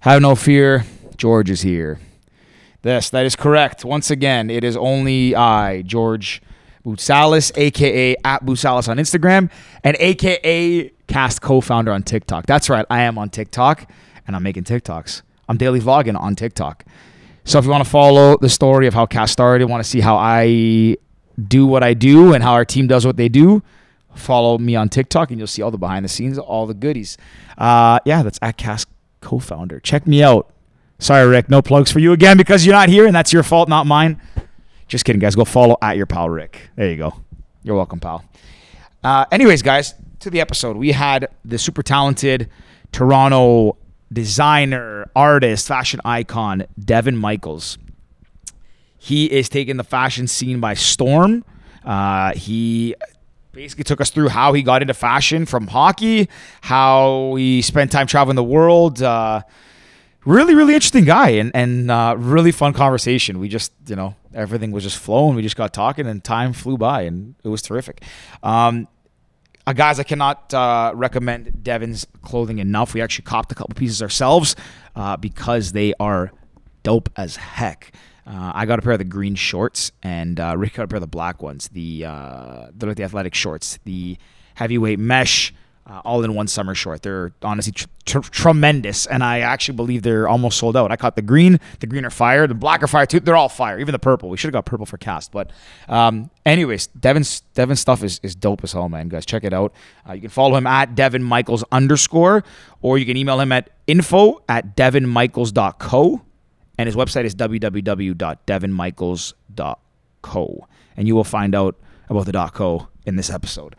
Have no fear, George is here. Yes, that is correct. Once again, it is only I, George Busalis, aka at Busalis on Instagram, and aka Cast co-founder on TikTok. That's right, I am on TikTok, and I'm making TikToks. I'm daily vlogging on TikTok. So if you want to follow the story of how Cast started, want to see how I do what I do and how our team does what they do, follow me on TikTok, and you'll see all the behind the scenes, all the goodies. Uh, yeah, that's at Cast co-founder. Check me out. Sorry, Rick, no plugs for you again because you're not here, and that's your fault, not mine. Just kidding, guys. Go follow at your pal Rick. There you go. You're welcome, pal. Uh, anyways, guys, to the episode. We had the super talented Toronto designer, artist, fashion icon, Devin Michaels. He is taking the fashion scene by storm. Uh, he basically took us through how he got into fashion from hockey, how he spent time traveling the world. Uh, really, really interesting guy and, and uh, really fun conversation. We just, you know, everything was just flowing. We just got talking and time flew by and it was terrific. Um, uh, guys, I cannot uh, recommend Devin's clothing enough. We actually copped a couple pieces ourselves uh, because they are dope as heck. Uh, I got a pair of the green shorts, and uh, Rick got a pair of the black ones. The uh, they're like the athletic shorts, the heavyweight mesh, uh, all in one summer short. They're honestly tr- tr- tremendous, and I actually believe they're almost sold out. I caught the green, the green are fire, the black are fire too. They're all fire, even the purple. We should have got purple for cast, but um, anyways, Devin's Devin's stuff is, is dope as hell, man. Guys, check it out. Uh, you can follow him at Devin Michaels underscore, or you can email him at info at devinmichaels.co and his website is www.devinmichaels.co and you will find out about the .co in this episode.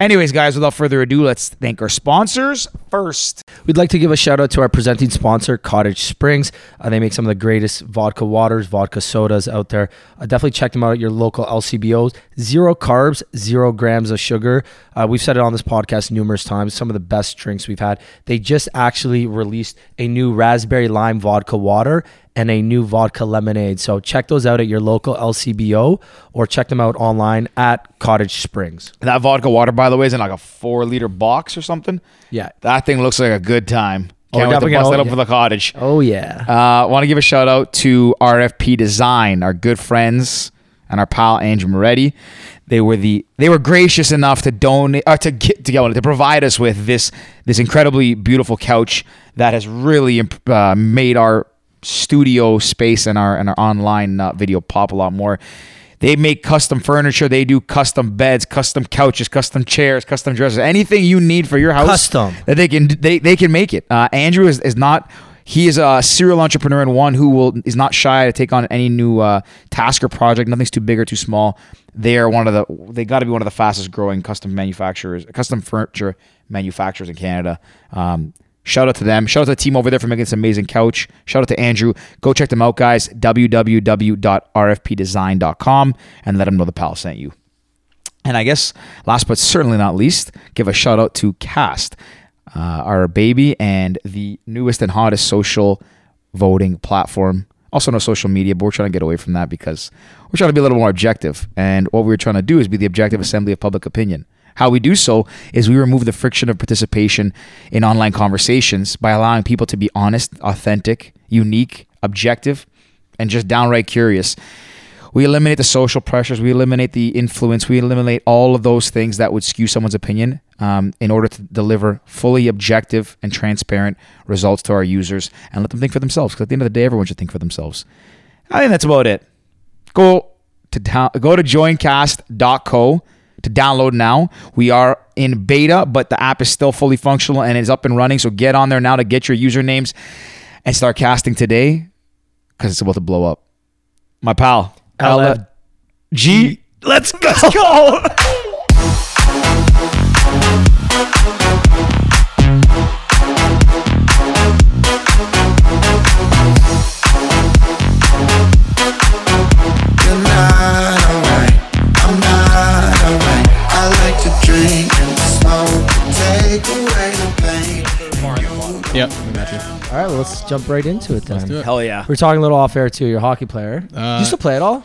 Anyways, guys, without further ado, let's thank our sponsors first. We'd like to give a shout out to our presenting sponsor, Cottage Springs. Uh, they make some of the greatest vodka waters, vodka sodas out there. Uh, definitely check them out at your local LCBOs. Zero carbs, zero grams of sugar. Uh, we've said it on this podcast numerous times. Some of the best drinks we've had. They just actually released a new raspberry lime vodka water and a new vodka lemonade. So check those out at your local LCBO or check them out online at Cottage Springs. That vodka water, by the way, is in like a four liter box or something. Yeah. That thing looks like a good time. Oh, Can't wait to definitely. bust Oh, that up yeah. for the cottage. Oh, yeah. Uh, Want to give a shout out to RFP Design, our good friends and our pal Andrew Moretti. They were the they were gracious enough to donate or to get together to provide us with this this incredibly beautiful couch that has really imp- uh, made our studio space and our and our online uh, video pop a lot more. They make custom furniture. They do custom beds, custom couches, custom chairs, custom dresses, anything you need for your house. Custom. that they can they, they can make it. Uh, Andrew is, is not he is a serial entrepreneur and one who will is not shy to take on any new uh, task or project. Nothing's too big or too small. They are one of the they got to be one of the fastest growing custom manufacturers, custom furniture manufacturers in Canada. Um, shout out to them. Shout out to the team over there for making this amazing couch. Shout out to Andrew. Go check them out, guys. www.rfpdesign.com and let them know the pal sent you. And I guess last but certainly not least, give a shout out to Cast, uh, our baby and the newest and hottest social voting platform. Also, no social media, but we're trying to get away from that because we're trying to be a little more objective. And what we're trying to do is be the objective assembly of public opinion. How we do so is we remove the friction of participation in online conversations by allowing people to be honest, authentic, unique, objective, and just downright curious. We eliminate the social pressures. We eliminate the influence. We eliminate all of those things that would skew someone's opinion um, in order to deliver fully objective and transparent results to our users and let them think for themselves. Because at the end of the day, everyone should think for themselves. I think that's about it. Go to down, go to joincast.co to download now. We are in beta, but the app is still fully functional and is up and running. So get on there now to get your usernames and start casting today because it's about to blow up. My pal, LFG. LFG. Let's go. Let's go. You're not alright. I'm not alright. I like to drink and smoke to take away the pain. Yep, I got you. All right, well, let's jump right into it then. do it. Hell yeah. We're talking a little off air too. You're a hockey player. do Uh, you still play at all?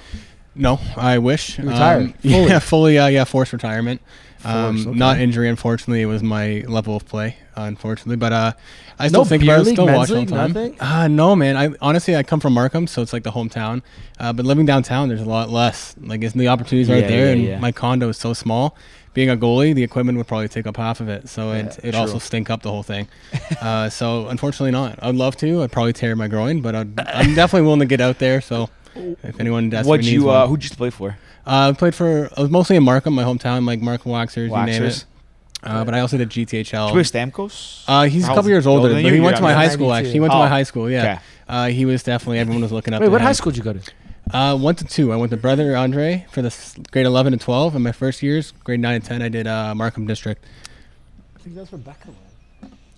No, I wish. retired, Um, yeah, fully. fully. Uh, yeah, forced retirement. Um, okay. Not injury, unfortunately. It was my level of play, unfortunately. But uh, I No still think about beer it. league, Still men's watch all the league, time. nothing? Uh, no, man. I honestly, I come from Markham, so it's like the hometown. Uh, but living downtown, there's a lot less. Like, it's, the opportunities aren't Yeah, there, yeah, and yeah. my condo is so small. Being a goalie, the equipment would probably take up half of it, so it Yeah, it also stink up the whole thing. uh, so unfortunately, not. I'd love to. I'd probably tear my groin, but I'd, I'm definitely willing to get out there. So if anyone desperately What needs you? one. Uh, who'd you play for? Uh, I played for. I was mostly in Markham, my hometown, like Markham Waxers, you name Waxers. it. Uh, but I also did Did you play GTHL. Stamkos? Uh, he's a How couple old- years older, older but than he you? went Yeah, to my yeah. high school. Actually, he went to Oh, my high school. Yeah, okay. uh, he was definitely everyone was looking up. Wait, to what him. high school did you go to? Uh, one to two. I went to brother Andre for the s- grade eleven and twelve, and my first years, grade nine and ten, I did uh, Markham District. I think that's Rebecca.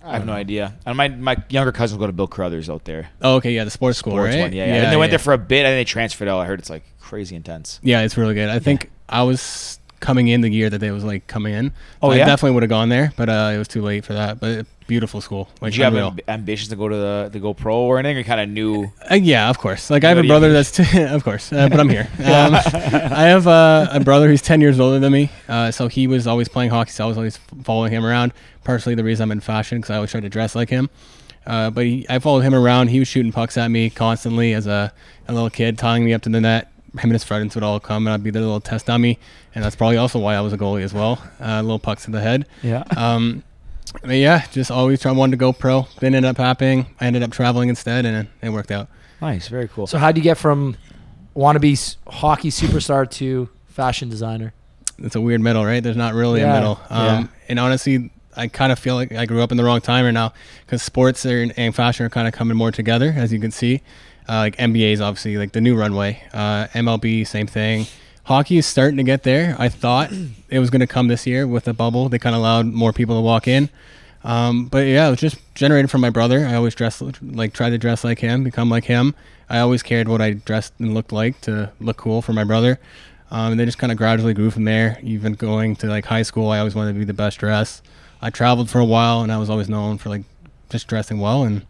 I have no idea. And my my younger cousins go to Bill Carruthers out there. Oh, okay, yeah, the sports school, Sports right? one, yeah, yeah. And they went there for a bit, and they transferred out. I heard it's like crazy intense. Yeah, it's really good. I think I was coming in the year that they was like coming in. Oh, I yeah? definitely would have gone there, but uh, it was too late for that. But beautiful school. Like Did you have unreal. amb- ambitions to go to the to go pro or anything? Or kind of knew Uh, yeah, of course. Like I have What a do you brother that's t- of course, uh, but I'm here. Um, I have uh, a brother who's ten years older than me, uh, so he was always playing hockey. So I was always f- following him around. Partially the reason I'm in fashion because I always try to dress like him. Uh, but he, I followed him around. He was shooting pucks at me constantly as a, a little kid, tying me up to the net. Him and his friends would all come, and I'd be their little test dummy, and that's probably also why I was a goalie as well. Uh, little pucks to the head. Yeah. Um, but yeah, just always try wanted to go pro. Then ended up happening. I ended up traveling instead, and it worked out. nice, very cool. So how'd you get from wannabe s- hockey superstar to fashion designer? It's a weird middle, right? There's not really Yeah, a middle. Um, And honestly, I kind of feel like I grew up in the wrong time right now because sports are, and fashion are kind of coming more together, as you can see. Uh, like NBA is obviously like the new runway. Uh, MLB, same thing. Hockey is starting to get there. I thought it was going to come this year with the bubble. They kind of allowed more people to walk in. Um, but yeah, it was just generated from my brother. I always dressed like tried to dress like him, become like him. I always cared what I dressed and looked like to look cool for my brother. Um, and they just kind of gradually grew from there. Even going to like high school, I always wanted to be the best dressed. I traveled for a while, and I was always known for like just dressing well. And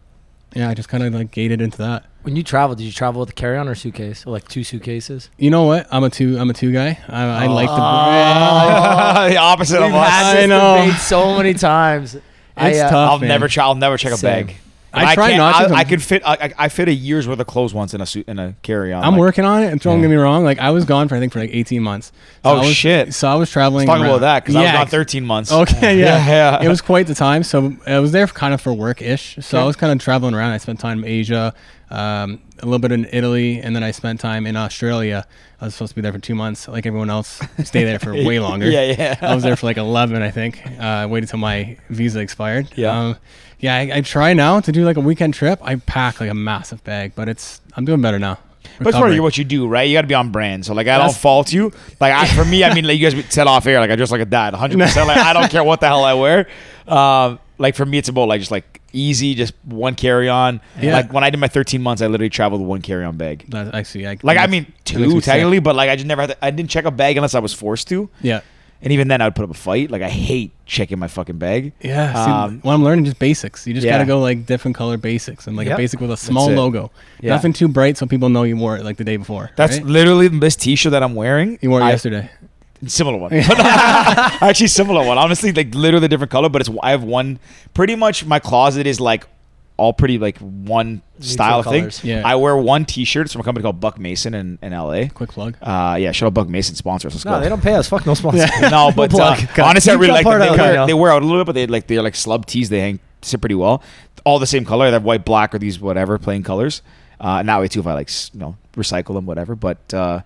yeah, I just kind of like gated into that. When you traveled, did you travel with a carry-on or suitcase? Or like two suitcases? You know what? I'm a two. I'm a two guy. I, I like to. Oh. the opposite of We've us. had I this know. debate so many times. I, It's uh, tough. I'll man. never try. I'll never check a Same. bag. I try can't- not to I, I sometimes. could fit. I, I, I fit a year's worth of clothes once in a suit in a carry on. I'm working on it. And don't Yeah. get me wrong. Like I was gone for I think for like 18 months. Oh, I was, shit. So I was traveling. Let's talk about around. that because I was Yeah, oh, gone 13 months. Okay, yeah. Yeah, yeah. It was quite the time. So I was there kind of for work ish. So I was kind of traveling around. I spent time in Asia, um, a little bit in Italy, and then I spent time in Australia. I was supposed to be there for two months, like everyone else. Stay there for way longer. Yeah, yeah. I was there for like 11, I think. Uh, I waited till my visa expired. Yeah. Um, yeah, I, I try now to do like a weekend trip. I pack like a massive bag, but it's I'm doing better now. But it's part of Recovering. what you do, right? You got to be on brand. So like, I don't That's- fault you. Like I, for me, I mean, like you guys said off air, like I dress like a dad, 100. percent Like I don't care what the hell I wear. Um, like for me, it's about like just like easy, just one carry on. Yeah. Like when I did my 13 months, I literally traveled with one carry on bag. That, I see. I, Like I that's- mean, that makes two me sick. technically, but like I just never had. To, I didn't check a bag unless I was forced to. Yeah. And even then, I would put up a fight. Like I hate checking my fucking bag. Yeah. See, Um, what I'm learning just basics. You just yeah. gotta go like different color basics and like Yep. a basic with a small it. logo. Yeah. Nothing too bright so people know you wore it like the day before. That's right? literally this T-shirt that I'm wearing. you wore it I- yesterday. similar one, actually similar one. Honestly, like literally different color, but it's I have one. Pretty much, my closet is like all pretty like one style of thing. colours. Yeah. I wear one T-shirt. It's from a company called Buck Mason in, in L.A. Quick plug. Uh, yeah, shout out Buck Mason sponsor. us. Let's No, go. they don't pay us. Fuck no sponsor. no, but uh, Plug. honestly, I You really like cut part them. They out, wear, Daniel. they wear out a little bit, but they like they're like slub tees. They hang sit pretty well. All the same color. They have white, black, or these whatever plain colors. Uh, and that way too, if I like s- you know recycle them, whatever. But uh,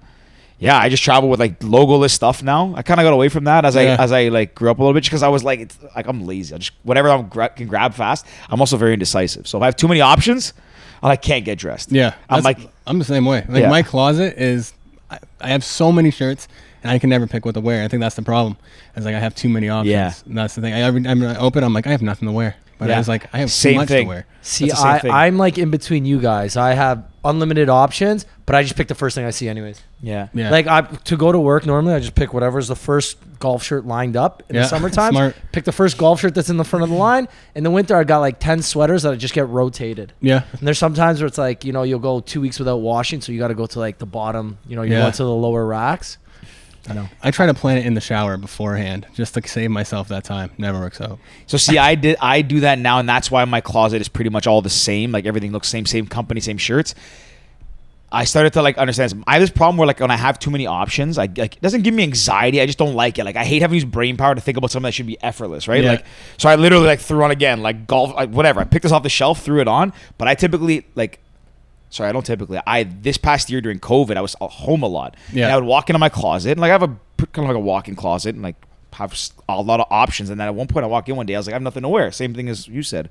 yeah, I just travel with like logoless stuff now. I kind of got away from that as Yeah. I as I like grew up a little bit, because I was like it's, like I'm lazy. I just whatever I gra- can grab fast. I'm also very indecisive. So if I have too many options, I like, can't get dressed. Yeah. I'm that's- like I'm the same way. Like Yeah. my closet is I, I have so many shirts and I can never pick what to wear. I think that's the problem. It's like I have too many options. Yeah. And that's the thing. I every I'm open, I'm like, I have nothing to wear. But Yeah. I was like, I have Same too much thing. to wear. See, That's the same I, thing. I'm like in between you guys. I have unlimited options, but I just pick the first thing I see, anyways. yeah. Yeah. Like I to go to work normally, I just pick whatever's the first golf shirt lined up in Yeah, the summertime. smart. Pick the first golf shirt that's in the front of the line. In the winter, I got like ten sweaters that I just get rotated. Yeah. And there's sometimes where it's like you know you'll go two weeks without washing, so you got to go to like the bottom. You know you Yeah. go to the lower racks. No. I try to plan it in the shower beforehand just to save myself that time. Never works out. So see, I did I do that now, and that's why my closet is pretty much all the same. Like everything looks same, same company, same shirts. I started to like understand. Some, I have this problem where like when I have too many options, I like it doesn't give me anxiety. I just don't like it. Like I hate having to use brain power to think about something that should be effortless, right? Yeah. Like so, I literally like threw on again, like golf, like, whatever. I picked this off the shelf, threw it on. But I typically like, sorry, I don't typically. I this past year during COVID, I was uh, home a lot. Yeah. and I would walk into my closet, and like I have a pr- kind of like a walk-in closet, and like have s- a lot of options. And then at one point, I walk in one day, I was like, I have nothing to wear. Same thing as you said.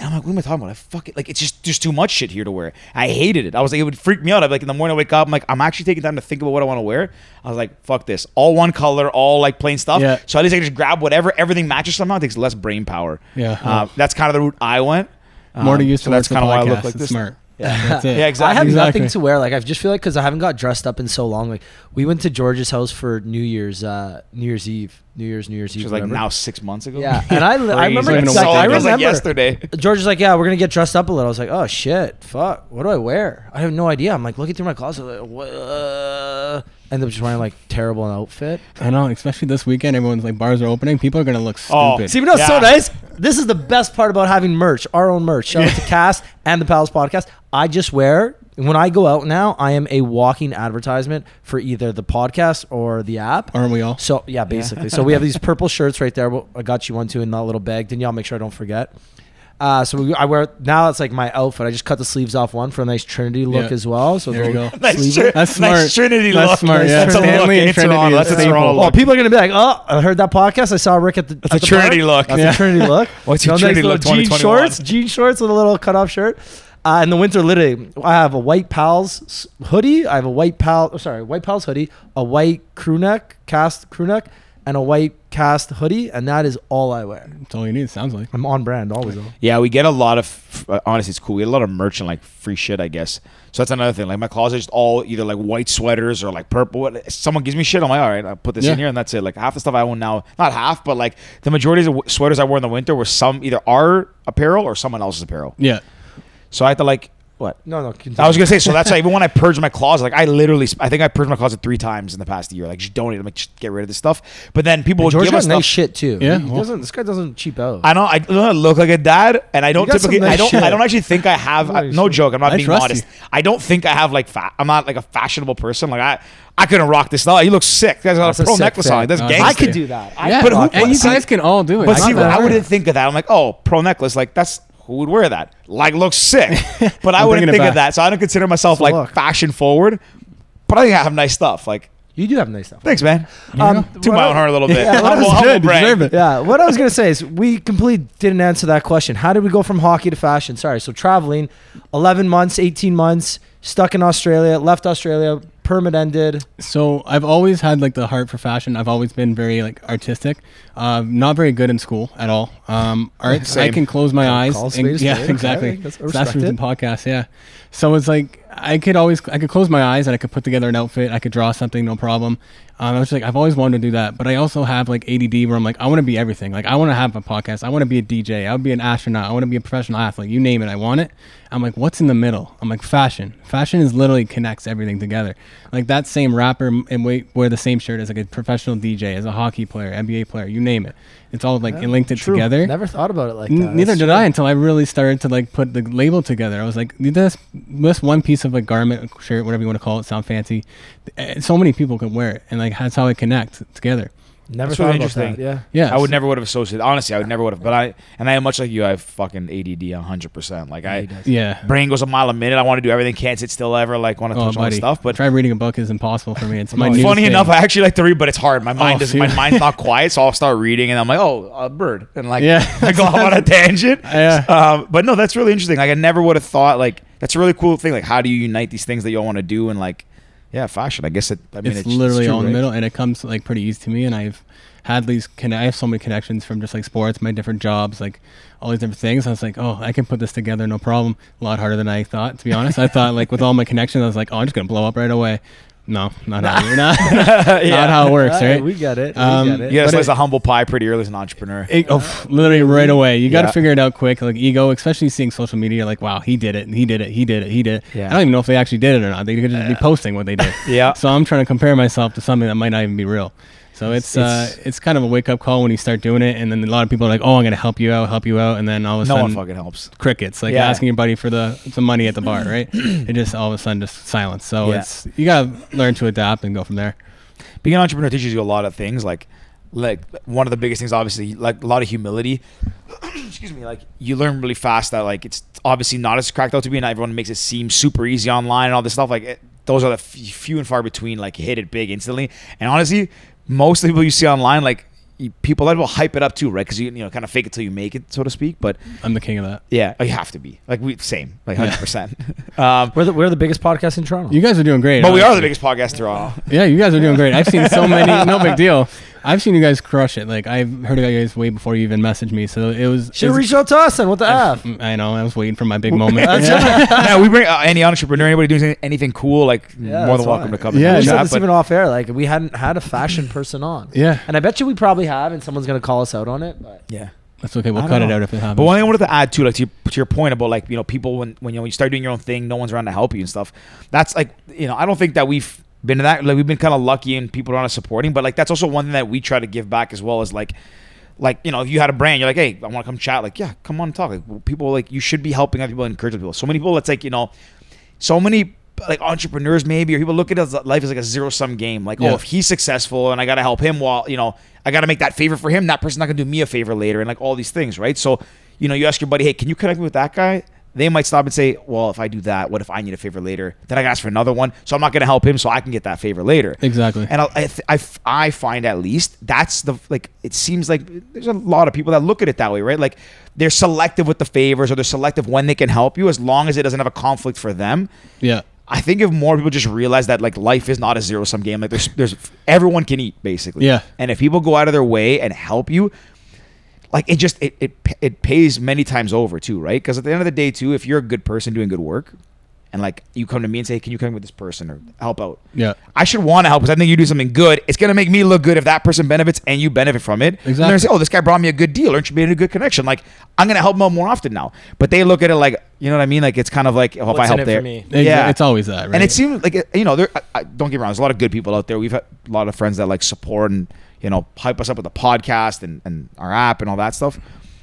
And I'm like, what am I talking about? I fucking like it's just there's too much shit here to wear. I hated it. I was like, it would freak me out. I'd be like in the morning I wake up, I'm like, I'm actually taking time to think about what I want to wear. I was like, fuck this. All one color, all like plain stuff. Yeah. So at least I can just grab whatever, everything matches somehow. It takes less brain power. Yeah. Uh, that's kind of the route I went. Um, More to use towards the kinda podcast. It's smart. Yeah. That's it. Yeah, I have exactly. nothing to wear. Like I just feel like because I haven't got dressed up in so long. Like we went to George's house for New Year's, uh, New Year's Eve, New Year's, New Year's Which Eve. was like whatever. now six months ago. Yeah, and I, I remember. Crazy. It's So like, I it was remember. like yesterday. George was like, "Yeah, we're gonna get dressed up a little." I was like, "Oh shit, fuck, what do I wear?" I have no idea. I'm like looking through my closet, like, what? uh, end up just wearing like terrible outfit. I know, especially this weekend. Everyone's like, bars are opening. People are gonna look stupid. Oh, See, but no, so Yeah. nice. This is the best part about having merch, our own merch. Shout out to Cass and the Palace Podcast. I just wear when I go out now. I am a walking advertisement for either the podcast or the app. Aren't we all? So yeah, basically. so we have these purple shirts right there. Well, I got you one too in that little bag. Danielle, make sure I don't forget. Uh, so we, I wear now. It's like my outfit. I just cut the sleeves off one for a nice Trinity look Yeah. as well. So There you they'll go. Nice, sleeve tr- it. That's smart. nice Trinity That's look. smart. Nice Yeah, Trinity Stanley look. and It's Trinity wrong. is That's the a same wrong look. Well, look. people are gonna be like, "Oh, I heard that podcast. I saw Rick at the." That's a Trinity look. That's Yeah. a Trinity look. What's You your know, nice Trinity little look Jean 2021? shorts, jean shorts with a little cutoff shirt. Uh, in the winter, literally, I have a white pals s- hoodie. I have a white pal, oh, sorry, white pals hoodie, a white crew neck cast crew neck, and a white cast hoodie, and that is all I wear. That's all you need. Sounds like. I'm on brand always. Though. Yeah, we get a lot of uh, honestly, it's cool. We get a lot of merch and like free shit, I guess. So that's another thing. Like my closet's just all either like white sweaters or like purple. What- if Someone gives me shit, I'm like, all right, I'll put this Yeah. in here, and that's it. Like half the stuff I own now, not half, but like the majority of the w- sweaters I wore in the winter were some either our apparel or someone else's apparel. Yeah. So I had to like what. No, no. Continue. I was gonna say, so that's why even when I purged my closet, like I literally, sp- I think I purged my closet three times in the past year. Like just donate, I'm like just get rid of this stuff. But then people will George give got us nice stuff. shit too. Yeah, He well- doesn't- this guy doesn't cheap out. I don't. I don't look like a dad, and I don't got some typically. I nice don't. shit. I don't actually think I have. Holy no shit. joke. I'm not I being trust modest. you. I don't think I have like. Fa- I'm not like a fashionable person. Like I, I couldn't rock this style. You look sick. That's got That's a a pearl sick necklace fit. on. Like, That's No, gangster. I could do that. I yeah. could But who- rock and that. you guys can all do it. But It's see, not that I hard. wouldn't think of that. I'm like, oh, pro necklace. Like that's who would wear that? Like looks sick. But I I'm wouldn't bringing it think of back. that. So I don't consider myself So like look. fashion forward. But I think I have nice stuff. Like You do have nice stuff. thanks, man. Uh, Um, To my own heart a little bit. Yeah, that Humble- was humble good. brag. Deserve it. yeah. What I was gonna say is we completely didn't answer that question. How did we go from hockey to fashion? Sorry. So traveling, eleven months, eighteen months, stuck in Australia, left Australia, permit ended. so I've always had like the heart for fashion. I've always been very like artistic. Uh, not very good in school at all. Um, arts, I Same. can close my eyes. call a and- spade a yeah, spade, okay? exactly. That's- I So that's respect from the it. podcast. Yeah. So it's like I could always I could close my eyes and I could put together an outfit. I could draw something, no problem. Um, I was like I've always wanted to do that, but I also have like ADD where I'm like I want to be everything. Like I want to have a podcast. I want to be a DJ. I want to be an astronaut. I want to be a professional athlete. You name it, I want it. I'm like, what's in the middle? I'm like fashion. Fashion is literally connects everything together. Like that same rapper m- and we wear the same shirt as like a professional DJ, as a hockey player, NBA player, you name it. It's all like it linked it True. together. Never thought about it like that. N- Neither That's did true. I until I really started to like put the label together. I was like, this this one piece of a garment, shirt, whatever you want to call it, sound fancy. eh, So many people can wear it, and like that's how it connects together. Never That's thought really about interesting. that. Yeah. Yeah, I would so- never would have associated. Honestly, I would never would have. But I and I am much like you. I have fucking ADD hundred percent. Like I Yeah, Oh, brain goes a mile a minute. I want to do everything. Can't sit still ever. Like want to touch on stuff. But try reading a book is impossible for me. It's my new funny thing. enough, I actually like to read, but it's hard. My mind Oh, does. My see? mind's not quiet, so I'll start reading, and I'm like, oh, a bird, and like Yeah. I go off on a tangent. Yeah. Um, but no, that's really interesting. Like I never would have thought. Like that's a really cool thing. Like how do you unite these things that you all want to do and like. Yeah, fashion. I guess it. I mean, it's, literally true, all in the right? middle, and it comes like pretty easy to me. And I've had these conne- I have so many connections from just like sports, my different jobs, like all these different things. I was like, oh, I can put this together, no problem. A lot harder than I thought, to be honest. I thought like with all my connections, I was like, oh, I'm just gonna blow up right away. No, not how you're not, not how it works, All right, right? we get it. Um, we get it. You gotta But slice it- a humble pie pretty early as an entrepreneur. It, oh, f- literally right away. You got to Yeah. figure it out quick. Like ego, especially seeing social media. Like, wow, he did it. and He did it. He did it. He did it. Yeah. I don't even know if they actually did it or not. They could just be posting what they did. Yeah. So I'm trying to compare myself to something that might not even be real. So it's uh, It's- it's kind of a wake up call when you start doing it, and then a lot of people are like, "Oh, I'm gonna help you out, help you out," and then all of a No one sudden, fucking helps. crickets. Like Yeah. asking your buddy for the some money at the bar, right? it just all of a sudden just silence. So Yeah. it's you gotta learn to adapt and go from there. being an entrepreneur teaches you a lot of things like like one of the biggest things obviously like a lot of humility excuse me like you learn really fast that like it's obviously not as cracked out to be and everyone makes it seem super easy online and all this stuff like it, those are the f- few and far between like hit it big instantly and honestly most of the people you see online like you- people that will hype it up too right because you, you know kind of fake it till you make it so to speak but I'm the king of that. yeah you have to be like we same like Yeah. 100% um We're the, we're the biggest podcast in Toronto. You guys are doing great. but we are the honestly. biggest podcast Toronto. Yeah, you guys are doing great. I've seen so many. No big deal. I've seen you guys crush it. Like I've heard of you guys way before you even messaged me. So it was. should it was- reach out to us then. What the f? I know. I was waiting for my big moment. That's yeah. right. yeah, we bring uh, any entrepreneur, anybody doing anything cool, like Yeah, more that's than welcome why. to come. and Yeah, have a we no, said chat, this but- even off air. Like we hadn't had a fashion person on. Yeah. and I bet you we probably have, and someone's gonna call us out on it. But yeah. That's okay. We'll I cut don't it know. out if it happens. But one thing I wanted to add too, like to your, to your point about like you know people when when you, know, you start doing your own thing, no one's around to help you and stuff. That's like you know I don't think that we've been in that like we've been kind of lucky and people aren't supporting, but like that's also one thing that we try to give back as well as like like you know if you had a brand, you're like hey I want to come chat, like yeah come on and talk. Like people like you should be helping other people, and encouraging people. So many people, it's like you know so many like entrepreneurs maybe or people look at it as- life as like a zero sum game like Yeah. oh if he's successful and i gotta help him while you know i gotta make that favor for him that person's not gonna do me a favor later and like all these things right so you know you ask your buddy hey can you connect me with that guy they might stop and say well if i do that what if i need a favor later then i gotta ask for another one so i'm not gonna help him so i can get that favor later Exactly. and I'll- I, th- I, f- I find at least that's the like it seems like there's a lot of people that look at it that way, right? Like they're selective with the favors or they're selective when they can help you as long as it doesn't have a conflict for them. yeah. I think if more people just realize that like life is not a zero sum game, like there's there's everyone can eat basically. Yeah. And if people go out of their way and help you, like it just it it, it pays many times over too, right? Because at the end of the day too, if you're a good person doing good work, and like you come to me and say, hey, "Can you come with this person or help out?" Yeah. I should want to help because I think you do something good. It's gonna make me look good if that person benefits and you benefit from it. And they're gonna say, Exactly. "Oh, this guy brought me a good deal, or she made a good connection." Like I'm gonna help them out more often now. But they look at it like, you know what I mean? Like it's kind of like, oh, if What's I in help it for there, me? Exa- It's always that. Right. and it seems like you know, there. I, I, don't get me wrong. There's a lot of good people out there. We've had a lot of friends that like support and you know hype us up with the podcast and and our app and all that stuff.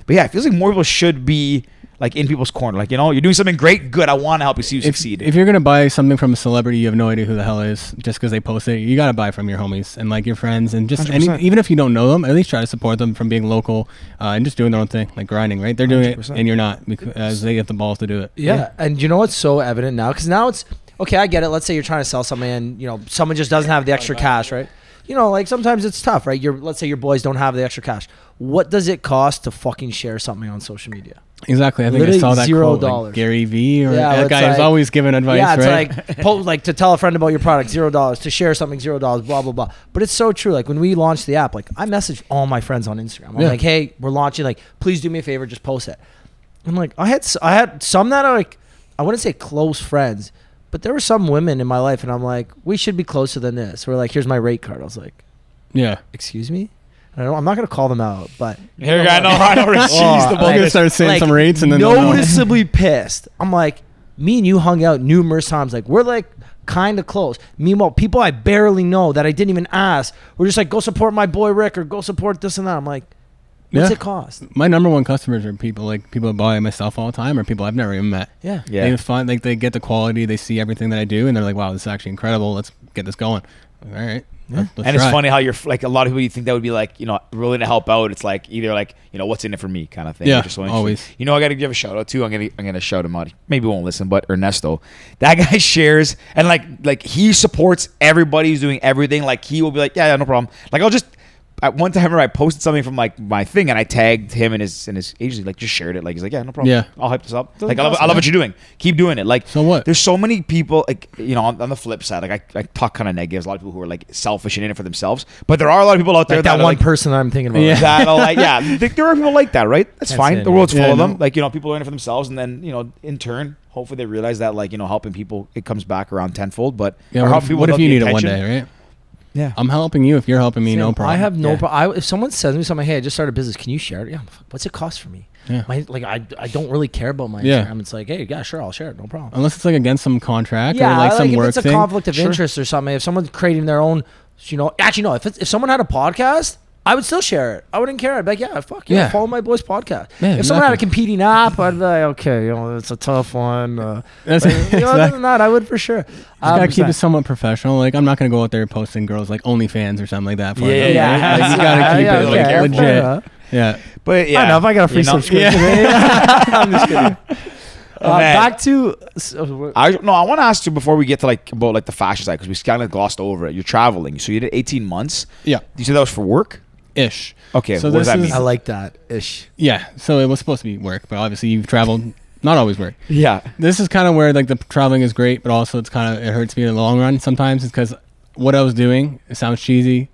But yeah, it feels like more people should be like in people's corner. Like you know, you're doing something great, good. I want to help you see you if, succeed. if you're gonna buy something from a celebrity, you have no idea who the hell is just because they post it. You gotta buy from your homies and like your friends, and just any, 100%. even if you don't know them, at least try to support them from being local uh, and just doing their own thing, like grinding. Right? They're doing it, 100%. and you're not because they get the balls to do it. Yeah. And you know what's so evident now? Because now it's okay. I get it. Let's say you're trying to sell something, and you know someone just doesn't have the extra cash, right? You know, like sometimes it's tough, right? Your let's say your boys don't have the extra cash. What does it cost to fucking share something on social media? Exactly. I think Literally I saw that zero quote, like, dollars. Gary V or Yeah, that it's guy is like- always giving advice, yeah, it's right? like po- like to tell a friend about your product, zero dollars. To share something, zero dollars. Blah blah blah. But it's so true. Like when we launched the app, like I messaged all my friends on Instagram. I'm Yeah. like, hey, we're launching. Like, please do me a favor, just post it. I'm like, I had s- I had some that are like, I wouldn't say close friends, but there were some women in my life, and I'm like, we should be closer than this. We're like, here's my rate card. I was like, yeah. excuse me. And I don't, I'm not gonna call them out, but Here, I know, I know, Oh, she's the ball. like- You're gonna start saying like, some rates and then they'll know. noticeably pissed. I'm like, me and you hung out numerous times. Like we're like kind of close. Meanwhile, people I barely know that I didn't even ask were just like, go support my boy Rick or go support this and that. I'm like, what's Yeah. it cost? My number one customers are people like people that buy myself all the time or people I've never even met. Yeah. Yeah. They find like they get the quality, they see everything that I do, and they're like, "Wow, this is actually incredible. Let's get this going." All right. Let's, let's and it's try. funny how you're f- like a lot of people you think that would be like you know willing to help out. It's like either like you know what's in it for me kind of thing. Yeah, which is so interesting. always. You know I got to give a shout out too. I'm gonna I'm gonna shout him out. Maybe he won't listen, but Ernesto, that guy shares and like like he supports everybody who's doing everything. Like he will be like yeah, yeah no problem. Like I'll just at one time, I remember I posted something from like my thing, and I tagged him and his and his agency, like just shared it. Like he's like, yeah, no problem. Yeah. I'll hype this up. Doesn't like I love, cost I love what much. you're doing. Keep doing it. Like So what? There's so many people like you know on, on the flip side. Like I, I talk kind of negative. There's a lot of people who are like selfish and in it for themselves. But there are a lot of people out there Like that are, one like, person I'm thinking about. Yeah. that are like yeah, th- there are people like that, right? That's, That's fine. it. The world's full Yeah, of them. no. Like you know, people are in it for themselves, and then you know, in turn, hopefully they realize that like you know, helping people it comes back around tenfold. But Yeah, or what how if, people what if love you the need it one attention. day, right? Yeah, I'm helping you if you're helping me, no Same. problem. I have no Yeah. problem. If someone says to me something, hey, I just started a business, can you share it? Yeah, fuck, what's it cost for me? Yeah. My, like I, I don't really care about my Yeah. Instagram. It's like, hey, yeah, sure, I'll share it, no problem. unless it's like against some contract yeah, or like, some if work it's a thing. conflict of interest or something, if someone's creating their own, you know, actually no, if it's, if someone had a podcast, I would still share it. I wouldn't care. I'd be like, yeah, fuck yeah, Yeah. follow my boys podcast. Yeah, if someone had a exactly. competing app, I'd be like, okay, you know, it's a tough one. Uh, That's- but, you know, other exactly. than that, I would for sure. You gotta keep 100%. it somewhat professional. Like I'm not gonna go out there posting girls like OnlyFans or something like that. For Yeah, them, yeah, right? Like, you Yeah, gotta keep yeah, it okay. like Fair legit. enough. Yeah, but yeah, I know if I got a free you know? subscription. I'm just kidding. Uh, man. back to uh, so, I no, I want to ask you before we get to like about like the fashion side because we kind of glossed over it. You're traveling, so you did 18 months. yeah, You said that was for work. ish. Okay, So what does this that is- mean? I like that ish. Yeah, so it was supposed to be work, but obviously you've traveled. Not always work. Yeah, This is kind of where like the traveling is great, but also it's kind of it hurts me in the long run sometimes because what I was doing it sounds cheesy.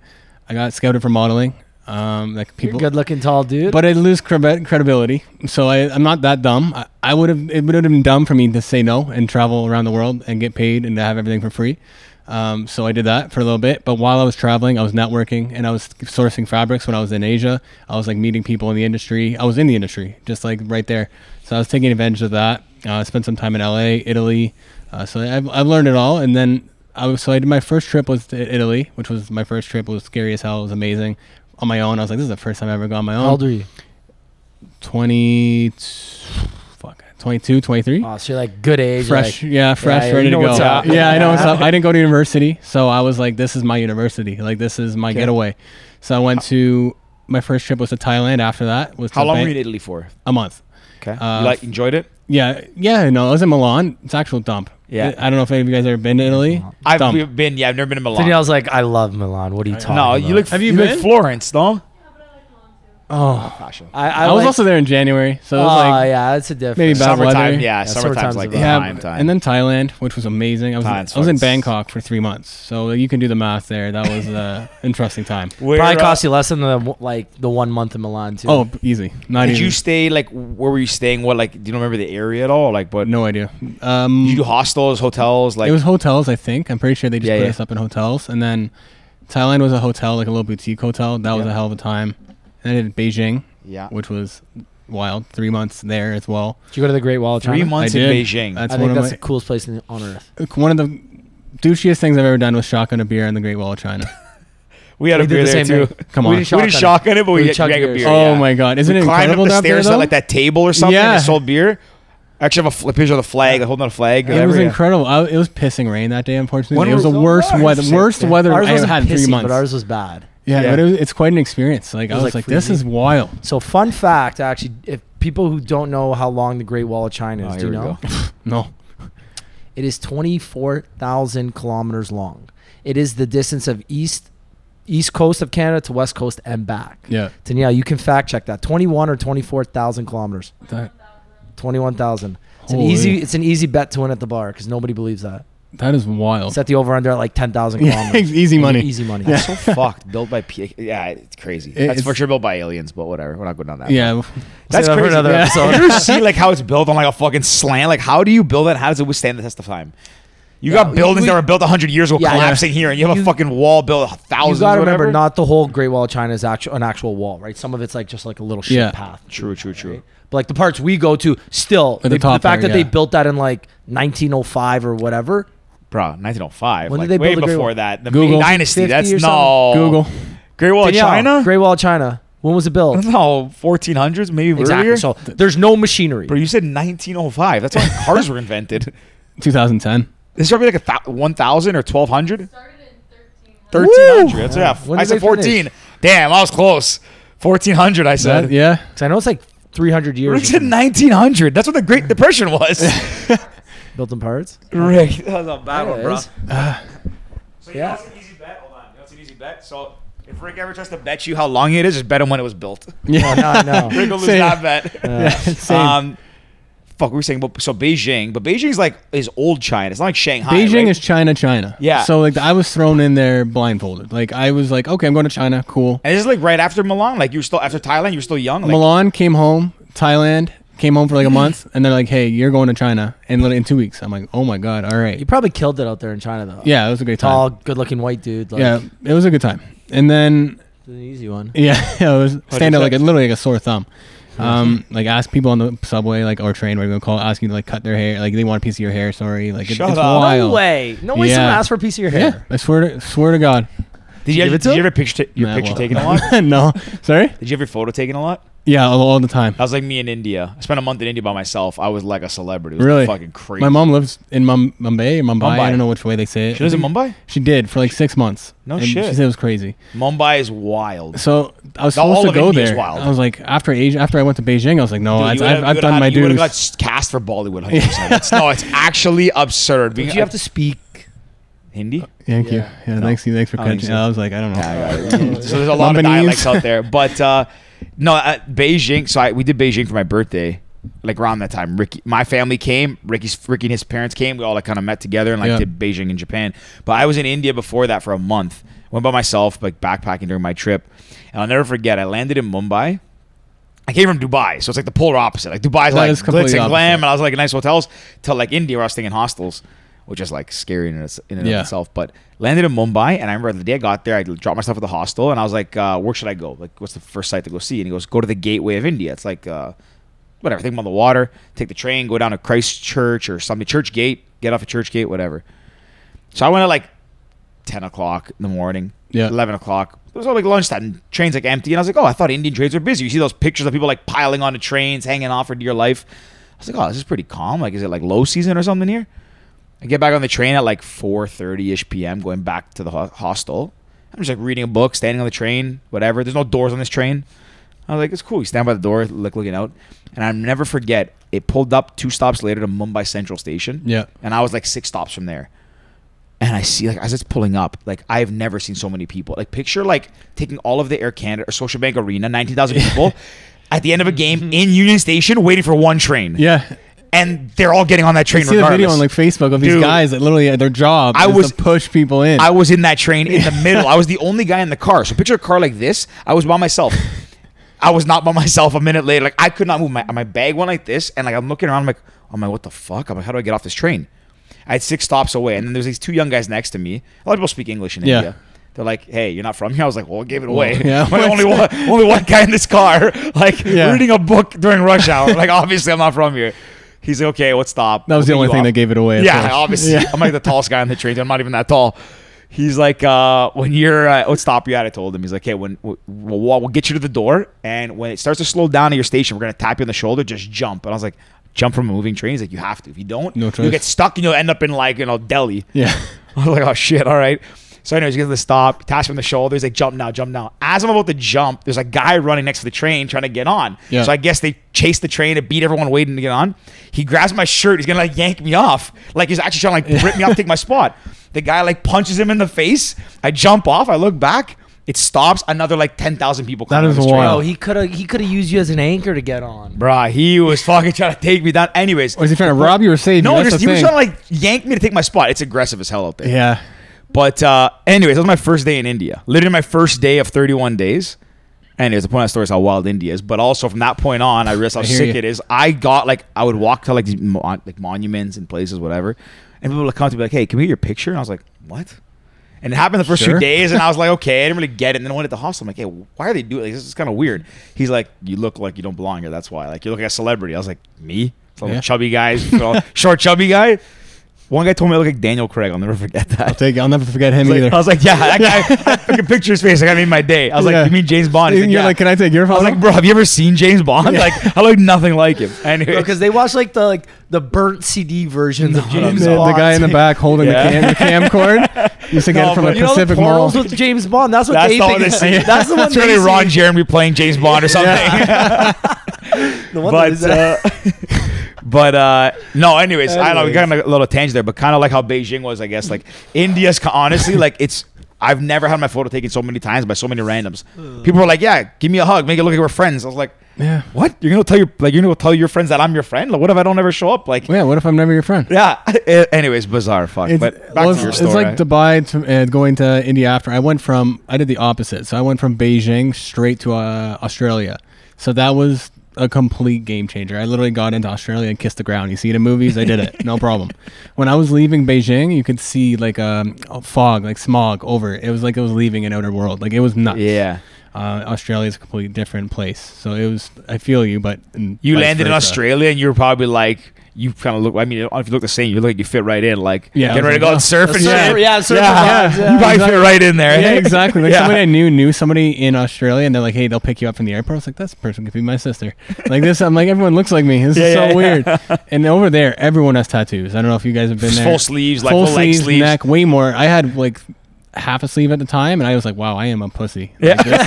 I got scouted for modeling. Um, like people, Good looking tall dude. but I lose credi- credibility. So I, I'm not that dumb. I, I would have it would have been dumb for me to say no and travel around the world and get paid and to have everything for free. Um, so I did that for a little bit. But while I was traveling, I was networking and I was sourcing fabrics when I was in Asia. I was like meeting people in the industry. I was in the industry, just like right there. So I was taking advantage of that. Uh, I spent some time in LA, Italy. Uh, so I've, I've learned it all. And then I was, so I did my first trip was to Italy, which was my first trip. It was scary as hell. It was amazing. On my own, I was like, this is the first time I've ever gone on my own. How old are you? 20 fuck 22 23 Oh, so you're like good age. you're fresh like- yeah fresh yeah, you ready know to go what's up. yeah i know what's up i didn't go to university so i was like this is my university like this is my getaway so i went to my first trip was to thailand after that was to how long Bang- were you in Italy for? a month Okay, Uh, you like enjoyed it. yeah yeah no i was in milan it's actual dump Yeah. i don't know if any of you guys ever been to italy I've dump. we've been. Yeah, I've never been to Milan. Oh, Danielle's like, I love Milan. What are you talking No, about? you look. Have you you look been? Florence? No. oh Fashion. I, i, was also there in january so it Oh was like yeah, that's a difference. maybe bad Summertime. weather. Yeah, summertime's summertime's like the yeah, yeah, prime time. and then Thailand, which was amazing. I was, Thailand's I was in fucking- Bangkok for three months, so you can do the math there. That was an interesting time. Where, Probably uh, cost you less than the w- like the one month in Milan too. Oh, easy, not Did even. you stay like where were you staying? What like do you remember the area at all? Like what? no idea. Did you Um, do hostels, hotels? Like Mm. it was hotels, I think. I'm pretty sure they just Yeah, put yeah. us up in hotels, and then Thailand was a hotel, like a little boutique hotel. That was Yeah. a hell of a time. And I did Beijing, yeah, which was wild. Three months there as well. did you go to the Great Wall of three China? months I in did. Beijing. That's I one think of that's the my coolest place in, on earth. one of the douchiest things I've ever done was shotgun a beer in the Great Wall of China. we had We a did beer the there too. same thing. Come we on. didn't shotgun, it, but we, We had- chugged drank a beers. beer. Oh yeah. my god! Isn't we it climbed incredible up the down there, stairs at though? like that table or something. Yeah. and sold beer. I actually have a, fl- a picture of the flag, like holding out a flag. it was whatever, yeah. incredible. I, it was pissing rain that day. Unfortunately, When it was was- the worst ours? weather. Worst weather ours I wasn't had in three pissy, months. but ours was bad. yeah, Yeah. but it was, it's quite an experience. Like I was, was like, like, this is freezing. wild. So fun fact, actually, if people who don't know how long the Great Wall of China is, Oh, do here you we know? go. No, It is 24,000 kilometers long. It is the distance of east east coast of Canada to west coast and back. yeah, Danielle, you can fact check that. 21 or 24,000 kilometers. that, 21,000. It's an Holy. easy it's an easy bet to win at the bar cuz nobody believes that. that is wild. Set the over under at like 10,000 Oh. Yeah, kilometers. easy money. Easy money. That's so fucked. Built by P- yeah, it's crazy. That's it's- for sure built by aliens, but whatever. We're not going down that. Yeah, that's that for crazy. another yeah. episode. you ever see like how it's built on like a fucking slant? Like how do you build that? How does it withstand the test of time? You Yeah, got buildings we- that were built 100 years ago Yeah. collapsing here, and you have You- a fucking wall built a thousand. You got to remember not the whole Great Wall of China is actual an actual wall, right? Some of it's like just like a little shit Yeah. path. True, true, true. But like the parts we go to, still the they- the, top fact there, that they yeah. built that in like 1905 or whatever. Bro, 1905. When did like, they way build the Great before Wall? that? The Google. Ming Dynasty. 50 That's or no Google. Great Wall of Danielle, China. Great Wall of China. When was it built? No, 1400s, maybe exactly. earlier. So there's no machinery. Bro, you said 1905. That's when cars were invented. 2010. This should be like a thou- 1,000 or 1,200. Started in 1300. 1300. That's Yeah. yeah. When I did they said 14. finish? Damn, I was close. 1400, I said. That, yeah, 'Cause I know it's like 300 Rick years. or said something. 1900. That's what the Great Depression was. Built in parts. Rick, that was a bad Uh, Yeah, it is. So you know Yeah. what's an easy bet? Hold on. You know what's an easy bet? So if If Rick ever tries to bet you how long it is, just bet him when it was built. Oh, no, no. Rick will lose Same. that bet. Same. Um, fuck, we were saying about so Beijing, but Beijing's like is old China. It's not like Shanghai. Beijing right? is China, China. Yeah. So like I was thrown in there blindfolded. Like I was like, okay, I'm going to China. Cool. and this is like right after Milan. Like you were still after Thailand, you were still young. Like, Milan came home, Thailand came home for like a month, and they're like, hey, you're going to China in lit- in two weeks. I'm like, oh my god, all right. You probably killed it out there in China though. Yeah, it was a great Tall, time. good looking white dude. Like, Yeah, it was a good time. And then it's An easy one. yeah, it was stand out like a, effect. literally like a sore thumb. Um, like ask people on the subway, like or train, we're gonna call, asking to like cut their hair, like they want a piece of your hair. Sorry, like it- Shut it's up. No wild. No way. No way Yeah. someone asked for a piece of your hair. Yeah, I swear to swear to God. did you, Give ever, it to did you him? ever picture your Nah, picture well, taken a lot? no, sorry. Did you have your photo taken a lot? Yeah, all, all the time. I was like me in India. I spent a month in India by myself. I was like a celebrity. It was Really? fucking crazy. My mom lives in Mum- Mumbai or Mumbai. Mumbai. I don't know which way they say it. She lives in Mumbai. She did for like six months. No And shit. She said it was crazy. Mumbai is wild. So I was The- all supposed to of go India's there. wild. I was like, after Asia, after I went to Beijing, I was like, no, Dude, I've, you would've- I've, you I've would've done had- my You would dues. have got s- cast for Bollywood. 100%. it's, no, it's actually absurd. Being Did you have to speak? Hindi. Thank you. Yeah. Yeah, thanks. Thanks for I don't think catching. so. I was like, I don't know. so there's a lot Lebanese. of dialects out there. But uh, no, uh Beijing. So I, we did Beijing for my birthday, like around that time. Ricky, my family came. Ricky's Ricky and his parents came. We all like kind of met together and like Yeah. did Beijing in Japan. But I was in India before that for a month. Went by myself, like backpacking during my trip. And I'll never forget. I landed in Mumbai. I came from Dubai, so it's like the polar opposite. Like Dubai's That like is glitz completely and glam, opposite. and I was like in nice hotels. To like India, where I was staying in hostels, which is like scary in, its- in and Yeah. of itself. But landed in Mumbai, and I remember the day I got there, I dropped myself at the hostel, and I was like, uh, "Where should I go? Like, what's the first site to go see?" And he goes, "Go to the Gateway of India. It's like uh, whatever. Think about the water. Take the train, go down to Christchurch or something. Church Gate. Get off at Church Gate, whatever." So I went at like ten o'clock in the morning. Yeah. eleven o'clock. It was all like lunchtime. and Trains like empty, and I was like, "Oh, I thought Indian trains were busy." You see those pictures of people like piling onto trains, hanging off for dear life. I was like, "Oh, this is pretty calm. Like, is it like low season or something here?" I get back on the train at like 4:30 ish p.m. going back to the ho- hostel. I'm just like reading a book, standing on the train, whatever. There's no doors on this train. I was like, it's cool. You stand by the door, like looking out, and I never forget. It pulled up two stops later to Mumbai Central Station. Yeah. and I was like six stops from there. And I see like as it's pulling up, like I've never seen so many people. Like picture like taking all of the Air Canada or Social Bank Arena, nineteen thousand people, at the end of a game in Union Station, waiting for one train. Yeah. and they're all getting on that train. See the video regardless. on like Facebook of these Dude. guys that literally at their job I I was- was, to push people in. I was in that train in the middle. I was the only guy in the car. So picture a car like this. I was by myself. I was not by myself a minute later. Like I could not move. My, my bag went like this, and like I'm looking around. I'm like, I'm like, what the fuck? I'm like, how do I get off this train? I had six stops away, and then there's these two young guys next to me. A lot of people speak English in Yeah. India. They're like, "Hey, you're not from here." I was like, "Well, I gave it away." yeah. I'm the only one, only one guy in this car, like Yeah. reading a book during rush hour. Like, obviously, I'm not from here. He's like, "Okay, what stop?" that was the We'll only pick you thing up." that gave it away. of Yeah, course. obviously. Yeah. I'm like the tallest guy on the train. I'm not even that tall. He's like, uh, when you're, uh, what stop you at? I told him. He's like, hey, when we'll, we'll we'll get you to the door, and when it starts to slow down at your station, we're gonna tap you on the shoulder. Just jump. And I was like, jump from a moving train. He's like, you have to. If you don't, No you'll choice. get stuck, and you'll end up in like, you know, Delhi. Yeah. I was like, oh shit, all right. So anyways, he gets to the stop, taps me on the shoulder. He's like, jump now, jump now. As I'm about to jump, there's a guy running next to the train trying to get on. Yeah. So I guess they chased the train and beat everyone waiting to get on. He grabs my shirt. He's gonna like yank me off. Like he's actually trying to like rip me off, take my spot. The guy like punches him in the face. I jump off. I look back. It stops. Another like ten thousand people. That climb on is this wild. train. Bro, he could have he could have used you as an anchor to get on. Bruh, he was fucking trying to take me down. Anyways, Was he trying to rob you or save no, you? That's just, the he was thing. trying to like yank me to take my spot. It's aggressive as hell out there. yeah. But uh, anyways, that was my first day in India. Literally my first day of 31 days. Anyways, the point of the story is how wild India is. But also from that point on, I realized how hear sick you. it is. I got like I would walk to like these mon- like monuments and places, whatever, and people would come to me like, "Hey, can we get your picture?" And I was like, "What?" And it happened the first few Sure. days, and I was like, "Okay," I didn't really get it. And then I went at the hostel. I'm like, "Hey, why are they doing like, this? Is kind of weird." He's like, "You look like you don't belong here. That's why. Like you look like a celebrity." I was like, "Me?" Some Yeah. chubby guy, short chubby guy. One guy told me I look like Daniel Craig. I'll never forget that. I'll take. I'll never forget him I was like- either. I was like, yeah, that guy. I fucking picture his face. Like, I made my day. I was Yeah. like, you mean James Bond? He's And you're yeah. like, can I take your I photo? was like, bro, have you ever seen James Bond? Like, I look nothing like him. Anyway, Because they watch like the like the burnt CD versions of the, James the Bond. guy in the back holding Yeah. the, cam, the camcord used to get No, it from but the You know the Pacific Mall. portals with James Bond. That's what that's they the think. one they is- see. That's the one. It's they really see. Ron Jeremy playing James Bond or something. The one that but is- uh, but uh, no. Anyways, I don't know. We got on a little tangent there, but kind of like how Beijing was, I guess. Like India's co- honestly, like it's. I've never had my photo taken so many times by so many randoms. People were like, "Yeah, give me a hug, make it look like we're friends." I was like, Uh. Yeah. what? You're gonna tell your like you're gonna tell your friends that I'm your friend? Like, what if I don't ever show up? Like, Yeah, what if I'm never your friend? yeah. A- Anyways, bizarre. Fuck. It's, but back well, to it's, your it's story. like Dubai to, and going to India after. I went from, I did the opposite. So I went from Beijing straight to uh, Australia. So that was a complete game changer. I literally got into Australia and kissed the ground. You see it in movies, I did it. No problem. When I was leaving Beijing, you could see like um, fog, like smog over. It It was like I was leaving an outer world. Like it was nuts. yeah. Uh, Australia is a completely different place. So it was, I feel you, but. and You vice landed in versa. Australia and you were probably like, you kind of look. I mean, if you look the same, you look like you fit right in. Like, Yeah, getting I was ready to go like, out surfing. yeah, shit. yeah, surfing vibes, yeah. You probably fit right in there. Yeah, exactly. Like Yeah. somebody I knew knew somebody in Australia, and they're like, "Hey, they'll pick you up from the airport." I was like, "This person could be my sister." Like this, I'm like, everyone looks like me. This Yeah, is so yeah, weird. And over there, everyone has tattoos. I don't know if you guys have been there. Full sleeves, like full, leg sleeves. neck, way more. I had like half a sleeve at the time, and I was like, "Wow, I am a pussy." Like, this,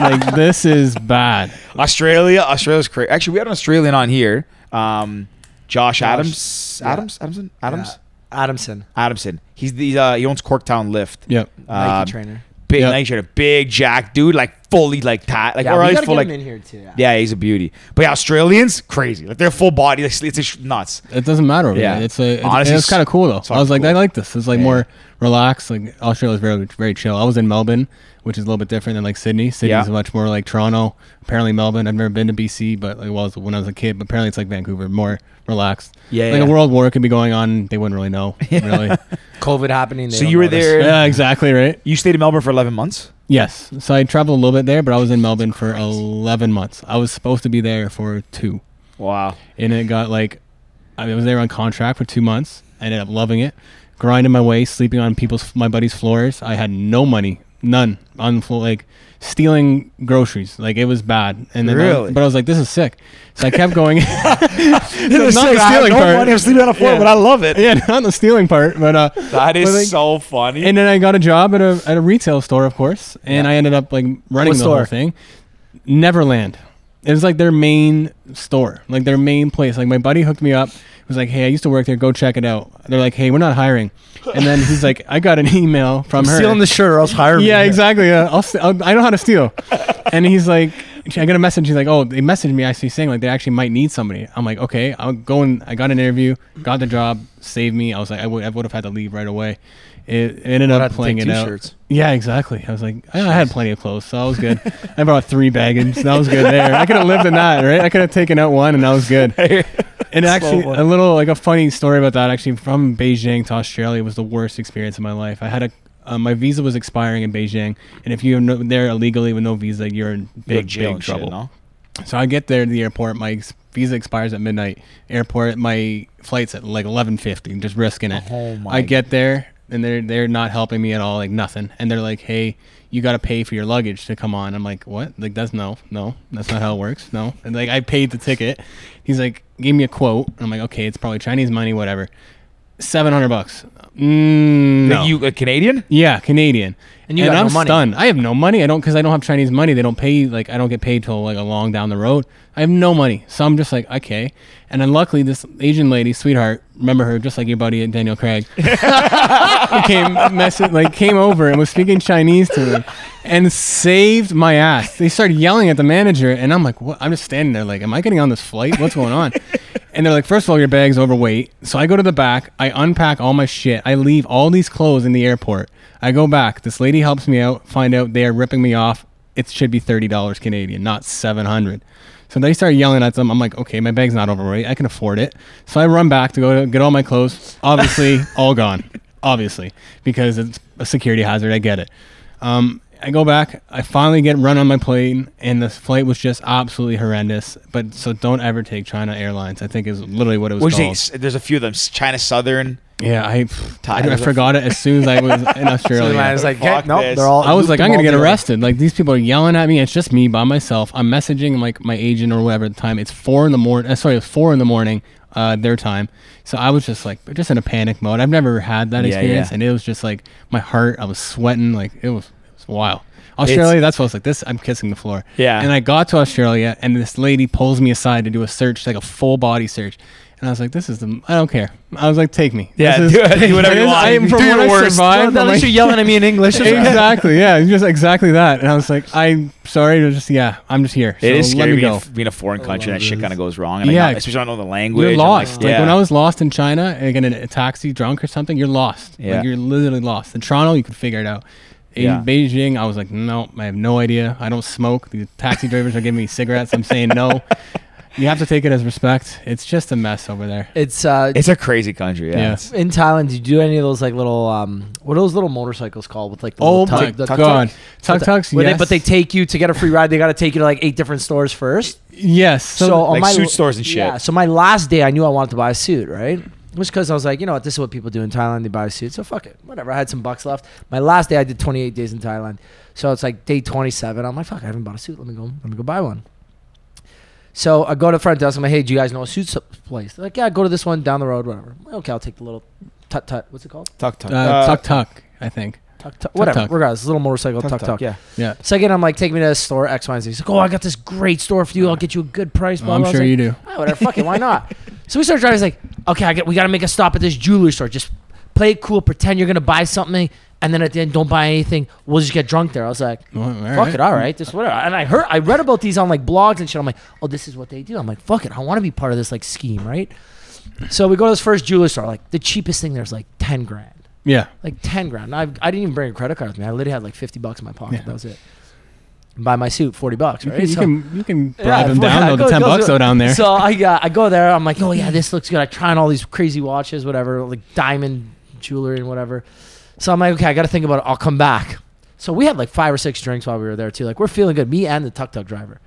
like this is bad. Australia, Australia's crazy. Actually, we had an Australian on here. Um, Josh, Adams, Adams, Adamson, Adams, Adamson, Adamson. He's the uh, he owns Corktown Lift. Yep. Um, Nike trainer. Big Yep. Nike trainer, big Jack dude, like fully like tat, like or at least full like here too. yeah, he's a beauty. But yeah, Australians crazy, like they're full body, like it's just nuts. It doesn't matter. Over Yeah. there. It's a. It's, Honestly, it's kind of cool though. it's I was like, cool. I like this. It's like Yeah. more relaxed. Like Australia's very very chill. I was in Melbourne, which is a little bit different than like Sydney. Sydney's Yeah. much more like Toronto. Apparently Melbourne. I've never been to BC, but like, well, I was when I was a kid. But apparently it's like Vancouver, more relaxed. Yeah, Like yeah. a world war could be going on. They wouldn't really know. Really. COVID happening. they So don't you were know this. there. yeah. Exactly. Right. You stayed in Melbourne for eleven months. Yes. So I traveled a little bit there, but I was in Melbourne for eleven months. I was supposed to be there for two. Wow. and it got like I was there on contract for two months. I ended up loving it, grinding my way, sleeping on people's my buddies' floors. I had no money, none on the floor, like stealing groceries. Like it was bad. And then I was- Really? but I was like, this is sick. So I kept going. Not not the stealing no part. money. I'm sleeping on a floor, Yeah. but I love it. yeah, not the stealing part, but uh, That is but, like, so funny. and then I got a job at a at a retail store, of course, and I ended up like running What the store? whole thing. Neverland. It was like their main store, like their main place. Like my buddy hooked me up. Was like, hey, I used to work there. Go check it out. They're like, hey, we're not hiring. And then he's like, I got an email from her. Stealing the shirt or else hire me. Yeah, exactly. Uh, I'll, st- I'll, I know how to steal. and he's like, I got a message. He's like, oh, they messaged me actually saying like they actually might need somebody. I'm like, okay, I'll go and I got an interview, got the job, saved me. I was like, I would, I would have had to leave right away. It, it Would've ended up had to playing take it out. t-shirts. Yeah, exactly. I was like, I I had plenty of clothes, so I was good. I brought three baggage, so that was good there. I could have lived in that, right? I could have taken out one, and that was good. And actually, one. a little like a funny story about that. Actually, from Beijing to Australia was the worst experience of my life. I had a uh, my visa was expiring in Beijing, and if you're no, there illegally with no visa, you're Go in to big jail big and shit, trouble. no? So I get there to the airport. My ex- visa expires at midnight. Airport. My flight's at like eleven fifty. Just risking it. Oh my I get there and they're they're not helping me at all. Like nothing. And they're like, "Hey, you got to pay for your luggage to come on." I'm like, "What? Like that's no, no, that's not how it works. No." And like I paid the ticket. He's like, "Give me a quote." I'm like, "Okay, it's probably Chinese money, whatever." Seven hundred bucks. Mm, no. Like you a Canadian? Yeah, Canadian. And you got I'm no money. stunned. I have no money. I don't because I don't have Chinese money. They don't pay like I don't get paid till like a long down the road. I have no money, so I'm just like okay. And then luckily, this Asian lady, sweetheart, remember her just like your buddy at Daniel Craig, came message like came over and was speaking Chinese to me, and saved my ass. They started yelling at the manager, and I'm like, what? I'm just standing there like, am I getting on this flight? What's going on? And they're like, first of all, your bag's overweight. So I go to the back, I unpack all my shit, I leave all these clothes in the airport. I go back. This lady helps me out, find out they are ripping me off. It should be thirty dollars Canadian, not seven hundred. So they start yelling at them. I'm like, okay, my bag's not overweight. I can afford it. So I run back to go to get all my clothes. Obviously, all gone. Obviously, because it's a security hazard. I get it. Um, I go back. I finally get run on my plane, and the flight was just absolutely horrendous. But so don't ever take China Airlines. I think is literally what it was What you called. say? There's a few of them. China Southern. Yeah, I, I, Thailand's a- forgot it as soon as I was in Australia. I was like, Fuck okay, nope, this. they're all. I was like, looped them I'm gonna all get together. arrested. Like these people are yelling at me. It's just me by myself. I'm messaging like my agent or whatever at the time. It's four in the morning. Uh, sorry, it was four in the morning, uh, their time. So I was just like, just in a panic mode. I've never had that Yeah, experience, yeah. and it was just like my heart. I was sweating. Like it was, it was wild. Australia. that's what I was like. This, I'm kissing the floor. Yeah. And I got to Australia, and this lady pulls me aside to do a search, like a full body search. And I was like, this is the, I don't care. I was like, take me. Yeah, This do is- it. Do whatever you this- want. I am from Do your what I worst. survived. Well, I'm at least like- you're yelling at me in English. That's right. exactly. Yeah, just exactly that. And I was like, I'm sorry. It was just yeah, I'm just here. So It is let scary me being, go. a, being a foreign country and that shit kind of goes wrong. And Yeah. yeah, like, especially I don't know the language. You're and, lost. Like, yeah. when I was lost in China, again in a taxi, drunk or something, you're lost. Yeah. Like you're literally lost. In Toronto, you could figure it out. In Yeah. Beijing, I was like, no, I have no idea. I don't smoke. The taxi drivers are giving me cigarettes. I'm saying no. You have to take it as respect. It's just a mess over there. It's uh, it's a crazy country. Yeah, Yeah. It's- in Thailand. Did you do any of those like little um, what are those little motorcycles called with like the Oh little my tuk- the tuk-tuk? god, tuk tuks. Where they- Yes, but they take you to get a free ride. They got to take you to like eight different stores first. yes. So, So, on like my suit stores and shit. Yeah. So my last day, I knew I wanted to buy a suit, right? It was because I was like, you know what, this is what people do in Thailand. They buy a suit. So fuck it, whatever. I had some bucks left. My last day, I did 28 days in Thailand. So it's like day 27. I'm like, fuck, I haven't bought a suit. Let me go. Let me go buy one. So I go to the front desk. I'm like, hey, do you guys know a suit s- place? They're like, yeah, go to this one down the road, whatever. I'm like, okay, I'll take the little tut tut. What's it called? Tuk tuk. uh, tuk tuk. I think. Tuck, tuck, whatever. Tuk-tuk. Regardless, little motorcycle tuk tuk. Yeah. Yeah. Second, I'm like, take me to the store X, Y, and Z. He's like, oh, I got this great store for you. I'll get you a good price. Blah, I'm blah. I was sure like, you do. "Ah, whatever. Fuck it. Why not? So we start driving. He's like, okay, I get, we got to make a stop at this jewelry store. Just play it cool. Pretend you're going to buy something. And then at the end, don't buy anything. We'll just get drunk there. I was like, Well, all fuck right. it. All right. This whatever. And I heard, I read about these on like blogs and shit. I'm like, oh, this is what they do. I'm like, fuck it. I want to be part of this like scheme, right? So we go to this first jewelry store. Like the cheapest thing there's like 10 grand Yeah. like 10 grand. I, I didn't even bring a credit card with me. I literally had like 50 bucks in my pocket. Yeah. That was it. Buy my suit, 40 bucks, You right? can, you So- can you can Yeah, bribe them I down though. go- The ten go bucks to- though down there. So I, Mm-hmm. uh, I go there. I'm like, oh, yeah, this looks good. I try on all these crazy watches, whatever, like diamond jewelry and whatever. So I'm like, okay, I got to think about it. I'll come back. So we had like five or six drinks while we were there, too. Like, we're feeling good. Me and the tuk tuk driver.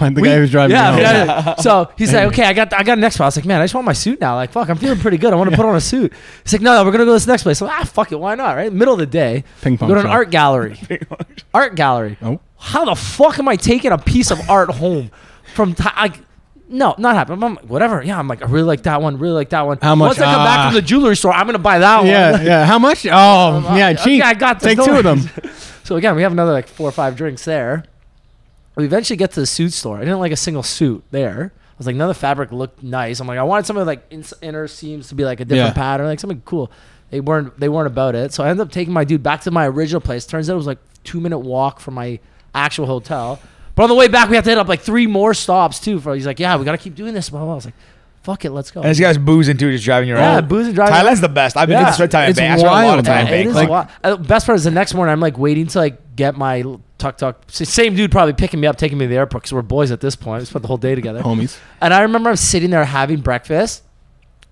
Like the We- guy who's driving. Yeah, you home. yeah, yeah. So he's like, okay, I got I got an next spot. I was like, man, I just want my suit now. Like, fuck, I'm feeling pretty good. I want to put on a suit. He's like, no, no, we're gonna go to this next place. So ah, fuck it, why not? Right, middle of the day, Ping pong go to an shop. art gallery. art gallery. Oh. How the fuck am I taking a piece of art home from? Th- like, no, not happening. I'm like, whatever. Yeah, I'm like, I really like that one. Really like that one. How much? Once I come back Ah. from the jewelry store, I'm gonna buy that one. Yeah, yeah. How much? Oh, Um, yeah, I- cheap. okay, I got this. Take Don't two of worry. them. So again, we have another like four or five drinks there. We eventually get to the suit store. I didn't like a single suit there. I was like, none of the fabric looked nice. I'm like, I wanted something with, like ins- inner seams to be like a different Yeah. pattern, like something cool. They weren't they weren't about it. So I ended up taking my dude back to my original place. Turns out it was like two minute walk from my actual hotel. But on the way back, we had to hit up like three more stops too. For he's like, yeah, we gotta keep doing this. Blah, blah, blah. I was like, fuck it, let's go. And this guy's boozing too, just driving your Yeah, own. booze and driving. Thailand's the best. I've been Yeah. to spend time in It's Bangkok. I spent a lot of wild, time man. in It is Bangkok. wild. Uh, Best part is the next morning. I'm like waiting to like get my tuk tuk. Same dude probably picking me up, taking me to the airport because we're boys at this point. We spent the whole day together. Homies. And I remember I'm sitting there having breakfast,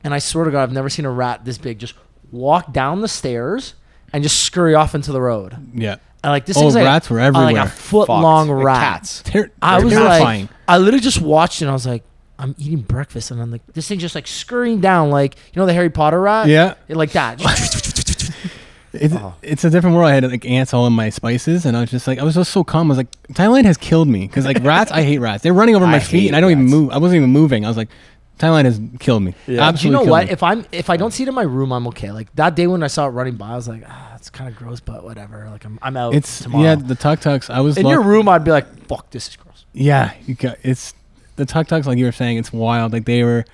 and I swear to God, I've never seen a rat this big just walk down the stairs and just scurry off into the road. And Yeah. like this Oh, thing's like, rats a, were uh, like a everywhere. foot Fucked. long Like rat. Cats. They're, I they're was terrifying. like, I literally just watched it. and I was like, I'm eating breakfast, and I'm like, this thing just like scurrying down, like you know the Harry Potter rat. Yeah. like that. it's, oh. it's a different world. I had like ants all in my spices, and I was just like, I was just so calm. I was like, Thailand has killed me because like rats, I hate rats. They're running over my I feet, hate and I don't even rats. move. I wasn't even moving. I was like, Thailand has killed me. Do you Absolutely know killed what? me. If I'm if I don't see it in my room, I'm okay. Like that day when I saw it running by, I was like, ah, it's kind of gross, but whatever. Like I'm I'm out it's tomorrow. yeah, the tuk tuks. I was in luck- your room, I'd be like, fuck, this is gross. Yeah, you got, it's the tuk tuks. Like you were saying, it's wild. Like they were.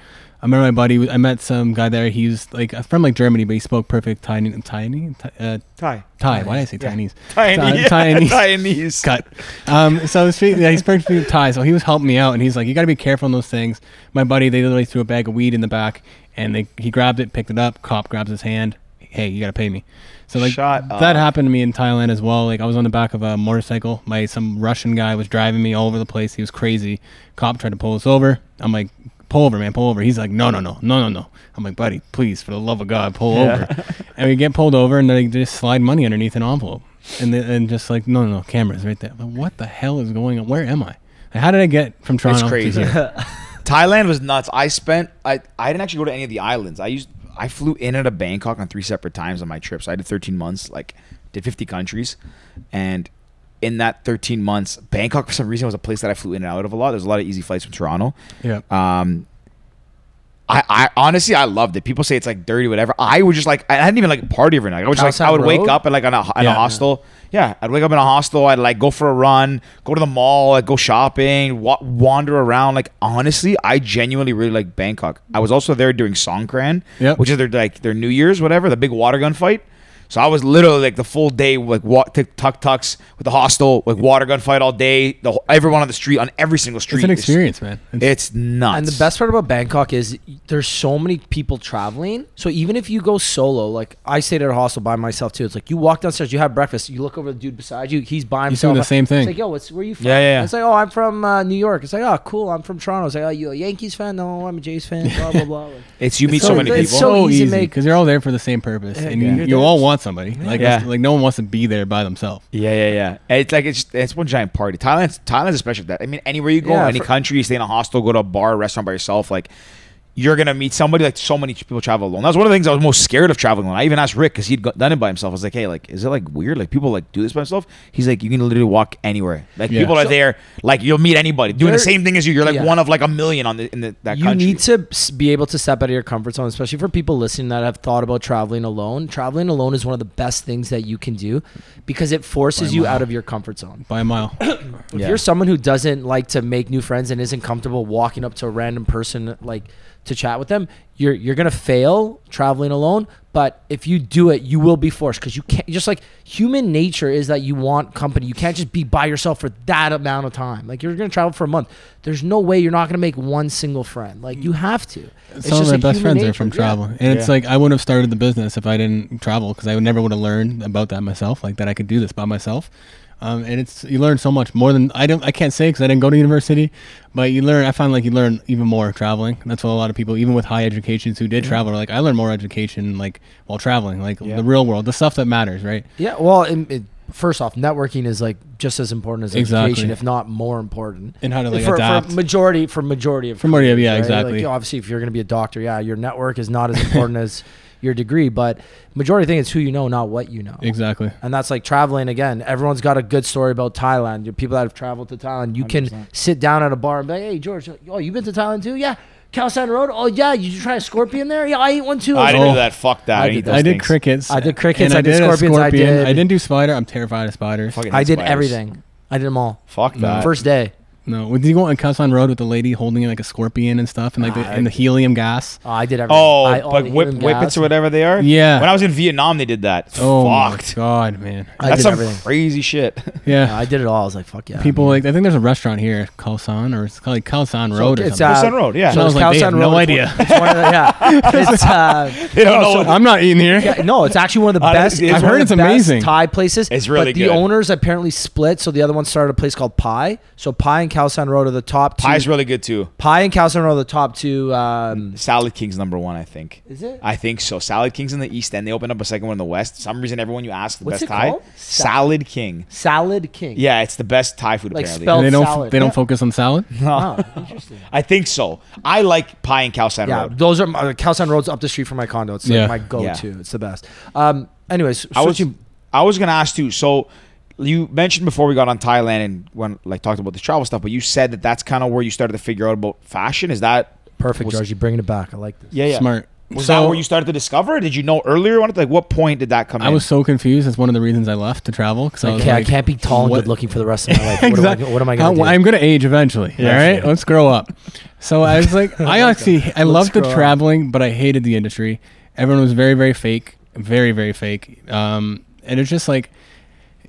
I remember my buddy. I met some guy there. He was like uh, from like Germany, but he spoke perfect tiny, tiny, uh, Thai. Thai. Why did I say Chinese? Tiny. Ti- Chinese. Chinese. cut. Um, so speaking, yeah, he's perfectly Thai. So he was helping me out, and he's like, "You got to be careful on those things." My buddy, they literally threw a bag of weed in the back, and they he grabbed it, picked it up. Cop grabs his hand. Hey, you got to pay me. So like Shut that up. happened to me in Thailand as well. Like I was on the back of a motorcycle. My some Russian guy was driving me all over the place. He was crazy. Cop tried to pull us over. I'm like, pull over, man, pull over. He's like, no, no, no, no, no, no. I'm like, buddy, please, for the love of God, pull over. and we get pulled over, and they just slide money underneath an envelope, and then and just like, no, no, no, cameras right there. But what the hell is going on? Where am I? Like, How did I get from Toronto? to crazy. here? Thailand was nuts. I spent I, I didn't actually go to any of the islands. I used I flew in and out of Bangkok on three separate times on my trips. I did 13 months, like did 50 countries, and in that 13 months, Bangkok for Uh, some reason was a place that I flew in and out of a lot. There's a lot of easy flights from Toronto. yeah. Um, I, I honestly I loved it. People say it's like dirty, whatever. I would just like I hadn't even like party every night. I was just like Outside I would wake road? up at like on a, in a Yeah. hostel. Yeah, I'd wake up in a hostel. I'd like go for a run, go to the mall, like go shopping, wa- wander around. Like honestly, I genuinely really like Bangkok. I was also there during Songkran, Yep. which is their like their New Year's whatever, the big water gun fight. So I was literally like the full day like walk tuk tucks with the hostel, like water gun fight all day. The whole- everyone on the street on every single street. It's an is- experience, man. It's, It's nuts. And the best part about Bangkok is there's so many people traveling. So even if you go solo, like I stayed at a hostel by myself too. It's like you walk downstairs, you have breakfast, you look over the dude beside you, he's by He's himself. doing the same thing. It's like, yo, what's where you from? Yeah, yeah, yeah. It's like, oh, I'm from uh, New York. It's like, oh, cool, I'm from Toronto. It's like, oh, you a Yankees fan? No, I'm a Jays fan. Blah blah blah. Like, It's you meet so- so many it's people. so easy to make- because you're all there for the same purpose, and yeah. you, You're you there. all want somebody. Like Yeah. it's- like no one wants to be there by themselves. Yeah, yeah, yeah. And It's like it's just, it's one giant party. Thailand's Thailand's especially that. I mean, anywhere you go, Yeah, any for- country, you stay in a hostel, go to a bar, a restaurant by yourself, like you're gonna meet somebody. Like so many people travel alone. That was one of the things I was most scared of traveling alone. I even asked Rick because he'd go- done it by himself. I was like, hey, like is it like weird? Like people like do this by themselves? He's like, you can literally walk anywhere. Like Yeah. people are So- there. Like you'll meet anybody doing the There- same thing as you. You're like yeah. one of like a million on the in the, that you country. need to s- be able to step out of your comfort zone, especially for people listening that have thought about traveling alone. Traveling alone is one of the best things that you can do because it forces you out of your comfort zone. By a mile, If Yeah. you're someone who doesn't like to make new friends and isn't comfortable walking up to a random person like to chat with them, you're you're gonna fail traveling alone. But if you do it, you will be forced because you can't. Just like human nature is that you want company. You can't just be by yourself for that amount of time. Like you're gonna travel for a month. There's no way you're not gonna make one single friend. Like you have to. It's some of just, my like, best human friends are nature. from Yeah. travel, and it's like I wouldn't have started the business if I didn't travel because I would never would have learned about that myself. Like that I could do this by myself. Um, and it's you learn so much more than I don't I can't say because I didn't go to university, but you learn I find like you learn even more traveling. That's what a lot of people even with high educations who did travel are like I learned more education like while traveling like the real world the stuff that matters right Yeah. Well, and it, first off, networking is like just as important as Exactly. education, if not more important. and how to like for, adapt. for majority for majority of For majority of- careers, yeah, right? exactly. Like, you know, obviously, if you're going to be a doctor, yeah, your network is not as important as your degree, but majority thing is who you know, not what you know. exactly. And that's like traveling again. Everyone's got a good story about Thailand. You people that have traveled to Thailand, you can sit down at a bar and be like, "Hey, George, oh, you been to Thailand too? Yeah, Khao San Road. Oh, yeah, you did try a scorpion there? Yeah, I ate one too. I didn't Oh. do that. Fuck that. I, I did, did- those I did things. crickets. I did and crickets, I did scorpions, I did- I didn't do spider. I'm terrified of spiders. Fucking I hate did spiders. everything. I did them all. Fuck that. First day. No, did you go on Kazan Road with the lady holding like a scorpion and stuff, and like the, Ah, and the helium gas? Oh, I did everything. Oh, I, all like the whip, helium whippets gas. or whatever they are. Yeah. When I was in Vietnam, they did that. Oh Fucked. my god, man. I That's did some everything. crazy shit. Yeah, Yeah, I did it all. I was like, fuck yeah. people like I think there's a restaurant here, Kazan, or it's called like Kazan Road or it's, something. uh, Sun Road, yeah. So I was like, Khao they San have no Road is idea. one- it's one of the- yeah. It's, uh, They don't know what- I'm not eating here. yeah, no, it's actually one of the Uh, best. it's- I've one heard of it's the best amazing. Thai places. It's really but the good. owners apparently split, so the other one started a place called Pie. So Pie and Khao San Road are the top two. Pie's really good too. Pie and Khao San Road are the top two. Um, Salad King's number one, I think. Is it? I think so. Salad King's in the east, and they opened up a second one in the west. some reason, everyone you ask the What's best it Thai called? Sa- Salad King. salad King. Yeah, it's the best Thai food Like apparently. spelled- And they don't. Salad. They Yeah. don't focus on salad. Oh, interesting. I think so. I like pie and cow San Yeah, Road. those are my, Khao San Road's up the street from my condo. It's like Yeah. my go-to. It's the best. Um, anyways, I was, switching- I was gonna ask too. So you mentioned before we got on Thailand and when like talked about the travel stuff, but you said that that's kind of where you started to figure out about fashion. Is that perfect, was- George. You're bringing it back. I like this. Yeah, yeah. Smart. Was So- that where you started to discover? it? Did you know earlier on it? Like, what point did that come I in? was so confused. That's one of the reasons I left to travel. Cause I was Okay, I like, can't be tall and what- good looking for the rest of my life. Exactly. What am I, going to do? I'm gonna age eventually. all right, let's grow up. So I was like, I actually, I loved the grow up. traveling, but I hated the industry. Everyone was very, very fake, very, very fake. Um, and it's just like,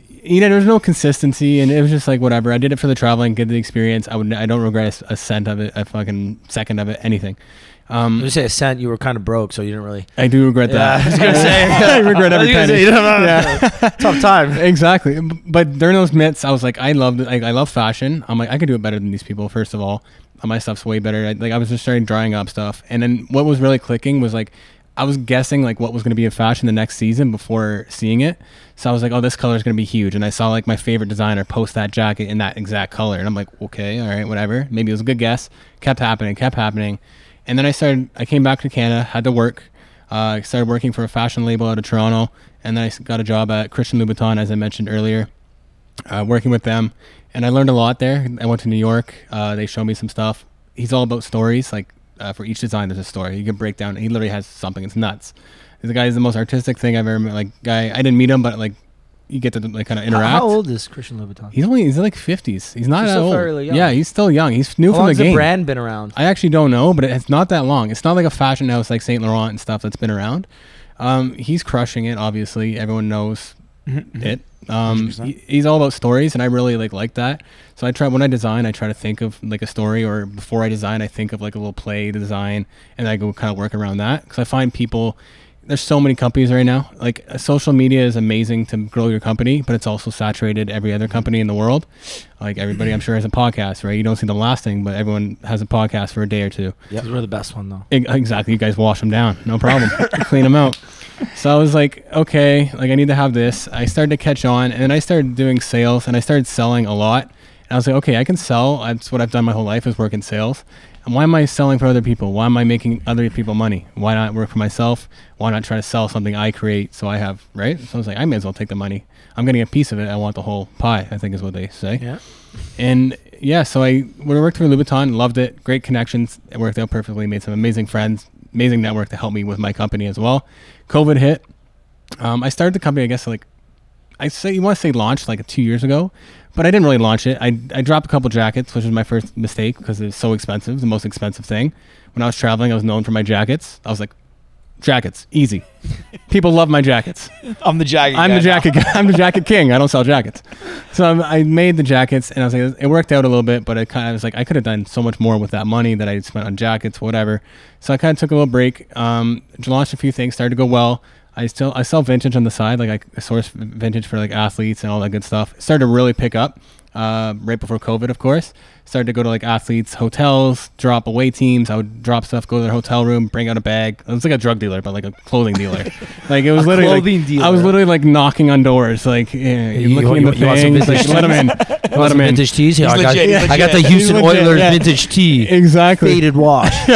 you know, there was no consistency, and it was just like whatever. I did it for the traveling, get the experience. I would, I don't regret a s- a cent of it, a fucking second of it, anything. Um, I'm gonna say a cent. You were kind of broke, so you didn't really I do regret that. I was gonna say. I regret every penny. yeah. tough time. exactly. B- But during those minutes, I was like, I loved, like, I love fashion. I'm like, I could do it better than these people. First of all, Uh, my stuff's way better. I, like, I was just starting drawing up stuff, and then what was really clicking was like, I was guessing like what was going to be in fashion the next season before seeing it. So I was like, oh, this color is going to be huge, and I saw like my favorite designer post that jacket in that exact color, and I'm like, okay, all right, whatever. Maybe it was a good guess. Kept happening, kept happening, and then I started. I came back to Canada, had to work. Uh, I started working for a fashion label out of Toronto, and then I s- got a job at Christian Louboutin, as I mentioned earlier, uh, working with them. And I learned a lot there. I went to New York. Uh, they showed me some stuff. He's all about stories, like uh, for each design. There's a story. You can break down. He literally has something. It's nuts. The guy is the most artistic thing I've ever met. Like guy, I didn't meet him, but like you get to like kind of How, interact. how old is Christian Louboutin? He's only he's in like fifties. He's not He's that still old. fairly young. Yeah, he's still young. He's new How from long the has the game. brand been around? I actually don't know, but it's not that long. It's not like a fashion house like Saint Laurent and stuff that's been around. Um, he's crushing it. Obviously, everyone knows it. Um, he- he's all about stories, and I really like like that. So I try when I design, I try to think of like a story, or before I design, I think of like a little play to design, and I go kind of work around that because I find people. There's so many companies right now. Like uh, social media is amazing to grow your company, but it's also saturated every other company in the world. Like everybody, I'm sure has a podcast, right? You don't see them lasting, but everyone has a podcast for a day or two. Because we're the best one though. Ex- Exactly. You guys wash them down. No problem. Clean them out. So I was like, okay, like I need to have this. I started to catch on and then I started doing sales and I started selling a lot. And I was like, okay, I can sell. That's what I've done my whole life is work in sales. And why am I selling for other people? Why am I making other people money? Why not work for myself? Why not try to sell something I create so I have, right? So I was like, I may as well take the money. I'm getting a piece of it. I want the whole pie, I think is what they say. Yeah. And yeah, so I when I worked for Louboutin, loved it. Great connections. It worked out perfectly. Made some amazing friends, amazing network to help me with my company as well. COVID hit. Um, I started the company, I guess, like I say you want to say launched like two years ago, but I didn't really launch it. I, I dropped a couple jackets, which was my first mistake because it was so expensive, the most expensive thing. When I was traveling, I was known for my jackets. I was like, jackets, easy. People love my jackets. I'm the jacket. I'm guy now. the jacket. Guy. I'm the jacket king. I don't sell jackets, so I'm, I made the jackets, and I was like, it worked out a little bit, but I kind of was like, I could have done so much more with that money that I spent on jackets, whatever. So I kind of took a little break, um, launched a few things, started to go well. I still I sell vintage on the side, like I source vintage for like athletes and all that good stuff. It started to really pick up uh, right before COVID, of course. Started to go to like athletes' hotels, drop away teams. I would drop stuff, go to their hotel room, bring out a bag. It was like a drug dealer, but like a clothing dealer. like it was A literally like- clothing dealer. I was literally like knocking on doors, like eh, yeah, you- looking you- in the you want some thing, vintage like, let them in, let them in. vintage tees. Yeah, I, He's got, legit, he's I got the legit. Houston He's legit, Oilers yeah. vintage tee. Exactly. Faded wash.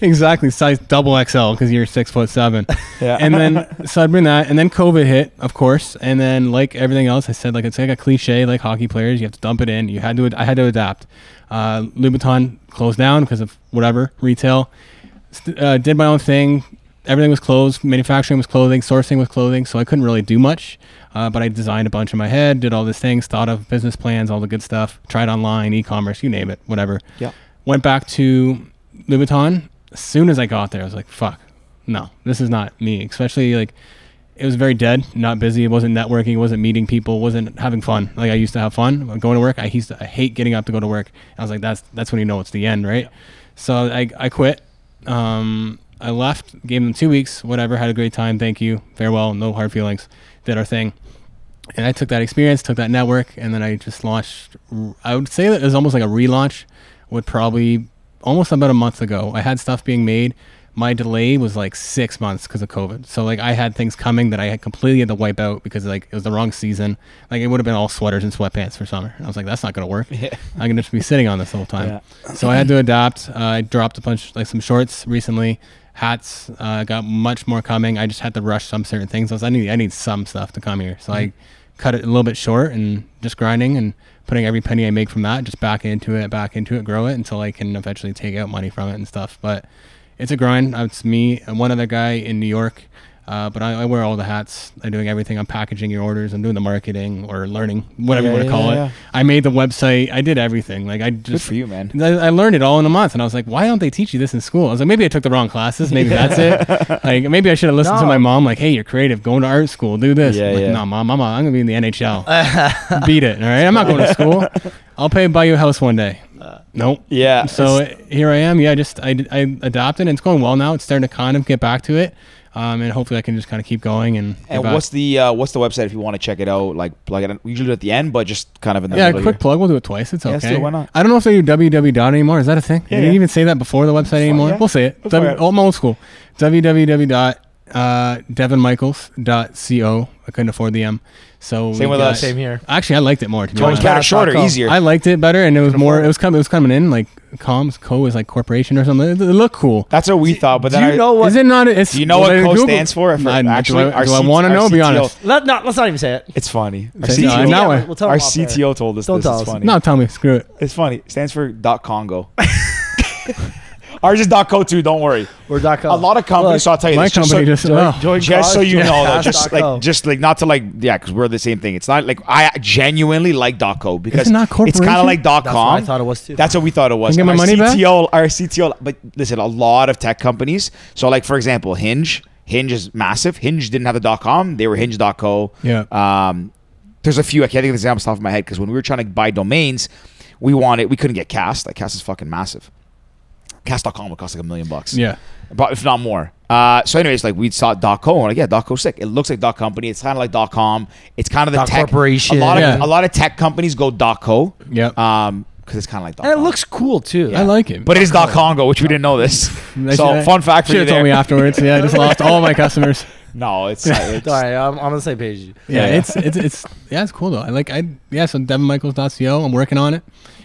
exactly size double XL because you're six foot seven. Yeah. And then so I'd been that, and then COVID hit, of course, and then like everything else, I said like it's like a cliche, like hockey players, you have to dump it in. You had to, ad- I had to adapt. Uh, Louboutin closed down because of whatever retail. St- uh, did my own thing. Everything was closed. Manufacturing was clothing. Sourcing was clothing. So I couldn't really do much. Uh, but I designed a bunch in my head, did all these things, thought of business plans, all the good stuff, tried online, e commerce, you name it, whatever. Yeah. Went back to Louboutin. As soon as I got there, I was like, fuck, no, this is not me. Especially like, it was very dead, not busy. It wasn't networking, it wasn't meeting people, it wasn't having fun. Like I used to have fun When going to work. I used to, I hate getting up to go to work. I was like, that's that's when you know it's the end, right? So I I quit. Um, I left, gave them two weeks, whatever. Had a great time. Thank you, farewell, no hard feelings. Did our thing, and I took that experience, took that network, and then I just launched. I would say that it was almost like a relaunch. Would probably almost about a month ago. I had stuff being made. My delay was like six months because of COVID. So like I had things coming that I had completely had to wipe out because like it was the wrong season. Like it would have been all sweaters and sweatpants for summer. I was like, that's not gonna work. I'm gonna just be sitting on this the whole time. So I had to adapt. Uh, I dropped a bunch like some shorts recently, hats. Uh, got much more coming. I just had to rush some certain things. I was I need I need some stuff to come here. So I Mm-hmm. cut it a little bit short and just grinding and putting every penny I make from that just back into it, back into it, grow it until I can eventually take out money from it and stuff. But it's a grind. Uh, It's me and one other guy in New York. Uh, but I, I wear all the hats. I'm doing everything. I'm packaging your orders. I'm doing the marketing or learning, whatever you want to call it. I made the website. I did everything. Like I just Good for you, man. I, I learned it all in a month, and I was like, "Why don't they teach you this in school?" I was like, "Maybe I took the wrong classes. Maybe that's it. Like, maybe I should have listened to No. my mom. Like, hey, you're creative. Going to art school. Do this. Yeah, I'm like, yeah. no, mom, I'm, a, I'm gonna be in the NHL. Beat it. All right, I'm not going to school. I'll pay buy you a house one day. nope. Uh, Yeah. So it's- uh, here I am. Yeah, I just I, I adopted, and it's going well now. It's starting to kind of get back to it, um, and hopefully I can just kind of keep going and. get and back. what's the uh, what's the website if you want to check it out? Like like we usually do it at the end, but just kind of in the yeah, middle quick here. plug. We'll do it twice. It's okay. let's do it. Why not? I don't know if they do www dot anymore. Is that a thing? Yeah, they didn't yeah. even say that before the website anymore. yeah. We'll say it. That's W- all right. old, old school. www dot uh, devinmichaels.co. I couldn't afford the M. So Same we with uh, got- us. Same here. Actually, I liked it more. To be Jones honest. got it shorter, Podcast.com. easier. I liked it better, and it was more. It was coming. It was coming in like comms co is like corporation or something. It, it looked cool. That's what we thought, but Do then you I, know what? Is it not? It's Do you know well, what I co Googled- stands for? If I- do actually, I, our do I CT want to know? Be CTO honest. Let not. Let's not even say it. It's funny. Our Okay. CTO, Uh, now I- we'll tell our them off air. CTO told us Don't this. tell It's us. funny. No, tell me. Screw it. It's funny. It stands for dot Congo. Ours is dot co too. Don't worry. We're dot com. A lot of companies. Oh. Look, so I'll tell you my this. company just just- oh, so, no. Join just so college, you join know, though, college just dot like com. just like not to like yeah, because we're the same thing. It's not like I genuinely like dot co because Isn't that it's kind corporation? of like dot That's com. what I thought it was, too. That's what we thought it was. Can I get And my money our CTO, back? our CTO. But listen, a lot of tech companies. So like for example, Hinge. Hinge is massive. Hinge didn't have the dot com. They were Hinge dot co. Yeah. Um, there's a few I can't think of the examples off the top of my head because when we were trying to buy domains, we wanted we couldn't get Cast. Like Cast is fucking massive. Cast.com would cost like a million bucks. Yeah. But if not more. Uh, so anyways, like we saw dot co and we're like, yeah, dot co sick. It looks like dot company. It's kind of like dot com. It's kind of the Dot tech corporation. A lot of Yeah. a lot of tech companies go dot co. Yep. Um, because it's kind of like dot. And it com. looks cool too. I like it. but it is dot Congo, which we didn't know this. They so should- fun fact for you should have told me there. afterwards. Yeah, I just lost all my customers. No, it's, it's All right, I'm, I'm on the same page. as you. Yeah, Yeah. it's it's it's yeah, it's cool though. I like I yeah. So devinmichaels.co. I'm working on it.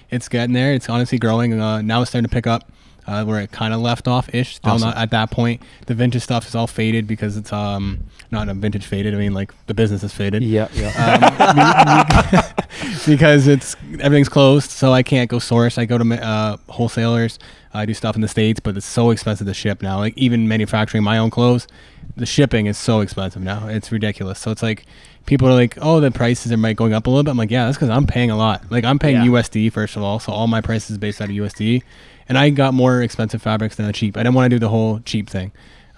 It's getting there. It's honestly growing. Uh, now it's starting to pick up. Uh, where it kind of left off ish. Still not at that point. The vintage stuff is all faded because it's um not a vintage faded. I mean like the business is faded. Yeah, yeah. Um, because it's everything's closed, so I can't go source. I go to uh, wholesalers. I do stuff in the states, but it's so expensive to ship now. Like even manufacturing my own clothes, the shipping is so expensive now. It's ridiculous. So it's like people are like, "Oh, the prices are might going up a little bit." I'm like, "Yeah, that's because I'm paying a lot. Like I'm paying Yeah. USD first of all, so all my prices based out of USD, and I got more expensive fabrics than the cheap. I didn't want to do the whole cheap thing.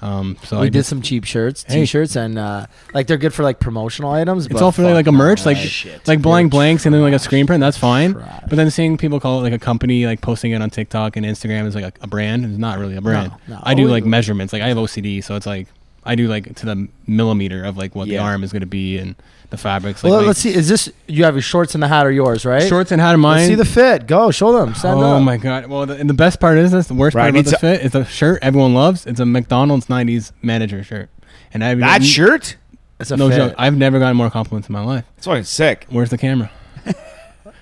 Um, so we I did just, some cheap shirts, Hey. t-shirts, and uh, like they're good for like promotional items. It's all for like, a merch, like like blank blanks and then like a screen print. That's fine. But then seeing people call it like a company, like posting it on TikTok and Instagram is like a, a brand. It's not really a brand. no. I do Oh, like yeah. measurements. Like I have OCD, so it's like I do like to the millimeter of like what Yeah. the arm is going to be and the fabrics. Like, Well, like let's see. Is this you have your shorts and the hat are yours, right? shorts and hat of Let's mine. see the fit. Go show them. Stand oh up. my god! Well, the, and the best part is that's the worst Right, I part need about the fit. It's a shirt everyone loves. It's a McDonald's '90s manager shirt, and I've that shirt. It's a No fit. joke. I've never gotten more compliments in my life. It's fucking sick. Where's the camera?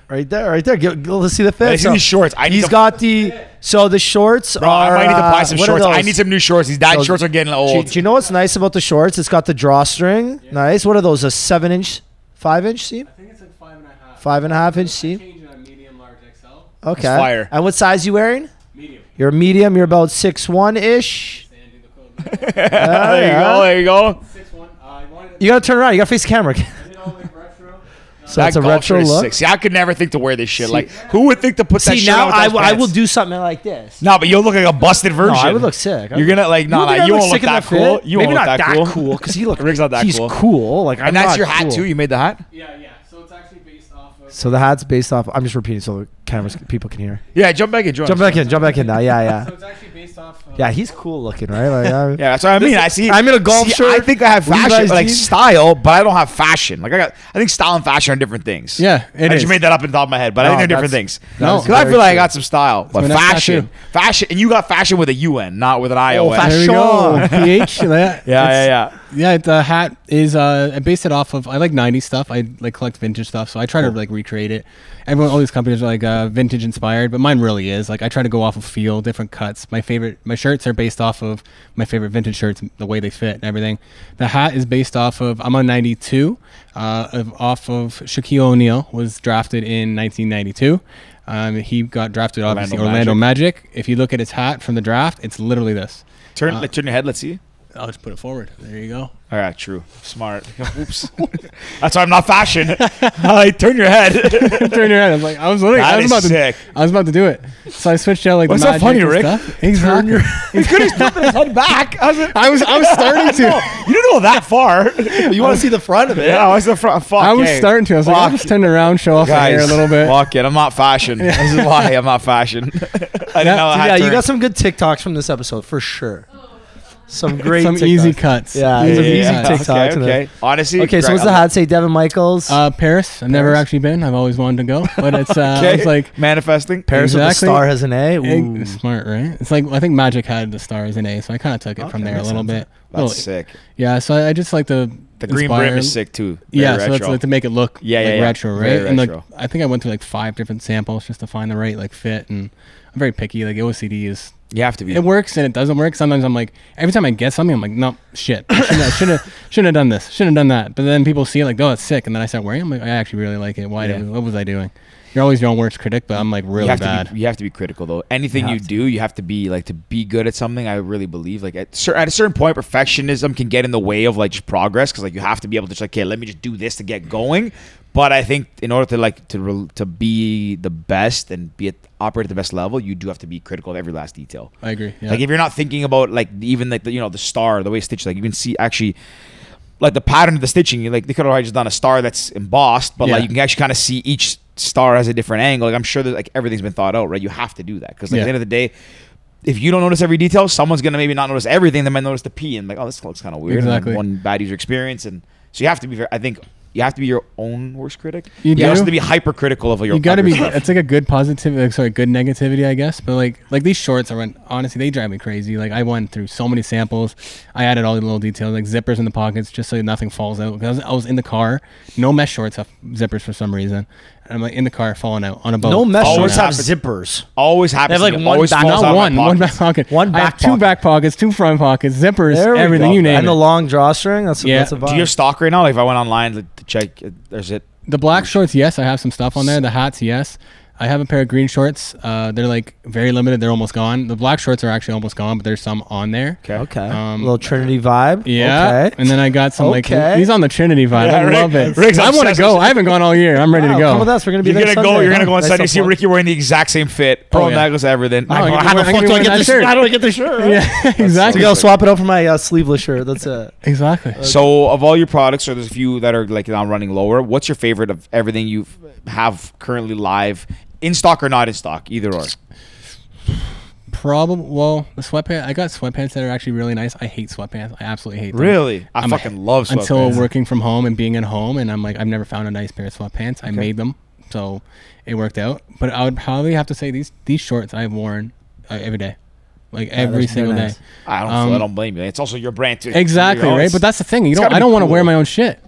Right there, right there. Go, go- let's see the I fit. see So these shorts. I need he's to, got the so the shorts Bro, I are. might need to buy uh, some what are shorts. I these? need some new shorts. These dad So- shorts are getting Do you, old. do you know what's nice about the shorts? It's got the drawstring. Nice. What are those? A seven inch, five inch seam, I think it's like five and a half. five and a half inch seam. medium, large, XL. Okay. fire. And what size you wearing? Medium. You're medium. You're about six one ish. Oh, there you go. There you go. Six one. I wanted You gotta turn around. You gotta face the camera. it all like retro. So that's a That golf retro shirt is look. sick. See, I could never think to wear this shit. like, who would think to put that See shirt now, on with I those will- I pants? will do something like this. No, but you'll look like a busted version. I would look sick. I You're would- gonna like, no, don't no, think I you look won't look sick in that the fit? cool. You Maybe won't not look that cool. cool because he look. Rig's not that he's cool. Like I'm And that's not your hat cool. too. You made the hat. Yeah, yeah. So it's actually based off of. So the hat's based off. I'm just repeating so the cameras people can hear. Yeah, jump back and join. Jump back in. Jump back in now. Yeah, yeah. So it's actually based off. Of, Yeah, he's cool looking, right? Like, I, Yeah, that's what I mean. I see. I'm in a golf see, shirt, I think I have Levi's fashion, like jeans. style, but I don't have fashion. Like I got, I think style and fashion are different things. Yeah, it I just is. made that up in the top of my head, but No, I think they're different that's- things. that No, is because I very feel like I true. got some style, but my next fashion, fashion, and you got fashion with a UN, not with an I O N. fashion. There we go. PH. Yeah, Yeah, yeah, yeah. Yeah, the hat is. Uh, I based it off of. I like '90s stuff. I like collect vintage stuff, so I try to like recreate it. Everyone, all these companies are like uh, vintage inspired, but mine really is. Like I try to go off of feel, different cuts. My favorite, my shirts are based off of my favorite vintage shirts, the way they fit and everything. The hat is based off of. I'm on '92, uh, of, off of Shaquille O'Neal was drafted in 1992. Um, he got drafted obviously Orlando Orlando Magic. If you look at his hat from the draft, it's literally this. Turn, like, turn your head. Let's see. I'll just put it forward. There you go. All right, true, smart. Oops. that's why I'm not fashion. I turn your head. turn your head. I was like, I was literally, That I was is about sick. to, I was about to do it. So I switched out like. What's the that magic funny, and Rick? Stuff. Exactly. He could have flipped his head back. I was, like, I was, I was starting no, to. you didn't go that far. you want to see the front of it? yeah, I was the front. Fuck, I was hey. starting to. I was like, I'll Fuck. just turn around, show off my hair a little bit. Walk it. I'm not fashion. This is why I'm not fashion. I didn't know how yeah, to you turn. got some good TikToks from this episode for sure. Some great, Some TikToks. easy cuts. Yeah, These yeah, are yeah, easy yeah. cuts. TikTok Okay, to okay. Honestly, Okay, so great. what's the I'm- hat say? Devin Michaels. Uh, Paris. I've never Paris. actually been. I've always wanted to go, but it's. Uh, I was like. manifesting. Paris with exactly. the star has an A. eh, Ooh. Smart, right? It's like I think Magic had the stars in A, so I kind of took it from there a makes little sense. bit. That's Little- sick. Yeah, so I, I just like the The green brim is sick too. Very yeah, so it's retro. like to make it look Yeah, like yeah, yeah. retro, right? Very And like retro. I think I went through like five different samples just to find the right like fit, and I'm very picky. Like OCD is you have to be. it works and it doesn't work. Sometimes I'm like every time I get something, I'm like no shit, I shouldn't have- shouldn't have shouldn't have done this, shouldn't have done that. But then people see it like oh it's sick, and then I start wearing. it. I'm like I actually really like it. Why Yeah. did, what was I doing? You're always your own worst critic, but I'm like really you have bad. to be, you have to be critical though. Anything you, have to. do, you have to be like to be good at something. I really believe like at, cer- at a certain point, perfectionism can get in the way of like just progress because like you have to be able to just like, okay, let me just do this to get going. But I think in order to like to re- to be the best and be at, operate at the best level, you do have to be critical of every last detail. I agree. Yeah. Like if you're not thinking about like even like the, you know the star, the way Stitch like you can see actually like the pattern of the stitching. Like they could have just done a star that's embossed, but Yeah. like you can actually kind of see each star has a different angle. Like I'm sure that like everything's been thought out, right? You have to do that because like at the Yeah. end of the day. If you don't notice every detail, someone's gonna maybe not notice everything. They might notice the P and like, oh, this looks kind of weird. and, like, Exactly. one bad user experience, and so you have to be. very I think you have to be your own worst critic. You do? also have to be hypercritical of your. you gotta other be. stuff. It's like a good positive, like, sorry, good negativity, I guess. But like, like these shorts, I went honestly, they drive me crazy. Like I went through so many samples. I added all the little details, like zippers in the pockets, just so nothing falls out. Because I was, I was in the car, no mesh shorts have zippers for some reason, and I'm like in the car falling out on a boat. No mesh Always shorts have happens. zippers. always happens. They have, to like, me. one always back- falls Not out of my one, one back pocket. One I back have two pocket. back pockets, two front pockets, zippers, There we everything. go. You name and it. the long drawstring. That's Yeah. that's a Do vibe. your stock right now? Like if I went online like, to check, uh, there's it. The black shorts, yes, I have some stuff on there. The hats, yes. I have a pair of green shorts. Uh, they're like very limited. They're almost gone. The black shorts are actually almost gone, but there's some on there. Okay. okay. Um, little Trinity vibe. Yeah. Okay. And then I got some Okay. like he's on the Trinity vibe. Yeah, I Rick- love it. Rick's I want to obsessed go. with- I haven't gone all year. I'm ready Wow, to go. Come with us. We're gonna be You're there gonna Sunday. go. You're gonna go on Nice Sunday. See support. Ricky wearing the exact same fit. Pro Oh, yeah. Niagles, everything. Oh, I I go, can how wear- the I can fuck do I wear get that this? shirt. How do I get this shirt? right? Yeah, So exactly. you gotta swap it out for my uh, sleeveless shirt. That's it. Exactly. So, of all your products, or there's a few that are like now running lower. What's your favorite of everything you have currently live, in stock or not in stock, either or? Problem. Well, the sweatpants. I got sweatpants that are actually really nice. I hate sweatpants. I absolutely hate them. I I'm- fucking love sweatpants. until working from home and being at home and I'm like I've never found a nice pair of sweatpants. I made them, so it worked out. But I would probably have to say these these shorts I've worn uh, every day, like every those are single nice. day. I don't. um, I don't blame you. It's also your brand too. Exactly You know, right. it's- But that's the thing. You it's don't. gotta I be don't want to cool. wear my own shit.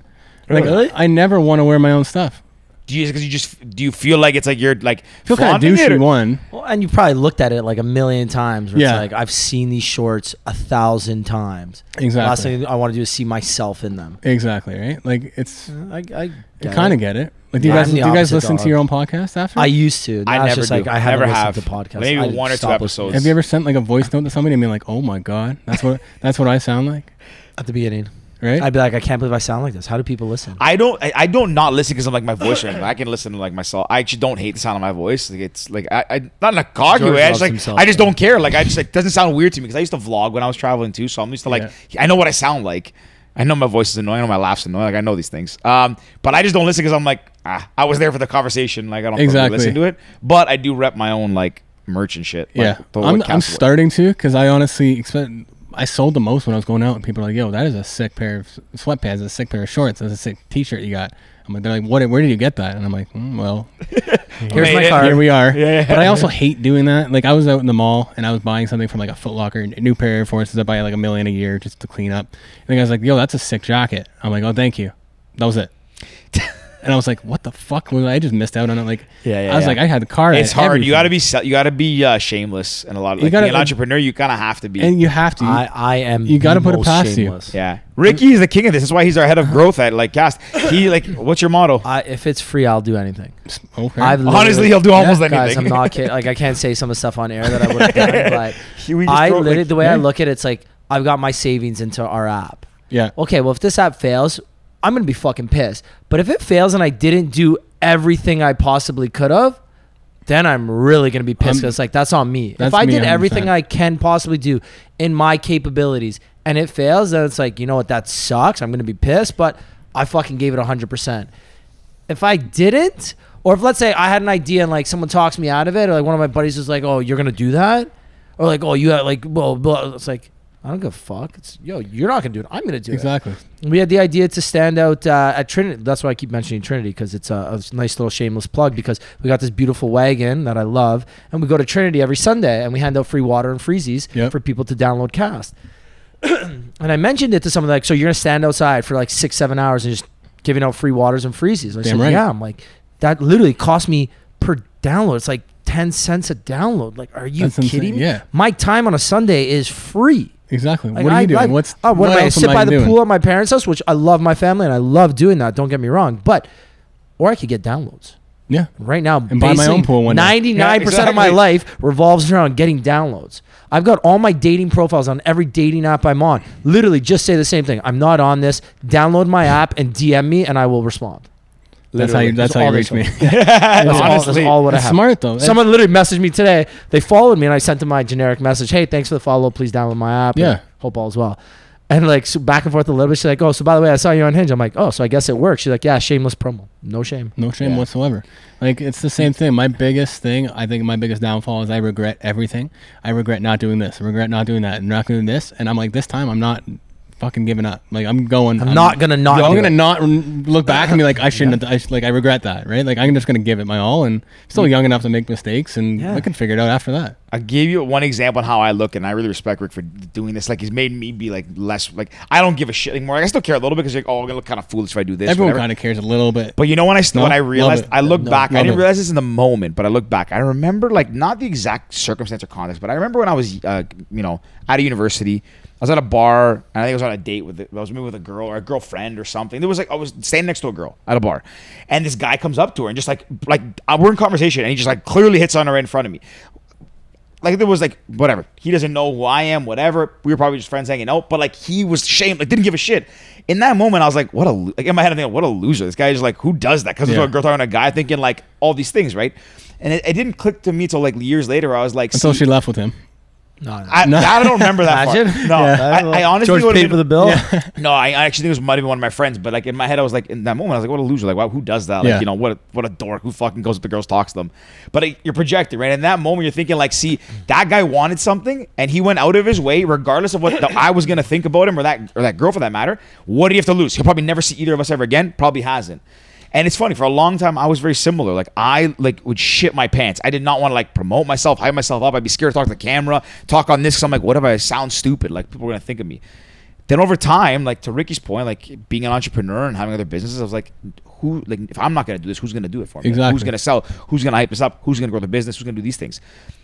Like, Really? I never want to wear my own stuff. Do you, cause you just do you feel like it's like you're like I feel kind of flaunting it, douchey. or- One. Well, and you probably looked at it like a million times. Where Yeah. It's like I've seen these shorts a thousand times. Exactly. Last thing I want to do is see myself in them. Exactly right. Like it's. I, I You kind of get it. Like do you Yeah, guys I'm do the you guys opposite listen dog. to your own podcast after? I used to. Now I it's never just do. like I haven't never listened have. to podcasts. Maybe I one or two stopped episodes. listening. have you ever sent like a voice note to somebody and been like, "Oh my god, that's what that's what I sound like," at the beginning. right? I'd be like, I can't believe I sound like this. How do people listen? I don't. I, I don't not listen because I'm like my voice. Right I can listen to like myself. I actually don't hate the sound of my voice. Like it's like I, I not in a cocky George way. I loves just like himself, I just though. don't care. Like I just like doesn't sound weird to me because I used to vlog when I was traveling too. So I'm used to like I know what I sound like. I know my voice is annoying. I know my laughs annoying. Like I know these things. Um, but I just don't listen because I'm like ah, I was there for the conversation. Like I don't Exactly. exactly listen to it. But I do rep my own like merch and shit. Yeah, Like, the I'm, whole I'm capsule. starting to because I honestly expect I sold the most when I was going out, and people are like, "Yo, that is a sick pair of s- sweatpants, that's a sick pair of shorts, that's a sick T-shirt you got." I'm like, "They're like, what? Where did you get that?" And I'm like, mm, "Well, Here's my Made it. card. here we are." Yeah. But I also hate doing that. Like, I was out in the mall and I was buying something from like a Foot Locker, a new pair of Air Forces. I buy like a million a year just to clean up. And the guy's like, "Yo, that's a sick jacket." I'm like, "Oh, thank you." That was it. and I was like, "What the fuck? Was I just missed out on it?" Like, Yeah, yeah, I was yeah. like, "I had the car." I It's had hard. You everything. got to be se- you got to be uh, shameless and a lot of You like, gotta- being an entrepreneur. You kind of have to be. and you have to. I, I am. You gotta the put it most past you. shameless. Yeah, Ricky is the king of this. That's why he's our head of growth at like Cast. He like, what's your motto? I, if it's free, I'll do anything. okay. I've Honestly, literally- he'll do almost Guys, I'm anything. not kidding. Like I can't say some of the stuff on air that I would have done, but He- we just I throw it, literally like- the way I look at it, it's like I've got my savings into our app. yeah. Okay, well if this app fails, I'm gonna be fucking pissed. But if it fails and I didn't do everything I possibly could have, then I'm really gonna be pissed. I'm- 'cause it's like that's on me. if That's I me, did everything 100%. I can possibly do in my capabilities and it fails, then it's like you know what, that sucks. I'm gonna be pissed, but I fucking gave it 100. percent if I didn't, or if let's say I had an idea and like someone talks me out of it, or like one of my buddies was like, "Oh, you're gonna do that," or like, "Oh, you had like blah blah," it's like I don't give a fuck. It's yo, you're not gonna do it. I'm gonna do it. Exactly. We had the idea to stand out uh, at Trinity. That's why I keep mentioning Trinity because it's a, a nice little shameless plug because we got this beautiful wagon that I love, and we go to Trinity every Sunday and we hand out free water and freezies Yep. for people to download Cast. and I mentioned it to someone like, so you're gonna stand outside for like six, seven hours and just giving out free waters and freezies. And I Damn said, right. yeah. I'm like, that literally cost me per download. It's like ten cents a download. Like, are you That's insane. kidding me? Yeah. My time on a Sunday is free. Exactly. Like, what are I- you doing? I- What's oh, what, am I else sit by the doing? pool at my parents' house, which I love my family and I love doing that. Don't get me wrong, but or I could get downloads. Yeah. Right now, And buy my basically own pool one day. 99% of my exactly. life revolves around getting downloads. I've got all my dating profiles on every dating app I'm on. Literally just say the same thing. I'm not on this. Download my app and DM me and I will respond. That's how you. That's That's, how all you they reach me. That's, all, honestly, that's all what I that's have. smart though. That's- Someone literally messaged me today. They followed me and I sent them my generic message. Hey, thanks for the follow. Please download my app. and Yeah. Hope all's well. And like so back and forth a little bit. She's like, oh, so by the way, I saw you on Hinge. I'm like, oh, so I guess it works. She's like, yeah, shameless promo. No shame. No shame Yeah. whatsoever. Like it's the same thing. My biggest thing, I think, my biggest downfall is I regret everything. I regret not doing this. I regret not doing that. And not doing this. And I'm like, this time I'm not fucking giving up. Like I'm going. I'm not gonna not I'm do gonna it. not rem- look back and be like, I shouldn't. Have, I sh- like I regret that. Right. Like I'm just gonna give it my all. And I'm still young enough to make mistakes, and Yeah. I can figure it out after that. I gave you one example on how I look, and I really respect Rick for doing this. Like he's made me be like less like I don't give a shit anymore. Like, I still care a little bit because like oh I'm gonna look kind of foolish if I do this. Everyone whatever. kind of cares a little bit. But you know when I No? when I Love realized it. I look No, back, I love didn't it. realize this in the moment, but I look back. I remember like not the exact circumstance or context, but I remember when I was uh, you know out of university, I was at a bar and I think I was on a date with I was maybe with a girl or a girlfriend or something. There was like I was standing next to a girl at a bar, and this guy comes up to her and just like like uh, we're in conversation and he just like clearly hits on her right in front of me like there was like whatever. He doesn't know who I am, whatever. We were probably just friends hanging out, but like he was shamed, like didn't give a shit. In that moment, I was like, what a lo- like in my head, I'm thinking, what a loser. This guy is like, who does that? Because there's Yeah. a girl talking to a guy, thinking like all these things, right? And it, it didn't click to me till like years later. I was like, Until see, she left with him. No, no. I, I don't remember that. far. Imagine. No, Yeah. I, I honestly George would've paid been- for the bill. no, I, I actually think it was might have been one of my friends, but like in my head, I was like, in that moment, I was like, what a loser! Like, wow, who does that? Like, Yeah. you know, what a, what a dork who fucking goes up to girls, talks to them. But like, you're projecting, right? In that moment, you're thinking like, see, that guy wanted something, and he went out of his way, regardless of what the, I was gonna think about him or that or that girl for that matter. What do you have to lose? He'll probably never see either of us ever again. Probably hasn't. And it's funny. For a long time, I was very similar. Like I like would shit my pants. I did not want to like promote myself, hype myself up. I'd be scared to talk to the camera, talk on this. Cause I'm like, what if I sound stupid? Like people are gonna think of me then over time, like to Ricky's point, like being an entrepreneur and having other businesses, I was like, who, like, if I'm not gonna do this, who's gonna do it for me? Like, Exactly. who's gonna sell? Who's gonna hype us up? Who's gonna grow the business? Who's gonna do these things?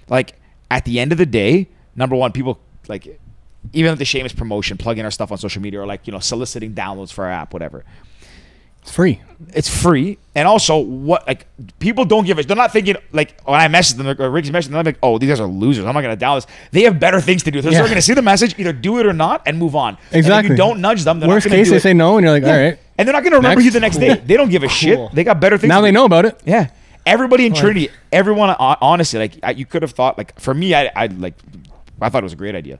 Like, at the end of the day, number one, people like, even with the shameless promotion, plugging our stuff on social media, or like, you know, soliciting downloads for our app, whatever It's free. it's free. And also, what like people don't give a they're not thinking like when I message them, or Ricky's messaging them, I'm like, oh, these guys are losers. I'm not gonna download this. They have better things to do. They're Yeah. going to see the message, either do it or not, and move on. And if Exactly. you don't nudge them. They're Worst not gonna case, do they it. say no, and you're like, all right. and they're not gonna remember Next. you the next day. They don't give a shit. They got better things. Now to they do. know about it. Yeah. Everybody in Trinity, everyone, hon- honestly, like I, you could have thought, like for me, I, I like, I thought it was a great idea.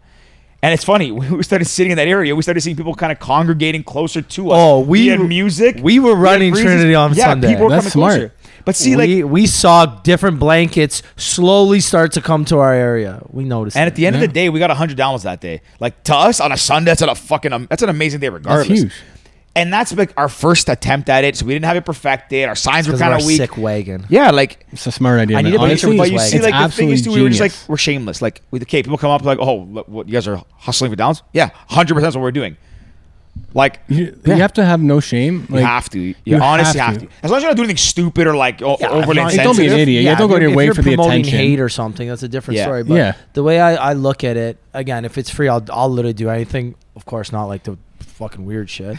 And it's funny, we started sitting in that area. We started seeing people kind of congregating closer to us. Oh, we- had music. we were had running breezes. Trinity on yeah, Sunday. People were That's coming closer. smart. But see, like, we, we saw different blankets slowly start to come to our area. We noticed. and it. at the end of the day, we got hundred dollars that day. Like to us on a Sunday, that's a fucking um, that's an amazing day, regardless. huge. And that's like our first attempt at it. So we didn't have it perfected. Our signs were Because of kind our of weak. sick wagon. Yeah, like It's a smart idea. I man. need to make sure Honestly, we But It's you like- see, it's like the thing absolutely is, too, we were just like genius. we're shameless. Like, with okay, people come up like, oh, what, what, you guys are hustling for downs. Yeah, hundred percent is what we're doing. Like, You, yeah, you have to have no shame. you Like, have to. You, honestly have to. As long as you don't do anything stupid or like o- Yeah, overly I'm not- insensitive. don't be an idiot. Yeah, don't go if to your you're- way if for you're the promoting attention. hate or something. That's a different Yeah. story. But Yeah. the way I, I look at it, again, if it's free, I'll, I'll literally do anything. Of course, not like the fucking weird shit.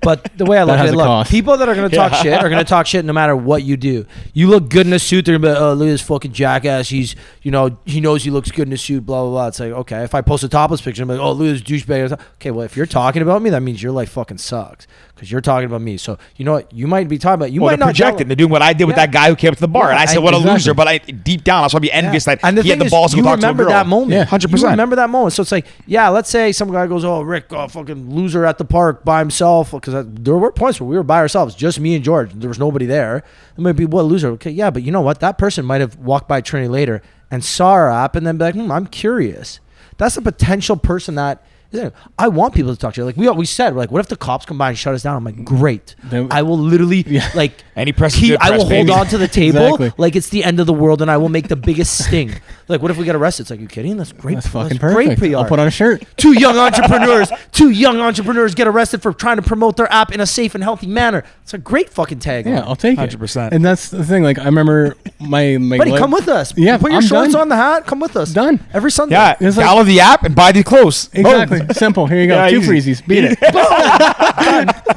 but the way I look at has it, a look, cost. people that are gonna talk shit are gonna talk shit no matter what you do. You look good in a suit, they're gonna be like, oh look at this fucking jackass. He's you know he knows he looks good in a suit. Blah blah blah. It's like okay, if I post a topless picture, I'm like oh look at this douchebag. Okay, well if you're talking about me, that means your life fucking sucks because you're talking about me. So you know what you might be talking about. You Well, might they're not projecting. They're doing what I did with Yeah. that guy who came up to the bar, Yeah, and I said, I- "What a exactly. loser!" But I, deep down, I was probably envious that And the he thing had the is, balls to you go talk to a remember girl. that moment. Yeah. 100%. You remember that moment. So it's like, yeah, let's say some guy goes, "Oh, Rick, oh, fucking loser at the park by himself," because there were points where we were by ourselves, just me and George. There was nobody there. It might be what loser. Okay, yeah, but you know what? That person might have walked by Trinity later and saw our app and then be like, "Hmm, I'm curious." That's the potential person that. isn't it? I want people to talk to you. Like we we said, we're like, what if the cops come by and shut us down? I'm like, great. Then- I will literally like Any press is keep- good I press, will baby. hold on to the table Exactly. like it's the end of the world and I will make the biggest sting. like, what if we get arrested? It's like, you kidding? That's great. That's fucking Great perfect. PR. I'll put on a shirt. two young entrepreneurs, two young entrepreneurs get arrested for trying to promote their app in a safe and healthy manner. It's a great fucking tagline. Yeah, I'll take it. 100%. And that's the thing. Like I remember my my. Buddy, li- come with us. Yeah, put your I'm shorts done. on, the hat. Come with us. Done. every Sunday. Yeah, It's like- download the app and buy these clothes. Boom. Exactly. Simple. Here you go. Yeah, Two easy. freezies. Beat it. on.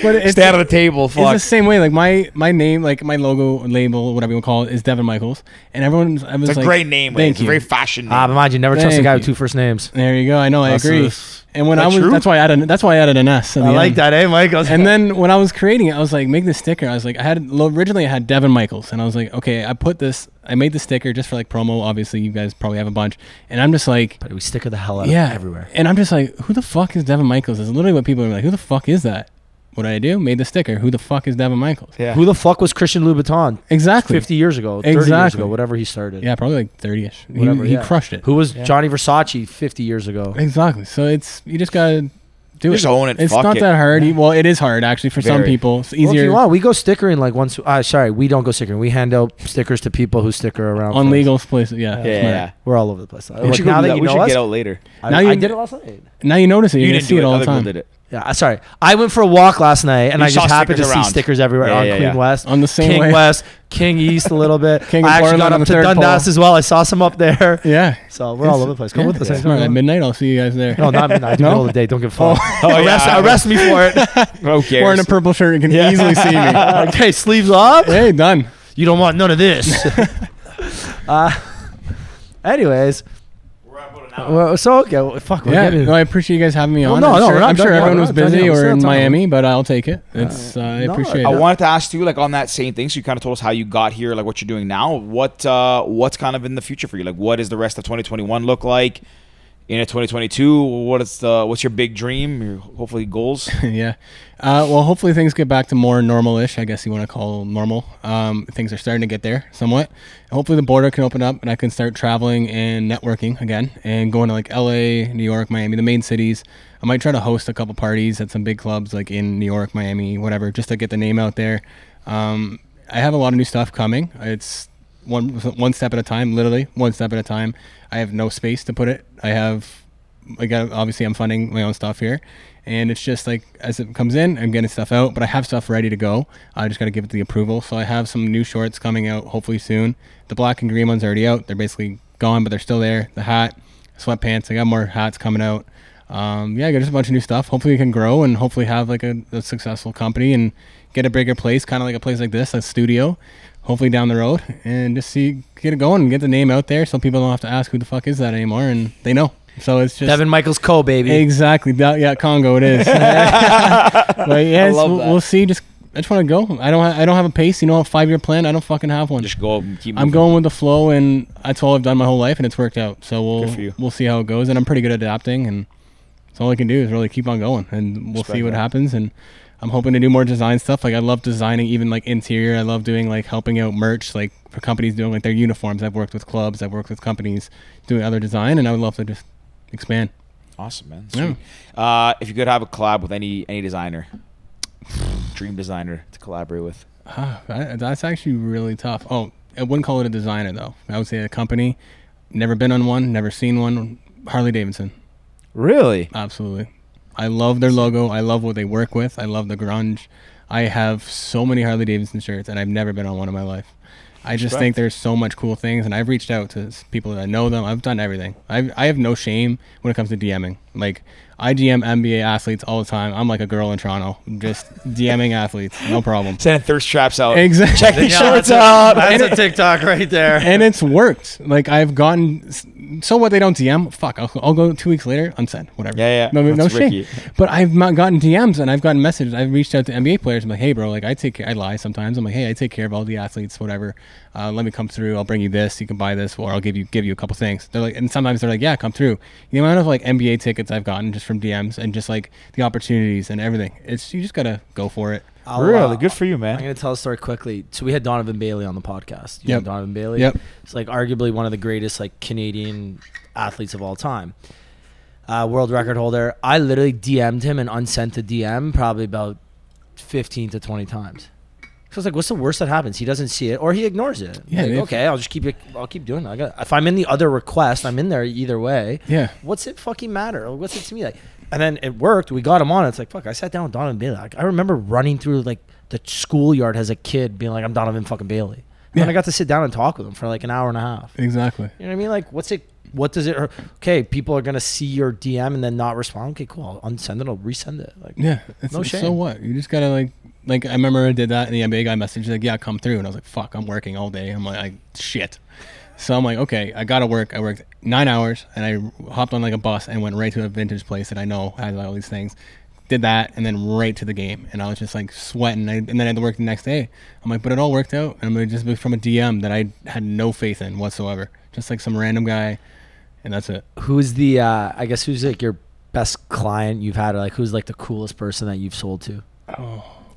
But it's, Stay out of the table. it's the Fuck. same way. Like my my name, like my logo, label, whatever you call it, is Devin Michaels, and everyone's. I was It's a like, great name. man. Thank it's you. a very fashion name. Ah, but mind you, never trust a Thank guy with you. two first names. there you go. I know. I That's agree. a- And when I that was, true? that's why I added. That's why I added an S. at the I like end. that, eh, Michael? And then when I was creating it, I was like, make this sticker. I was like, I had lo- originally I had Devin Michaels, and I was like, okay, I put this. I made the sticker just for like promo. Obviously, you guys probably have a bunch, and I'm just like, we sticker the hell out of yeah, it everywhere. And I'm just like, who the fuck is Devin Michaels? Is literally what people are like. Who the fuck is that? What did I do? Made the sticker. Who the fuck is Devin Michaels? yeah. Who the fuck was Christian Louboutin Exactly. 50 years ago, 30 years Exactly. ago, whatever he started? Yeah, probably like 30ish. He, Whatever, he yeah. crushed it. Who was Johnny Versace 50 years ago? Exactly. So it's you just gotta do Just it. own it. It's Fuck not it. that hard. You- Well, it is hard actually for some Very. people. It's Well, if easier you want, we go stickering like once. Uh, sorry, we don't go stickering. We hand out stickers to people who sticker around. on for us. legal places. Yeah. Yeah, it's yeah, smart. yeah. We're all over the place. We Like, should go now do that, that. you we know should us, get out later. I, Now I you- did it last night. Now you notice it. You're You gonna didn't see do it all Other the people time. Did it. Yeah, I- sorry. I went for a walk last night, and You I saw just happened to stickers see around. stickers everywhere Yeah, on yeah, Queen yeah. West, On the same King way. West, King East a little bit. King of I actually Portland got on up the to third Dundas pole. as well. I saw some up there. Yeah. So we're all over the place. Come Yeah. with us. Yeah. anytime Smart. you At want. midnight, I'll see you guys there. No, not midnight. No? Middle of the day. Don't give a fuck. Oh, arrest, yeah. arrest me for it. Who cares? Wearing a purple shirt, you can easily see me. okay, sleeves up. hey, done. You don't want none of this. uh, anyways, well, so okay. Well, fuck. We're Yeah, getting- no, I appreciate you guys having me Well, on. no, I'm no, sure, we're not I'm done sure yet. everyone We're was not done busy yet. We're or still in talking. Miami, but I'll take it. It's uh, I no, appreciate I I it. Yeah. wanted to ask too, like on that same thing. So you kind of told us how you got here, like what you're doing now. What uh, what's kind of in the future for you? Like, what is the rest of 2021 look like? In 2022, what is the what's your big dream? Your hopefully goals. yeah. Uh, well, hopefully things get back to more normal-ish. I guess you want to call normal. Um, things are starting to get there somewhat. Hopefully the border can open up and I can start traveling and networking again and going to like L.A., New York, Miami, the main cities. I might try to host a couple parties at some big clubs like in New York, Miami, whatever, just to get the name out there. Um, I have a lot of new stuff coming. It's one one step at a time, literally one step at a time. I have no space to put it. I have like I- obviously I'm funding my own stuff here, and it's just like as it comes in, I'm getting stuff out, but I have stuff ready to go. I just got to give it the approval. So I have some new shorts coming out hopefully soon. The black and green ones already out. They're basically gone, but they're still there. The hat, sweatpants. I got more hats coming out. Um, yeah, I got just a bunch of new stuff. Hopefully, we can grow and hopefully have like a, a successful company and get a bigger place, kind of like a place like this, a studio. Hopefully down the road, and just see get it going and get the name out there, so people don't have to ask who the fuck is that anymore, and they know. So it's just Devin Michaels Co. Baby. Exactly. That, yeah, Congo it is. but yes, love we'll, that. we'll see. Just I just want to go. I don't. Ha- I don't have a pace. You know, a five year plan. I don't fucking have one. Just go and keep. I'm moving. going with the flow, and that's all I've done my whole life, and it's worked out. So Good for we'll you. we'll see how it goes, and I'm pretty good at adapting, and so all I can do is really keep on going, and we'll see Respect what that. happens, and. I'm hoping to do more design stuff. Like I love designing, even like interior. I love doing like helping out merch, like for companies doing like their uniforms. I've worked with clubs, I've worked with companies doing other design, and I would love to just expand. Awesome, man. Yeah. Sweet. Uh, if you could have a collab with any any designer, dream designer to collaborate with. Ah, that, that's actually really tough. Oh, I wouldn't call it a designer though. I would say a company. Never been on one. Never seen one. Harley Davidson. Really? Absolutely. I love their logo. I love what they work with. I love the grunge. I have so many Harley Davidson shirts, and I've never been on one in my life. I just think there's so much cool things, and I've reached out to s- people that I know them. I've done everything. I I have no shame when it comes to DMing. Like I DM NBA athletes all the time. I'm like a girl in Toronto, just DMing athletes, no problem. Sending thirst traps out. Exactly. Check these Yeah, shorts that's a- out. That's a TikTok right there. and it's worked. Like I've gotten. So what? They don't DM. Fuck. I'll, I'll go two weeks later. Unsend. Whatever. Yeah, yeah. No, no, no That's shame. Ricky. But I've not gotten DMs and I've gotten messages. I've reached out to NBA players. I'm like, hey, bro. Like I take. Care, I lie sometimes. I'm like, hey, I take care of all the athletes. Whatever. Uh, let me come through. I'll bring you this. You can buy this, or I'll give you give you a couple things. They're like, and sometimes they're like, yeah, come through. The amount of like NBA tickets I've gotten just from DMs and just like the opportunities and everything. It's you just gotta go for it. I'll, uh, Really good for you, I'm man. going to tell a story quickly. So we had Donovan Bailey on the podcast. You know Yep. Donovan Bailey. Yep. It's like arguably one of the greatest like Canadian athletes of all time. Uh, world record holder. I literally DM'd him and unsent a DM probably about 15 to 20 times. So I was like, "What's the worst that happens? He doesn't see it, or he ignores it. Yeah, Like, if- okay, I'll just keep it. I'll keep doing that. I got, if I'm in the other request, I'm in there either way. Yeah. What's it fucking matter? What's it to me? Like, and then it worked. We got him on. It's like, fuck. I sat down with Donovan Bailey. Like, I remember running through like the schoolyard as a kid, being like, I'm Donovan fucking Bailey. And then Yeah. I got to sit down and talk with him for like an hour and a half. Exactly. You know what I mean? Like, what's it What does it? hurt? Okay, people are gonna see your DM and then not respond. Okay, cool. I'll unsend it. I'll resend it. Like, Yeah. It's, No it's So shame. what? You just gotta like like I remember I did that and the NBA guy messaged like, Yeah, come through and I was like, Fuck, I'm working all day. I'm like I, shit. So I'm like, okay, I gotta work. I worked nine hours and I hopped on like a bus and went right to a vintage place that I know has all these things. Did that and then right to the game and I was just like sweating I, and then I had to work the next day. I'm like, but it all worked out and I'm just from a DM that I had no faith in whatsoever. Just like some random guy and that's it. who's the? Uh, I guess who's like your best client you've had? Or like, who's like the coolest person that you've sold to?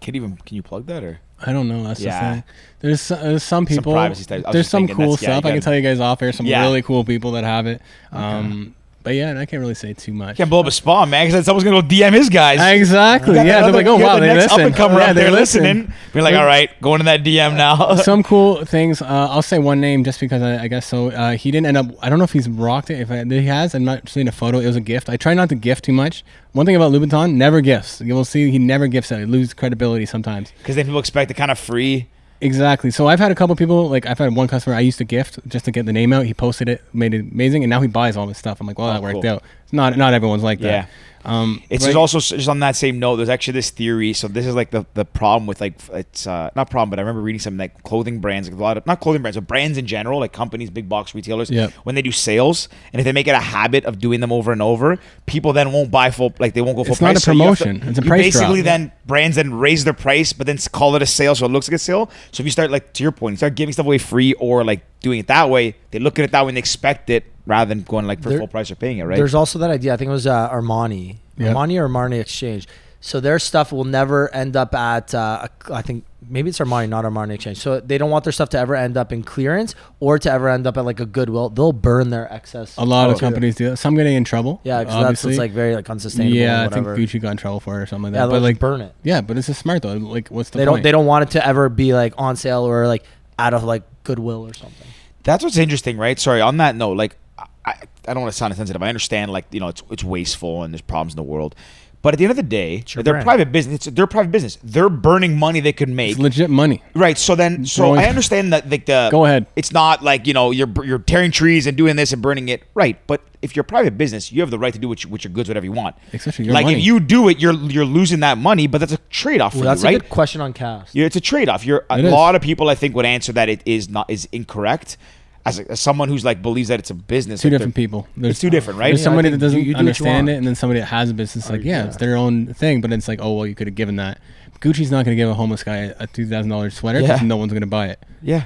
Can even can you plug that or I don't know. That's Yeah. the thing. There's so- there's some people. privacy stuff. I was there's just some thinking cool that's- yeah, you stuff. I can gotta- tell you guys off air. Some Yeah. really cool people that have it. Um, but yeah, and I can't really say too much. can't blow up a spawn, man? Because someone's gonna go DM his guys. Exactly. Yeah, they're like, oh You're wow, the they next listen. up and comer yeah, up they there listen. listening. We're like, They're- all right, going to that DM now. Some cool things. Uh, I'll say one name just because I, I guess so. Uh, he didn't end up. I don't know if he's rocked it. If I, he has, I'm not seeing a photo. It was a gift. I try not to gift too much. One thing about Louboutin, never gifts. You will see he never gifts it. It loses credibility sometimes. Because then people expect the kind of free. Exactly. So I've had a couple people like I've had one customer I used to gift just to get the name out. He posted it, made it amazing, and now he buys all this stuff. I'm like, well, that worked Oh, cool. out. It's not not everyone's like that. Um, It's right- there's also just on that same note. There's actually this theory. So this is like the, the problem with like it's uh, not problem, but I remember reading something like clothing brands, like a lot of not clothing brands, but brands in general, like companies, big box retailers. Yeah. When they do sales, and if they make it a habit of doing them over and over, people then won't buy full. Like they won't go full It's price. not a So you have to- promotion. It's a you price drop. Basically, then brands then raise their price, but then s- call it a sale, so it looks like a sale. So if you start like to your point, you start giving stuff away free or like doing it that way, they look at it that way and they expect it rather than going like for There- full price or paying it. Right. There's also that idea. I think it was uh, Armani, Yeah. Armani or Armani Exchange. So their stuff will never end up at. Uh, a- I think maybe it's Armani, not Armani Exchange. So they don't want their stuff to ever end up in clearance or to ever end up at like a Goodwill. They'll burn their excess. a Oh, lot of to- companies do that. Some getting in trouble. Yeah, because that's obviously. what's like very like unsustainable. yeah. and I think whatever. Gucci got in trouble for it or something like Yeah, that. they'll but just like burn it. Yeah, but it's a smart though. Like, what's the they point? don't. They don't want it to ever be like on sale or like out of like Goodwill or something. That's what's interesting, right? Sorry, on that note, like I, I- I don't want to sound insensitive. I understand, like you know, it's it's wasteful and there's problems in the world, but at the end of the day, your they're brand. private business. It's their private business. They're burning money they could make. It's legit money. Right, so then, so Throwing- I understand that like the Go ahead. It's not like you know you're you're tearing trees and doing this and burning it, right? But if you're a private business, you have the right to do what you, with your goods whatever you want. Especially your like money. if you do it, you're you're losing that money, but that's a trade off for Well, that's you, right? a good question on cast. Yeah, it's a trade-off. You're a It is. lot of people I think would answer that it is not is incorrect. As, a, as someone who's like believes that it's a business, Two like, different they're- people. There's It's two different, right? There's Yeah, I somebody think that doesn't you- you do what you understand want. it, and then somebody that has a business. Oh, Like, yeah, it's their own thing, but it's like, oh well, you could have given that. Gucci's not going to give a homeless guy a two thousand dollars sweater because Yeah. no one's going to buy it, Yeah,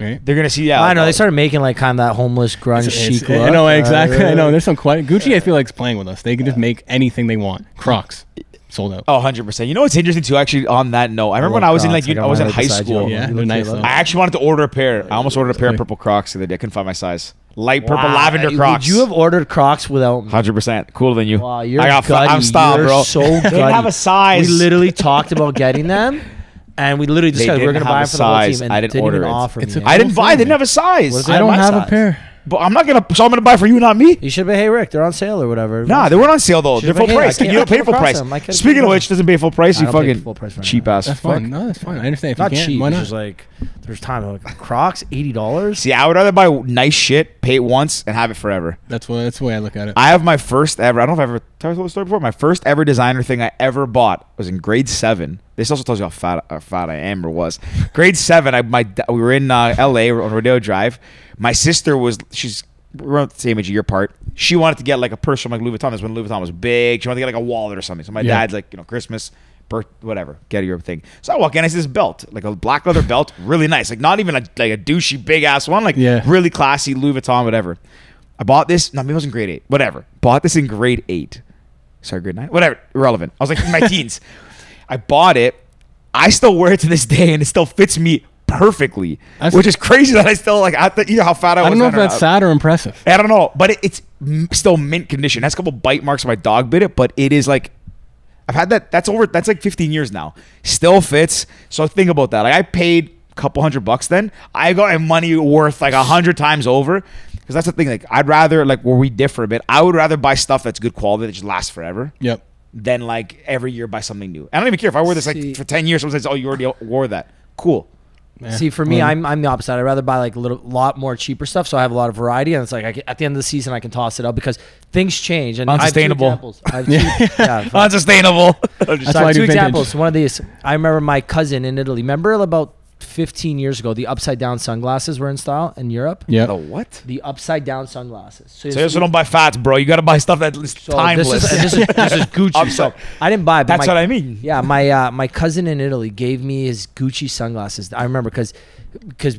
right? they're gonna see. Yeah, I know they like, started making like kind of that homeless grunge It's- chic it's- I look. know Uh, exactly. I know yeah. there's some quite Gucci. I feel like is playing with us. They can just make anything they want. Crocs sold out. Oh, 100 percent. You know what's interesting too? Actually, on that note, I remember when I was in like, Crocs, uni- I got was mine in right high beside you. school. You Yeah, look they're really nice love though. it. I actually wanted to order a pair. I almost ordered a pair of purple Crocs the other day. I couldn't find my size. Light purple Wow. lavender Would Crocs. you have ordered Crocs without me? 100 percent cooler than you. Wow, you're I got. fu- gutty. I'm style, You're bro. So They gutty. didn't have a size. We literally talked about getting them, and we literally just They said we are didn't gonna buy have them for a the whole team, size. and I didn't didn't order even it. offer It's me. a- any. I didn't buy. I didn't have a Was size. it I I had don't my have size. a pair. But I'm not gonna. So I'm gonna buy for you, not me. You should have been. Hey Rick, they're on sale or whatever. Nah, they weren't on sale though. Should've They're full been- yeah, I price. can't- You don't I pay can't full cross price. them. I could've Speaking paid of more. which, doesn't pay full price. I You don't pay fucking full price for cheap that. ass. That's fuck. fine. No, that's fine. I understand if Not you can't. cheap. why It's not? just like there's time. Like, Crocs, eighty dollars. See, I would rather buy nice shit, pay it once, and have it forever. that's what. That's the way I look at it. I have my first ever. I don't know if I've ever told the story before. My first ever designer thing I ever bought was in grade seven. This also tells you how fat, how fat I am or was. Grade seven. I my da- we were in uh, L.A. on Rodeo Drive. My sister was she's around the same age of your part. She wanted to get like a purse from like Louis Vuitton. That's when Louis Vuitton was big. She wanted to get like a wallet or something. So my Yeah. dad's like you know Christmas. Birth, whatever, get your thing. So I walk in, I see this belt, like a black leather belt, really nice, like not even a, like a douchey big ass one, like Yeah. really classy Louis Vuitton, whatever. I bought this. No, maybe it was in grade eight. Whatever. Bought this in grade eight. Sorry, grade nine. Whatever. Irrelevant. I was like in my teens. I bought it. I still wear it to this day, and it still fits me perfectly, That's- which is crazy that I still like. I th- you know how fat I, I was. don't know then if or that's not. sad or impressive. I don't know, but it, it's m- still mint condition. That's a couple bite marks. My dog bit it, but it is like I've had that. That's over. That's like 15 years now. Still fits. So think about that. Like I paid a couple hundred bucks. Then I got my money worth like a hundred times over. Because that's the thing. Like I'd rather like where we differ a bit. I would rather buy stuff that's good quality that just lasts forever. Yep. Than like every year buy something new. I don't even care if I wear this like See- for 10 years. Someone says, "Oh, you already wore that." Cool. Yeah. See, for me, I'm I'm the opposite. I'd rather buy like a little lot more cheaper stuff, so I have a lot of variety, and it's like I can, at the end of the season I can toss it up because things change. And I have two Unsustainable. examples. I have two- yeah, fuck. Unsustainable. That's so I why I have do two vintage. examples. One of these, I remember my cousin in Italy. Remember about 15 years ago, the upside down sunglasses were in style in Europe. Yeah. The what? The upside down sunglasses. So, so you also don't buy fats, bro. You gotta buy stuff that is so timeless. This is, this is, this is Gucci. so Upside- I didn't buy. But That's my- what I mean. yeah, my uh, my cousin in Italy gave me his Gucci sunglasses. I remember because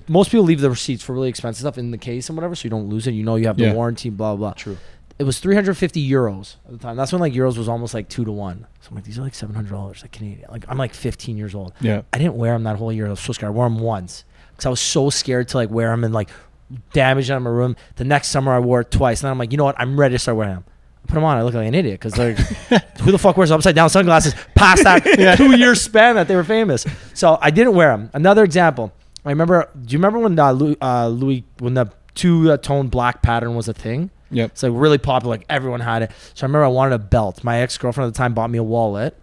most people leave the receipts for really expensive stuff in the case and whatever, so you don't lose it. You know you have the Yeah. warranty, blah blah. True. It was 350 euros at the time. That's when like euros was almost like two to one. So I'm like, these are like 700 dollars, like Canadian. Like I'm like 15 years old. Yeah. I didn't wear them that whole year. I was so scared. I wore them once because I was so scared to like wear them and like damage them in my room. The next summer I wore it twice, and then I'm like, you know what? I'm ready to start wearing them. I put them on. I look like an idiot because like, who the fuck wears upside down sunglasses past that two year span that they were famous? So I didn't wear them. Another example. I remember. Do you remember when uh, Louis, uh, Louis when the two uh, tone black pattern was a thing? Yep. It's like really popular. Like everyone had it. So I remember I wanted a belt. My ex girlfriend at the time bought me a wallet.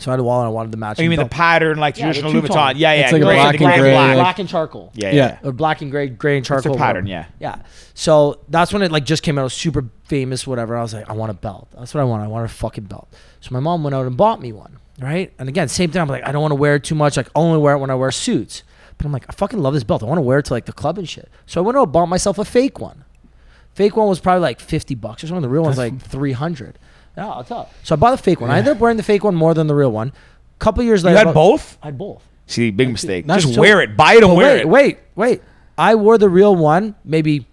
So I had a wallet. and I wanted the Oh, matching. you mean the belt. pattern, like Yeah, the traditional Louis two-tone. Vuitton? Yeah, yeah. It's like a gray, black gray, and gray, black. like- black and charcoal. Yeah, yeah. Yeah. Or black and gray, gray and It's a charcoal. pattern, whatever. yeah. Yeah. So that's when it like just came out. It was super famous, whatever. I was like, I want a belt. That's what I want. I want a fucking belt. So my mom went out and bought me one, right? And again, same thing. I'm like, I don't want to wear it too much. Like, I only wear it when I wear suits. But I'm like, I fucking love this belt. I want to wear it to like the club and shit. So I went out and bought myself a fake one. Fake one was probably like 50 bucks or something. The real one's like 300. Yeah, I'll tell. So I bought the fake one. I ended up wearing the fake one more than the real one. Couple years You later, had both? I had both. See, big mistake. Not Just so- wear it. Buy it and But wear wait, it. Wait, wait. I wore the real one maybe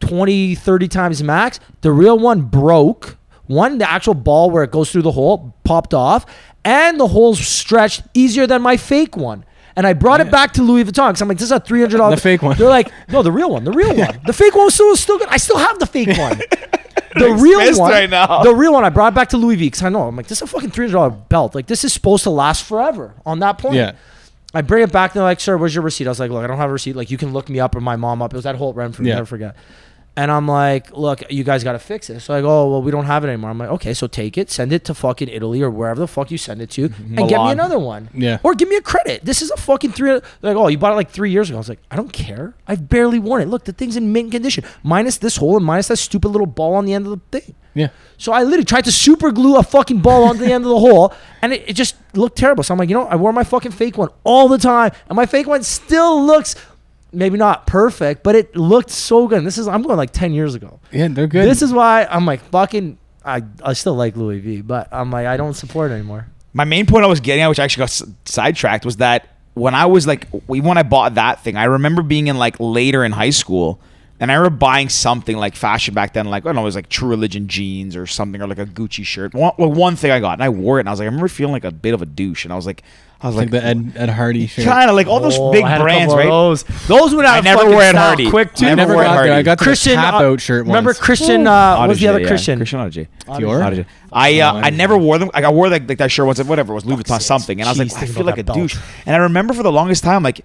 20, 30 times max. The real one broke. One, the actual ball where it goes through the hole popped off, and the holes stretched easier than my fake one. And I brought it back to Louis Vuitton because I'm like, this is a three hundred dollars. The fake one. They're like, no, the real one, the real one. The fake one was still, was still good. I still have the fake one. The real pissed one, right now. the real one, I brought it back to Louis V because I know I'm like, this is a fucking three hundred dollar belt. Like this is supposed to last forever. On that point, Yeah. I bring it back. And they're like, sir, where's your receipt? I was like, look, I don't have a receipt. Like, you can look me up or my mom up. It was at Holt Renfrew. Yeah. Never forget. And I'm like, look, you guys got to fix it. So I go, oh, well, we don't have it anymore. I'm like, okay, so take it, send it to fucking Italy or wherever the fuck you send it to, and get me Milan. another one. Yeah. Or give me a credit. This is a fucking three. Like, oh, you bought it like three years ago. I was like, I don't care. I've barely worn it. Look, the thing's in mint condition, minus this hole and minus that stupid little ball on the end of the thing. Yeah. So I literally tried to super glue a fucking ball onto the end of the hole, and it, it just looked terrible. So I'm like, you know, I wore my fucking fake one all the time, and my fake one still looks maybe not perfect, but it looked so good. And this is I'm going like 10 years ago. Yeah, they're good. This is why I'm like fucking. I, I still like Louis V, but I'm like I don't support it anymore. my main point I was getting at, which I actually got s- sidetracked, was that when I was like, we- when I bought that thing, I remember being in like later in high school, and I remember buying something like fashion back then, like I don't know, it was like True Religion jeans or something, or like a Gucci shirt. One, well, one thing I got, and I wore it, and I was like, I remember feeling like a bit of a douche, and I was like, I was like like, the Ed, Ed Hardy shirt. kind of like all those Oh, big I had a brands, couple of right? those. Those went out. I of never fucking wear it style Hardy. quick, too. I never never wore it got there. Hardy. I got the Christian, tap uh, out shirt. Remember once. Christian? Uh, what's the Audige, other yeah. Christian? Christian Audige. Dior? Audige. I uh, Oh, I never wore them. Like I wore like, like that shirt once, whatever it was Louis Vuitton sakes. something, and I was like, Jeez, I think feel about like a that belt. douche. And I remember for the longest time, like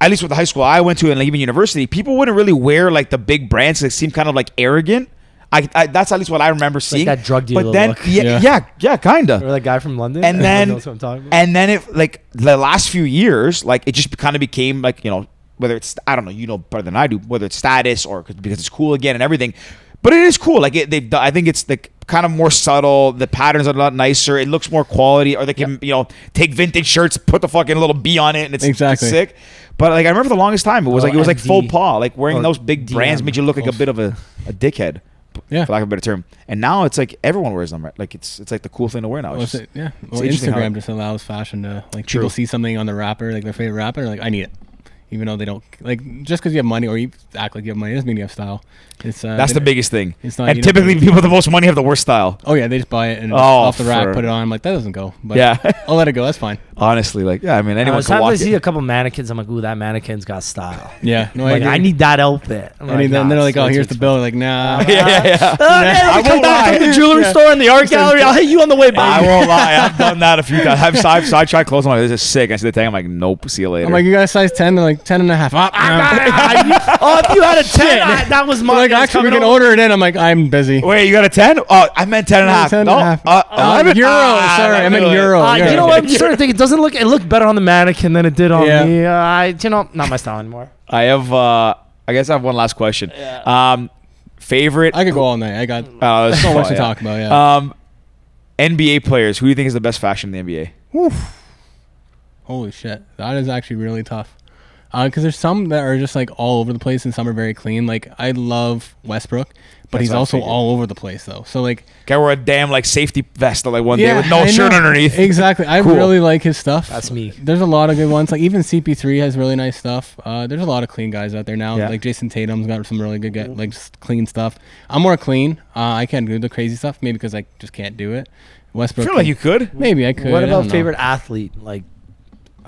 at least with the high school I went to, and like even university, people wouldn't really wear like the big brands. They seemed kind of like arrogant. I, I that's at least what I remember seeing. that drug dealer But then, look. yeah, Yeah. yeah, yeah, kinda Or that guy from London. and Everyone then knows what I'm talking about. and then it like the last few years like it just kind of became like you know whether it's i don't know you know better than i do whether it's status or c- because it's cool again and everything but it is cool like it, they've done- i think it's like kind of more subtle the patterns are a lot nicer it looks more quality or they can you know take vintage shirts put the fucking little b on it and it's exactly Exactly. sick but like i remember for the longest time it was Oh, like it was like MD. faux pas like Or Oh. wearing those big brands DM. made you look like a bit of a, a dickhead Yeah. for lack of a better term and now it's like everyone wears them right? like it's it's like the cool thing to wear now Well, It's it's- just- yeah. it's Well, interesting how- Instagram just allows fashion to like True. people see something on the rapper, like their favorite rapper, and like I need it, even though they don't like just because you have money or you act like you have money doesn't mean you have style. It's uh, That's they- the biggest thing. It's not- you and don't typically, really- people with the most money have the worst style. Oh yeah, they just buy it and Oh, off the rack, for- put it on. I'm like that doesn't go. But Yeah. I'll let it go. That's fine. Honestly, like yeah, I mean, I anyone was can time walk. I see it. a couple mannequins. I'm like, ooh, that mannequin's got style. Yeah. No, like, I, I agree. need that outfit. I'm And nah, then they're it's like, way oh, too here's the expensive. bill. Like nah. yeah, yeah, yeah. Oh, man, I we come won't back lie. from the jewelry store and the art gallery. I'll hit you on the way back. I won't lie. I've done that a few times. I've, I've, I've tried clothes. I'm like, this is sick. I see the thing. I'm like, nope. See you later. I'm like, you got a size 10? They're like, like 10 and a half. Ah, oh, if you had a ten, I- that was my. like, that was actually, we coming can over. order it in. I'm like, I'm busy. Wait, you got a 10? Oh, I meant 10 and a half. 10 and no, a half. Uh, Oh, 11? euro. Ah, Sorry, I meant really. euro. Uh, Yeah. you know what? I'm starting to think it doesn't look. It looked better on the mannequin than it did on Yeah. me. Uh, I, you know, not my style anymore. I have, uh, I guess I have one last question. Um, favorite? I could go all night. I got uh, so much to yeah. talk about. Yeah. Um, NBA players. Who do you think is the best fashion in the NBA? Holy shit, that is actually really tough. Because there's some that are just like all over the place, and some are very clean. Like I love Westbrook, but he's what I also figured. all over the place though. So like, Guy wore a damn like safety vest like one day with no I know. shirt underneath. Exactly. I Cool. really like his stuff. That's me. There's a lot of good ones. Like even CP3 has really nice stuff. Uh, there's a lot of clean guys out there now. Yeah. Mm-hmm. Like Jason Tatum's got some really good get, like just clean stuff. I'm more clean. Uh, I can't do the crazy stuff, maybe because I just can't do it. I Westbrook. feel like you could. Maybe I could. what I don't about know. favorite athlete? Like,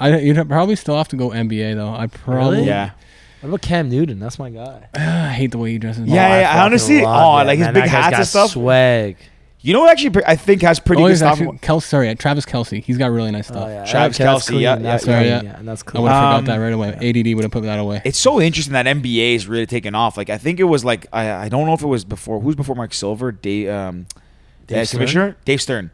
I, don't- you'd probably still have to go NBA though. I probably. Really? Yeah. what about Cam Newton? That's my guy. Oh, I hate the way he dresses. Yeah, yeah, I fucking honestly- love oh, that, like his man. big That guy's hats got and stuff. Swag. You know what? Actually, pre- I think has pretty Oh, good he's stuff. actually, Kel, sorry, Travis Kelsey. He's got really nice stuff. Oh, yeah. Travis Okay, that's Kelce, clean. yeah, that's yeah, clean, yeah. yeah, and that's I clean. would have Um, forgot that right away. ADD would have put that away. it's so interesting that NBA is really taking off. Like I think it was like I, I don't know if it was before who's before Mark Silver, Dave, um, Dave uh, Stern? commissioner Dave Stern,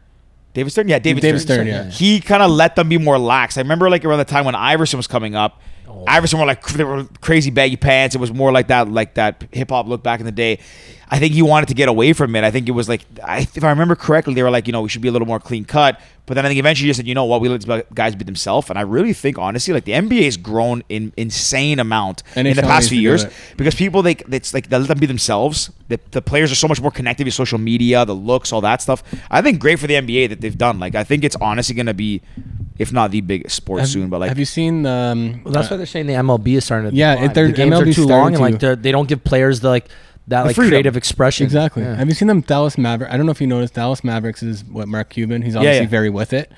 David Stern, yeah, David, David Stern. Stern, yeah. He kind of let them be more lax. I remember like around the time when Iverson was coming up, Iverson wore like cr- they were crazy baggy pants. It was more like that like that hip hop look back in the day. I think he wanted to get away from it. I think it was like I, if I remember correctly, they were like you know we should be a little more clean cut. But then I think eventually he just said you know what we let these guys be themselves. And I really think honestly like the NBA has grown in insane amount And in the it's past always few to do years it. because people they it's like they let them be themselves. The, the players are so much more connected with social media, the looks, all that stuff. I think great for the NBA that they've done. Like I think it's honestly going to be, if not the biggest sport Have- soon, but like have you seen? Um, Well, that's why they're saying the MLB is starting to. Yeah, decline. it- they're- the games MLB are 's too long, starting and like to- they're- they don't give players the like that like freedom. creative expression. Exactly. Yeah. Have you seen them Dallas Maverick? I don't know if you noticed Dallas Mavericks is what Mark Cuban. He's obviously yeah. very with it.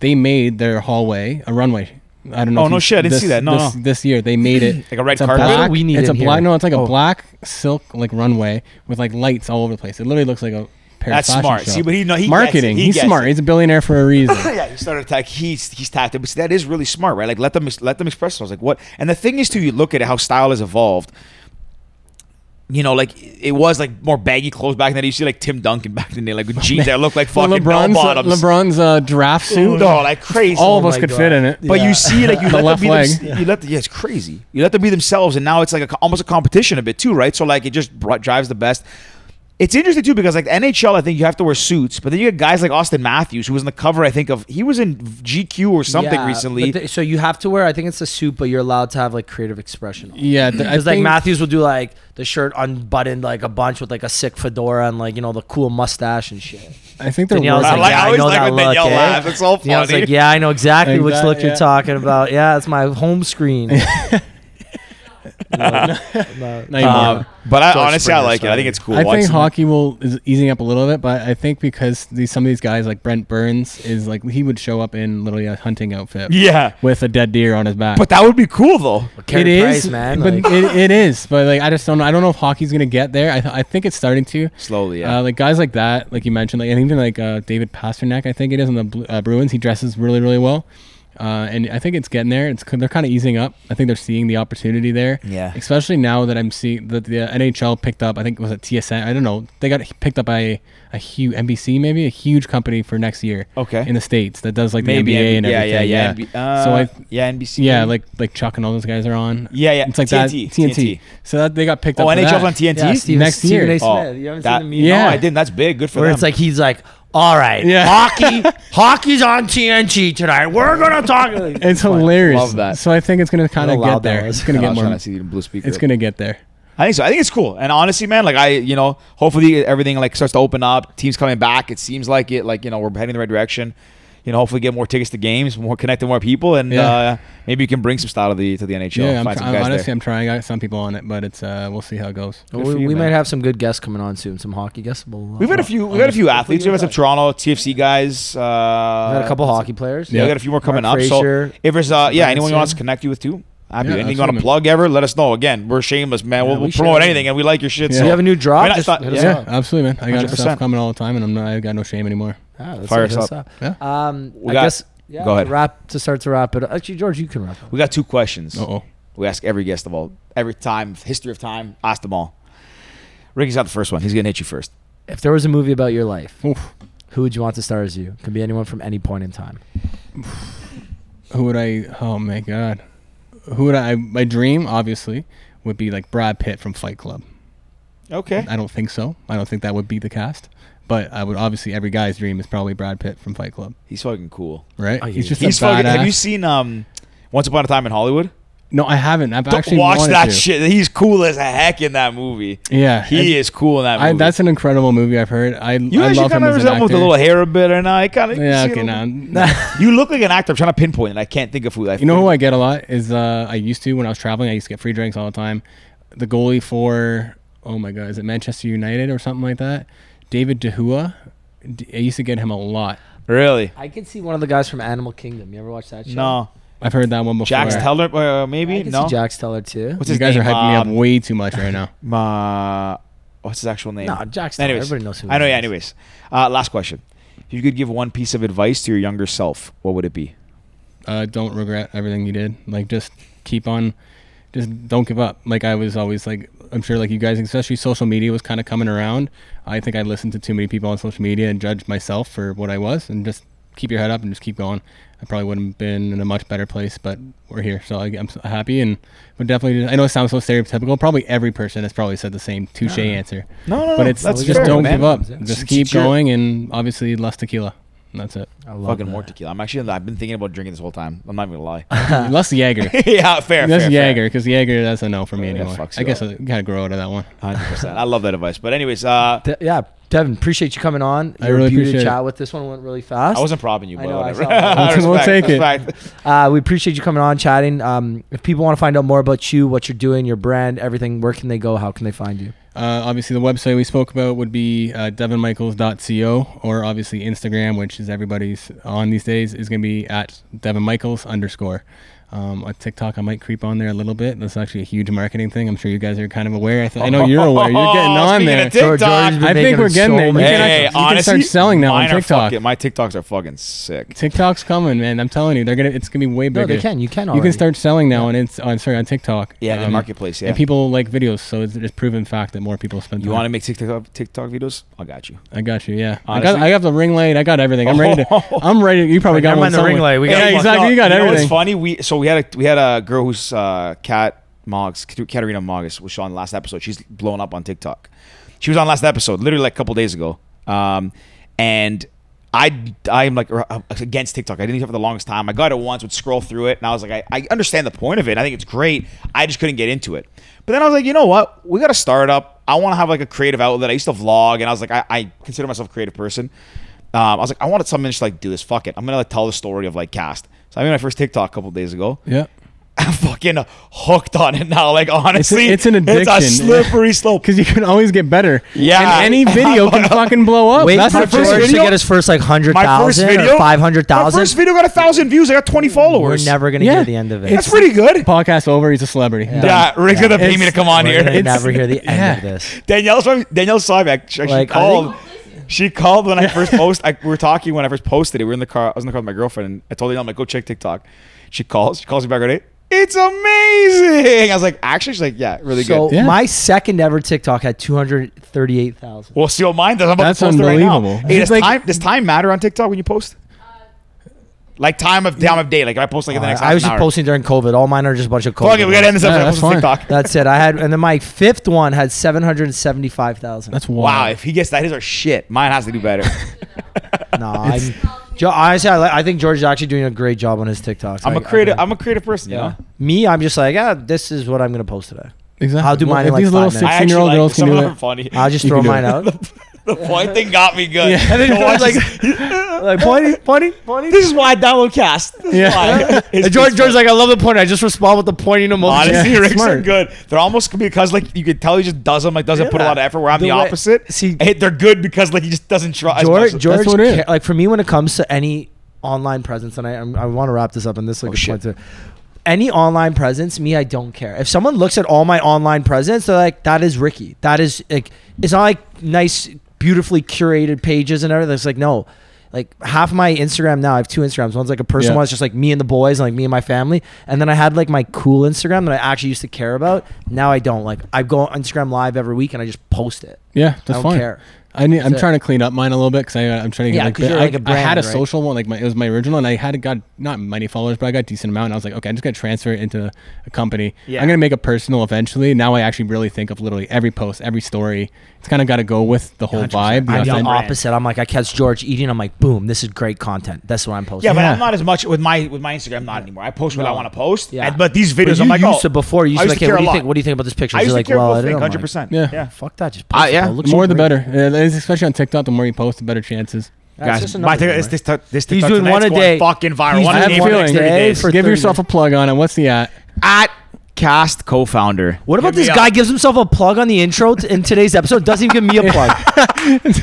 They made their hallway a runway. I don't know. Oh, if no you- shit, I didn't this- see that. No, this, no. this year they made it Like a red it's a carpet? Black, That's what we need It's a in black. here. No, it's like a Oh. black silk like runway with like lights all over the place. It literally looks like a. Pair That's of fashion smart. show. See, but he- no, he gets it. marketing. He he's gets smart. it. He's a billionaire for a reason. yeah, he started attack. He's he's tapped it, but see, that is really smart, right? Like let them let them express themselves. Like what? And the thing is, too, you look at how style has evolved. You know, like it was like more baggy clothes back in the day. You see like Tim Duncan back in the day, like with jeans that look like fucking bell LeBron's uh, bottoms. LeBron's uh, draft suit. no, like crazy. all of Oh us my could God. fit in it. But Yeah. you see, like you The let left them be leg. them, you let the, yeah, it's crazy. You let them be themselves, and now it's like a, co- almost a competition a bit too, right? So like it just bri- drives the best. It's interesting too because like the NHL, I think you have to wear suits, but then you get guys like Austin Matthews, who was on the cover, I think of he was in GQ or something Yeah, but recently. they- so you have to wear. I think it's a suit, but you're allowed to have like creative expression. on. Yeah, th- I Because like think- Matthews will do like the shirt unbuttoned like a bunch with like a sick fedora and like you know the cool mustache and shit. I think they're Danielle's worried. like, yeah, I know that when Danielle look, eh? laughs. It's all funny. Yeah, I was like, yeah, I know exactly which Exact- look yeah. you're talking about. Yeah, it's my home screen. No, no. Not anymore. Um, but I, George honestly, I Springer, like it. I sorry. think it's cool. I Watch think them. hockey will is easing up a little bit, but I think because these some of these guys like Brent Burns is like he would show up in literally a hunting outfit Yeah, with a dead deer on his back. but that would be cool though. Carey it Price, is, man. But like- it, it is, but like I just don't. know. I don't know if hockey's gonna get there. I, th- I think it's starting to. Slowly, yeah. Uh, like guys like that, like you mentioned, like and even like uh, David Pasternak, I think it is on the Blu- uh, Bruins. He dresses really, really well, uh, and I think it's getting there. It's they're kind of easing up. I think they're seeing the opportunity there. Yeah. Especially now that I'm seeing that the NHL picked up. I think was it TSN. I don't know. They got picked up by a, a huge NBC, maybe a huge company for next year. Okay. In the states that does like Maybe the NBA N- and yeah, everything. yeah, yeah. NB- uh, so I yeah, NBC. yeah, like like Chuck and all those guys are on. Yeah, yeah, It's like TNT. that TNT. So that they got picked oh, up. for NHL's that. on TNT. yeah, Stephen, next Stephen year. A. Smith. Oh, you haven't that- seen the meme? Yeah. No, I didn't. That's big. Good for Where them. it's like he's like, all right, Yeah. hockey, hockey's on TNT tonight. We're gonna talk. It's hilarious. Love that. So I think it's gonna kind How of loud that get there. was. It's gonna I get was more. trying to see it in blue speaker. It's gonna get there. I think so. I think it's cool. And honestly, man, like I, you know, hopefully everything like starts to open up. Teams coming back. It seems like it. Like you know, we're heading in the right direction. You know, hopefully get more tickets to games, more connect to more people, and Yeah. uh, maybe you can bring some style to the to the NHL. Yeah, I'm, find try- some guys I'm honestly there. Oh, I'm trying out some people on it, but it's uh we'll see how it goes. Good for we you, we man. might have some good guests coming on soon. Some hockey guests. We'll, uh, We've had a few. We've had a few athletes. We've had some Toronto TFC guys. Uh, we've had a couple hockey players. Yeah, we got a few more coming Mark up. So Frazier, if there's uh, yeah, anyone you want us to Branson. connect you with too, happy. Yeah, anything you want to absolutely. plug ever, let us know. Again, we're shameless, man. Yeah, we'll, we we'll promote should. anything, and we like your shit. Yeah. So If you have a new drop, I mean, I just thought- hit us Yeah. Yeah, up. absolutely, man. I got 100%. stuff coming all the time, and I'm not. I got no shame anymore. Yeah, Ah, let's Fire hit us up. Yeah. Um, We I got- guess. Yeah, go ahead. To wrap to start to wrap it. up. Actually, George, you can wrap. it up. we got two questions. Uh oh. We ask every guest of all, every time, history of time, ask them all. Ricky's not the first one. He's gonna hit you first. If there was a movie about your life, Oof. who would you want to star as you? Can be anyone from any point in time. Who would I? Oh my god. Who would I? My dream, obviously, would be like Brad Pitt from Fight Club. Okay. I don't think so. I don't think that would be the cast. But I would obviously every guy's dream is probably Brad Pitt from Fight Club, He's fucking cool. right? Oh, yeah, he's yeah. just He's a badass. fucking. Have you seen um, Once Upon a Time in Hollywood? no, I haven't. I've Don't actually watch wanted that to. shit. He's cool as a heck in that movie. Yeah, He I- is cool in that movie. I, that's an incredible movie. I've heard. I you I actually love kind him of as an resemble actor. with a little hair a bit, and I kind of yeah, okay, now You look like an actor. I'm trying to pinpoint it. I can't think of who. I You know who I get a lot is uh, I used to when I was traveling. I used to get free drinks all the time. The goalie for oh my god, is it Manchester United or something like that? David Dehua. D- I used to get him a lot. really? I can see one of the guys from Animal Kingdom. You ever watch that show? No, I've heard that one before. Jax Teller, uh, maybe I can no. see Jax Teller too. What's You his guys name? are hyping me up Um, way too much right now. Ma- what's his actual name? No, Jack Steller. Anyways, Everybody knows who I know. he Yeah. is. Anyways, uh, last question: If you could give one piece of advice to your younger self, what would it be? uh, don't regret everything you did. Like just keep on, just don't give up. Like I was always like, I'm sure like you guys, especially social media was kind of coming around. I think I listened to too many people on social media and judged myself for what I was, and just keep your head up and just keep going. I probably wouldn't have been in a much better place, but we're here, so I, I'm s- happy and but definitely. I know it sounds so stereotypical. Probably every person has probably said the same touche answer. No, no, but no, it's Oh, that's just fair, don't man. give up. Yeah. Just It's keep your- going, and obviously less tequila. And That's it. I love Fucking that. more tequila. I'm actually. I've been thinking about drinking this whole time. I'm not even gonna lie. less Jaeger. yeah, fair. That's fair, Jaeger, because Jaeger, that's a no for me Yeah, anymore. fucks I you guess up. I gotta grow out of that one. Hundred percent. I love that advice. But anyways, uh, De- yeah, Devin, appreciate you coming on. I You're a really beauty to appreciate it. chat with. This one went really fast. I wasn't probbing you, I but know, I whatever. saw that. I We'll respect, take it. respect. Uh, we appreciate you coming on, chatting. Um, if people want to find out more about you, what you're doing, your brand, everything, where can they go? How can they find you? Uh, obviously, the website we spoke about would be uh, devinmichaels.co, or obviously Instagram, which is everybody's on these days, is gonna be at devinmichaels underscore. Um, on TikTok, I might creep on there a little bit. That's actually a huge marketing thing. I'm sure you guys are kind of aware. I, th- I know you're aware. You're getting on Oh, Speaking there. of TikTok, Jordan's been I think making we're getting so there. You many- can actually- Hey, you can honestly, start selling now on mine are TikTok. fucking- my TikToks are fucking sick. TikTok's coming, man. I'm telling you, they're gonna. It's gonna be way bigger. No, they can. You can. You already. can start selling now on it's on sorry on TikTok. Yeah, the Um, marketplace. Yeah. And people like videos, so it's just proven fact that more people spend. you time. want to make TikTok TikTok videos? I got you. I got you. Yeah, I got. Honestly? I got the ring light. I got everything. I'm ready to. I'm ready. You probably got Never one. mind the ring somewhere. light, we got- yeah, exactly. You got know everything. what's funny? We so we had a we had a girl who's uh, Kat Moggs, Katarina Moggs was on last episode. She's blown up on TikTok. She was on last episode, literally like a couple days ago. Um, and I I'm like uh, against TikTok. I didn't use it for the longest time. I got it once, would scroll through it, and I was like, I, I understand the point of it. I think it's great. I just couldn't get into it. But then I was like, you know what? We got to start up. I want to have like a creative outlet. I used to vlog, and I was like, I, I consider myself a creative person. Um, I was like, I wanted something to just like do this. Fuck it. I'm gonna like, tell the story of like cast. So I made my first TikTok a couple days ago. Yeah. I'm fucking hooked on it now. Like honestly, it's an It's addiction. a slippery slope. Because you can always get better. Yeah. And any video can fucking blow up. Wait That's for the George first to video. get his first like hundred My first thousand video, or five hundred My first thousand. video got a thousand views. I got 20 We're followers. never gonna Yeah. hear the end of it. That's pretty good. Podcast over. He's a celebrity. Done. Yeah, Rick's gonna pay It's- me to come on We're gonna here. never hear the end yeah. of this. Danielle, Danielle Sivak, she, she Like, I called. She called when I first post. I, we were talking when I first posted it. We were in the car. I was in the car with my girlfriend, and I told her, "I'm like, go check TikTok." She calls. She calls me back right. It's amazing. I was like, actually, she's like, yeah, really So good. Yeah. my second ever TikTok had two hundred thirty-eight thousand. Well, see what mine does. I'm about That's to post it right now. unbelievable. Hey, It's does, like- time, does time matter on TikTok when you post? Like time of time of day. Like if I post like in the next. half Uh, I was an just hour. posting during COVID. All mine are just a bunch of COVID. Fuck it, we gotta end this Yeah, episode. I that's post fine. TikTok. That's it. I had, and then my fifth one had seven hundred seventy-five thousand. That's wild. Wow, if he gets that, his are shit. Mine has to do better. No, I'm, jo- honestly, I, li- I think George is actually doing a great job on his TikToks. I'm a I- creative. I'm a creative person. You know. Me, I'm just like, ah, this is what I'm gonna post today. Exactly. I'll do mine in, if like, these little five minutes. I 16 year old like, girls can some do of them are it. funny. I'll just You throw can do mine it. out. the point thing got me good. Yeah. And then George's like, like pointy, pointy, pointy. this is why I download Cast. This is Yeah. why. It's- And George, it's George's fun. like, I love the point. I just respond with the pointing emoji. Honestly, Yeah, Rick's are smart. good. They're almost because like you can tell he just does them. Like doesn't put a Yeah. lot of effort. Where I'm The the, way- opposite. see- Hey, they're good because like he just doesn't try. as much George, as- George, what it is. ca- like for me, when it comes to any online presence, and I I'm, I want to wrap this up, and this Oh, is like a good shit. point too. Any online presence, me, I don't care. If someone looks at all my online presence, they're like, "That is Ricky. That is like." It's not like nice, beautifully curated pages and everything. It's like no. like half of my Instagram now. I have two Instagrams. One's like a personal Yeah. one. It's just like me and the boys, and like me and my family. And then I had like my cool Instagram that I actually used to care about. Now I don't. Like I go on Instagram live every week and I just post it. Yeah, that's I don't fine. care. I need, I'm That's it. trying to clean up mine a little bit because I'm trying to get Yeah, like, 'cause bit- you're I, like a I had brand, a right? social one like my, it was my original and I had got not many followers but I got a decent amount and I was like okay I'm just gonna transfer it into a company Yeah. I'm gonna make a personal eventually now I actually really think of literally every post every story it's kind of got to go with the whole vibe you I'm know what I'm the saying? opposite. I'm like I catch George eating. I'm like boom, this is great content. That's what I'm posting. Yeah, but Yeah. I'm not as much with my with my Instagram. Not anymore. I post what I No. want to post. Yeah. And, but these But videos, you I'm like, used oh, to before. You used I to like, used to hey, care what a do you lot. think? What do you think about this picture? I You're used like, to care well, I about don't fake, know. I'm hundred like, percent. yeah, yeah. Fuck that. Just Uh, post it, yeah. bro. It looks the more so the great. better Uh, especially on TikTok the more you post the better chances That's Guys, just my another thing thing, is right? this. T- this He's TikTok's doing the one next a day. Fucking viral. He's one doing a day for one the a next thirty day days. for- give 30 yourself a plug on it what's the at At Cast co-founder. What Hit about me this up. guy gives himself a plug on the intro to, in today's episode? Doesn't even give me a plug.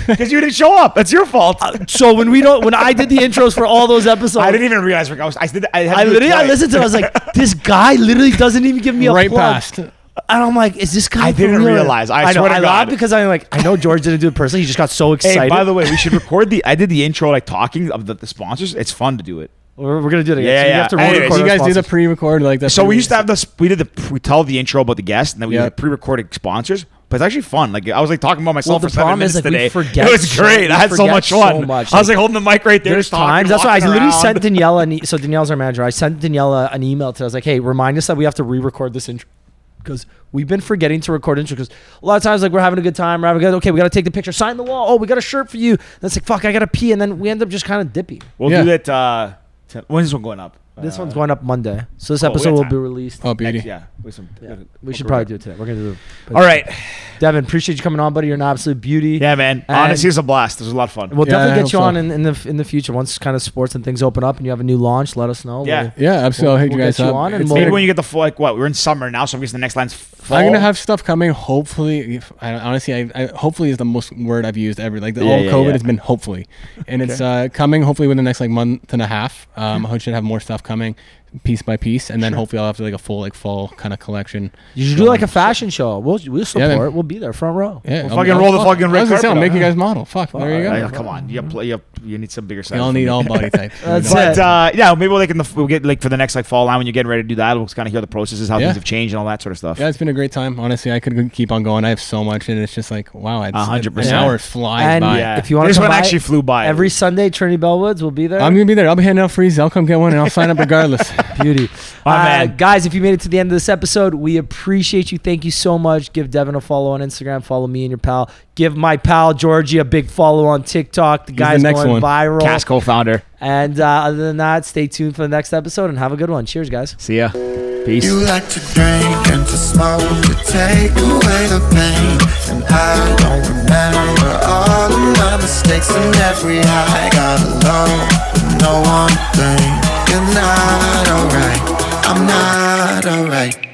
Because you didn't show up. That's your fault. so when we don't, when I did the intros for all those episodes, I didn't even realize. Rick, I was. I did. I, had I to do it literally, I twice. listened to. it. I was like, this guy literally doesn't even give me a right plug. past And I'm like, is this guy? I for didn't real? realize. I know. swear to I God. laughed because I'm like, I know George didn't do it personally. He just got so Hey, excited. by the way, we should record the. I did the intro like talking of the, the sponsors. It's fun to do it. we're, we're gonna do it Yeah, again. so You yeah. have to roll Anyways, record you guys do the responses. pre-record like that So we used to have this. We did the. We tell the intro about the guest, and then we Yeah. did pre-recorded sponsors. But it's actually fun. Like I was like talking about myself the for seven problem minutes is, like, we today. forget it was so- great. we I had so forget much so fun. much. I was like holding the mic right there. There's just talking, times. That's why I walking literally around. sent Daniela. An e- so Danielle's our manager. I sent Daniela an email today. I was like, "Hey, remind us that we have to re-record this intro because we've been forgetting to record intro. Because a lot of times, like we're having a good time, we're having a good. Okay, we got to take the picture, sign the wall. Oh, we got a shirt for you. That's like fuck. I got to pee, and then we end up just kind of dippy. We'll Yeah. do that. Uh, t- when's this one going up? This Uh, one's going up Monday, so this cool, we episode got will time. be released. oh beauty Yeah, with some, Yeah, we should probably do it today. We're gonna do it. All right, Devin, appreciate you coming on, buddy. You're an absolute beauty. yeah, man. And- Honestly, it's a blast. It was a lot of fun. We'll Yeah, I definitely hope get you so. on in, in the in the future once kind of sports and things open up and you have a new launch. Let us know. Yeah. We'll- yeah absolutely We'll- I'll hit you we'll guys get you up on and It's we'll- Maybe been a when you get the full, like what we're in summer now, so I'm guessing the next line's fall. uh, I'm gonna have stuff coming. Hopefully, if, I, honestly, I, I hopefully is the most word I've used ever. Like the Yeah, all yeah, COVID yeah. has been hopefully, and it's uh, coming hopefully within the next like month and a half. Hmm. Um, I should have more stuff coming, piece by piece, and then hopefully I'll have like a full like fall kind of collection. You should do like a fashion show. We'll we'll Yeah, support. man. we'll be there front row. Yeah, We'll fucking roll the fucking I red was gonna say, I'll carpet make out. you guys model. Fuck, there you go. Like, come on, you, pl- you, you need some bigger size. We all from need me. all body types. That's it. But uh, yeah, maybe we'll like in the we'll get like for the next like fall line when you're getting ready to do that, we'll kind of hear the processes, how Yeah. things have changed, and all that sort of stuff. Yeah, it's been a great time. Honestly, I could keep on going. I have so much, and it's just like wow, it's, A hundred an percent. hour flies And by. Yeah. if you want to This come one by, actually flew by. every Sunday, Trinity Bellwoods will be there. I'm gonna be there. I'll be handing out freeze. I'll come get one, and I'll sign up regardless. beauty. My Uh, man. Guys, if you made it to the end of this episode, we appreciate you. Thank you so much. Give Devin a follow on Instagram. Follow me and your pal. Give my pal Georgie a big follow on TikTok. The guy's next going one. viral. Cast co-founder. And uh, other than that, stay tuned for the next episode and have a good one. Cheers, guys. See ya. Peace. You like to drink and to smoke to take away the pain. And I don't remember all of my mistakes and every high I got alone. No one thing. You're not alright. I'm not alright.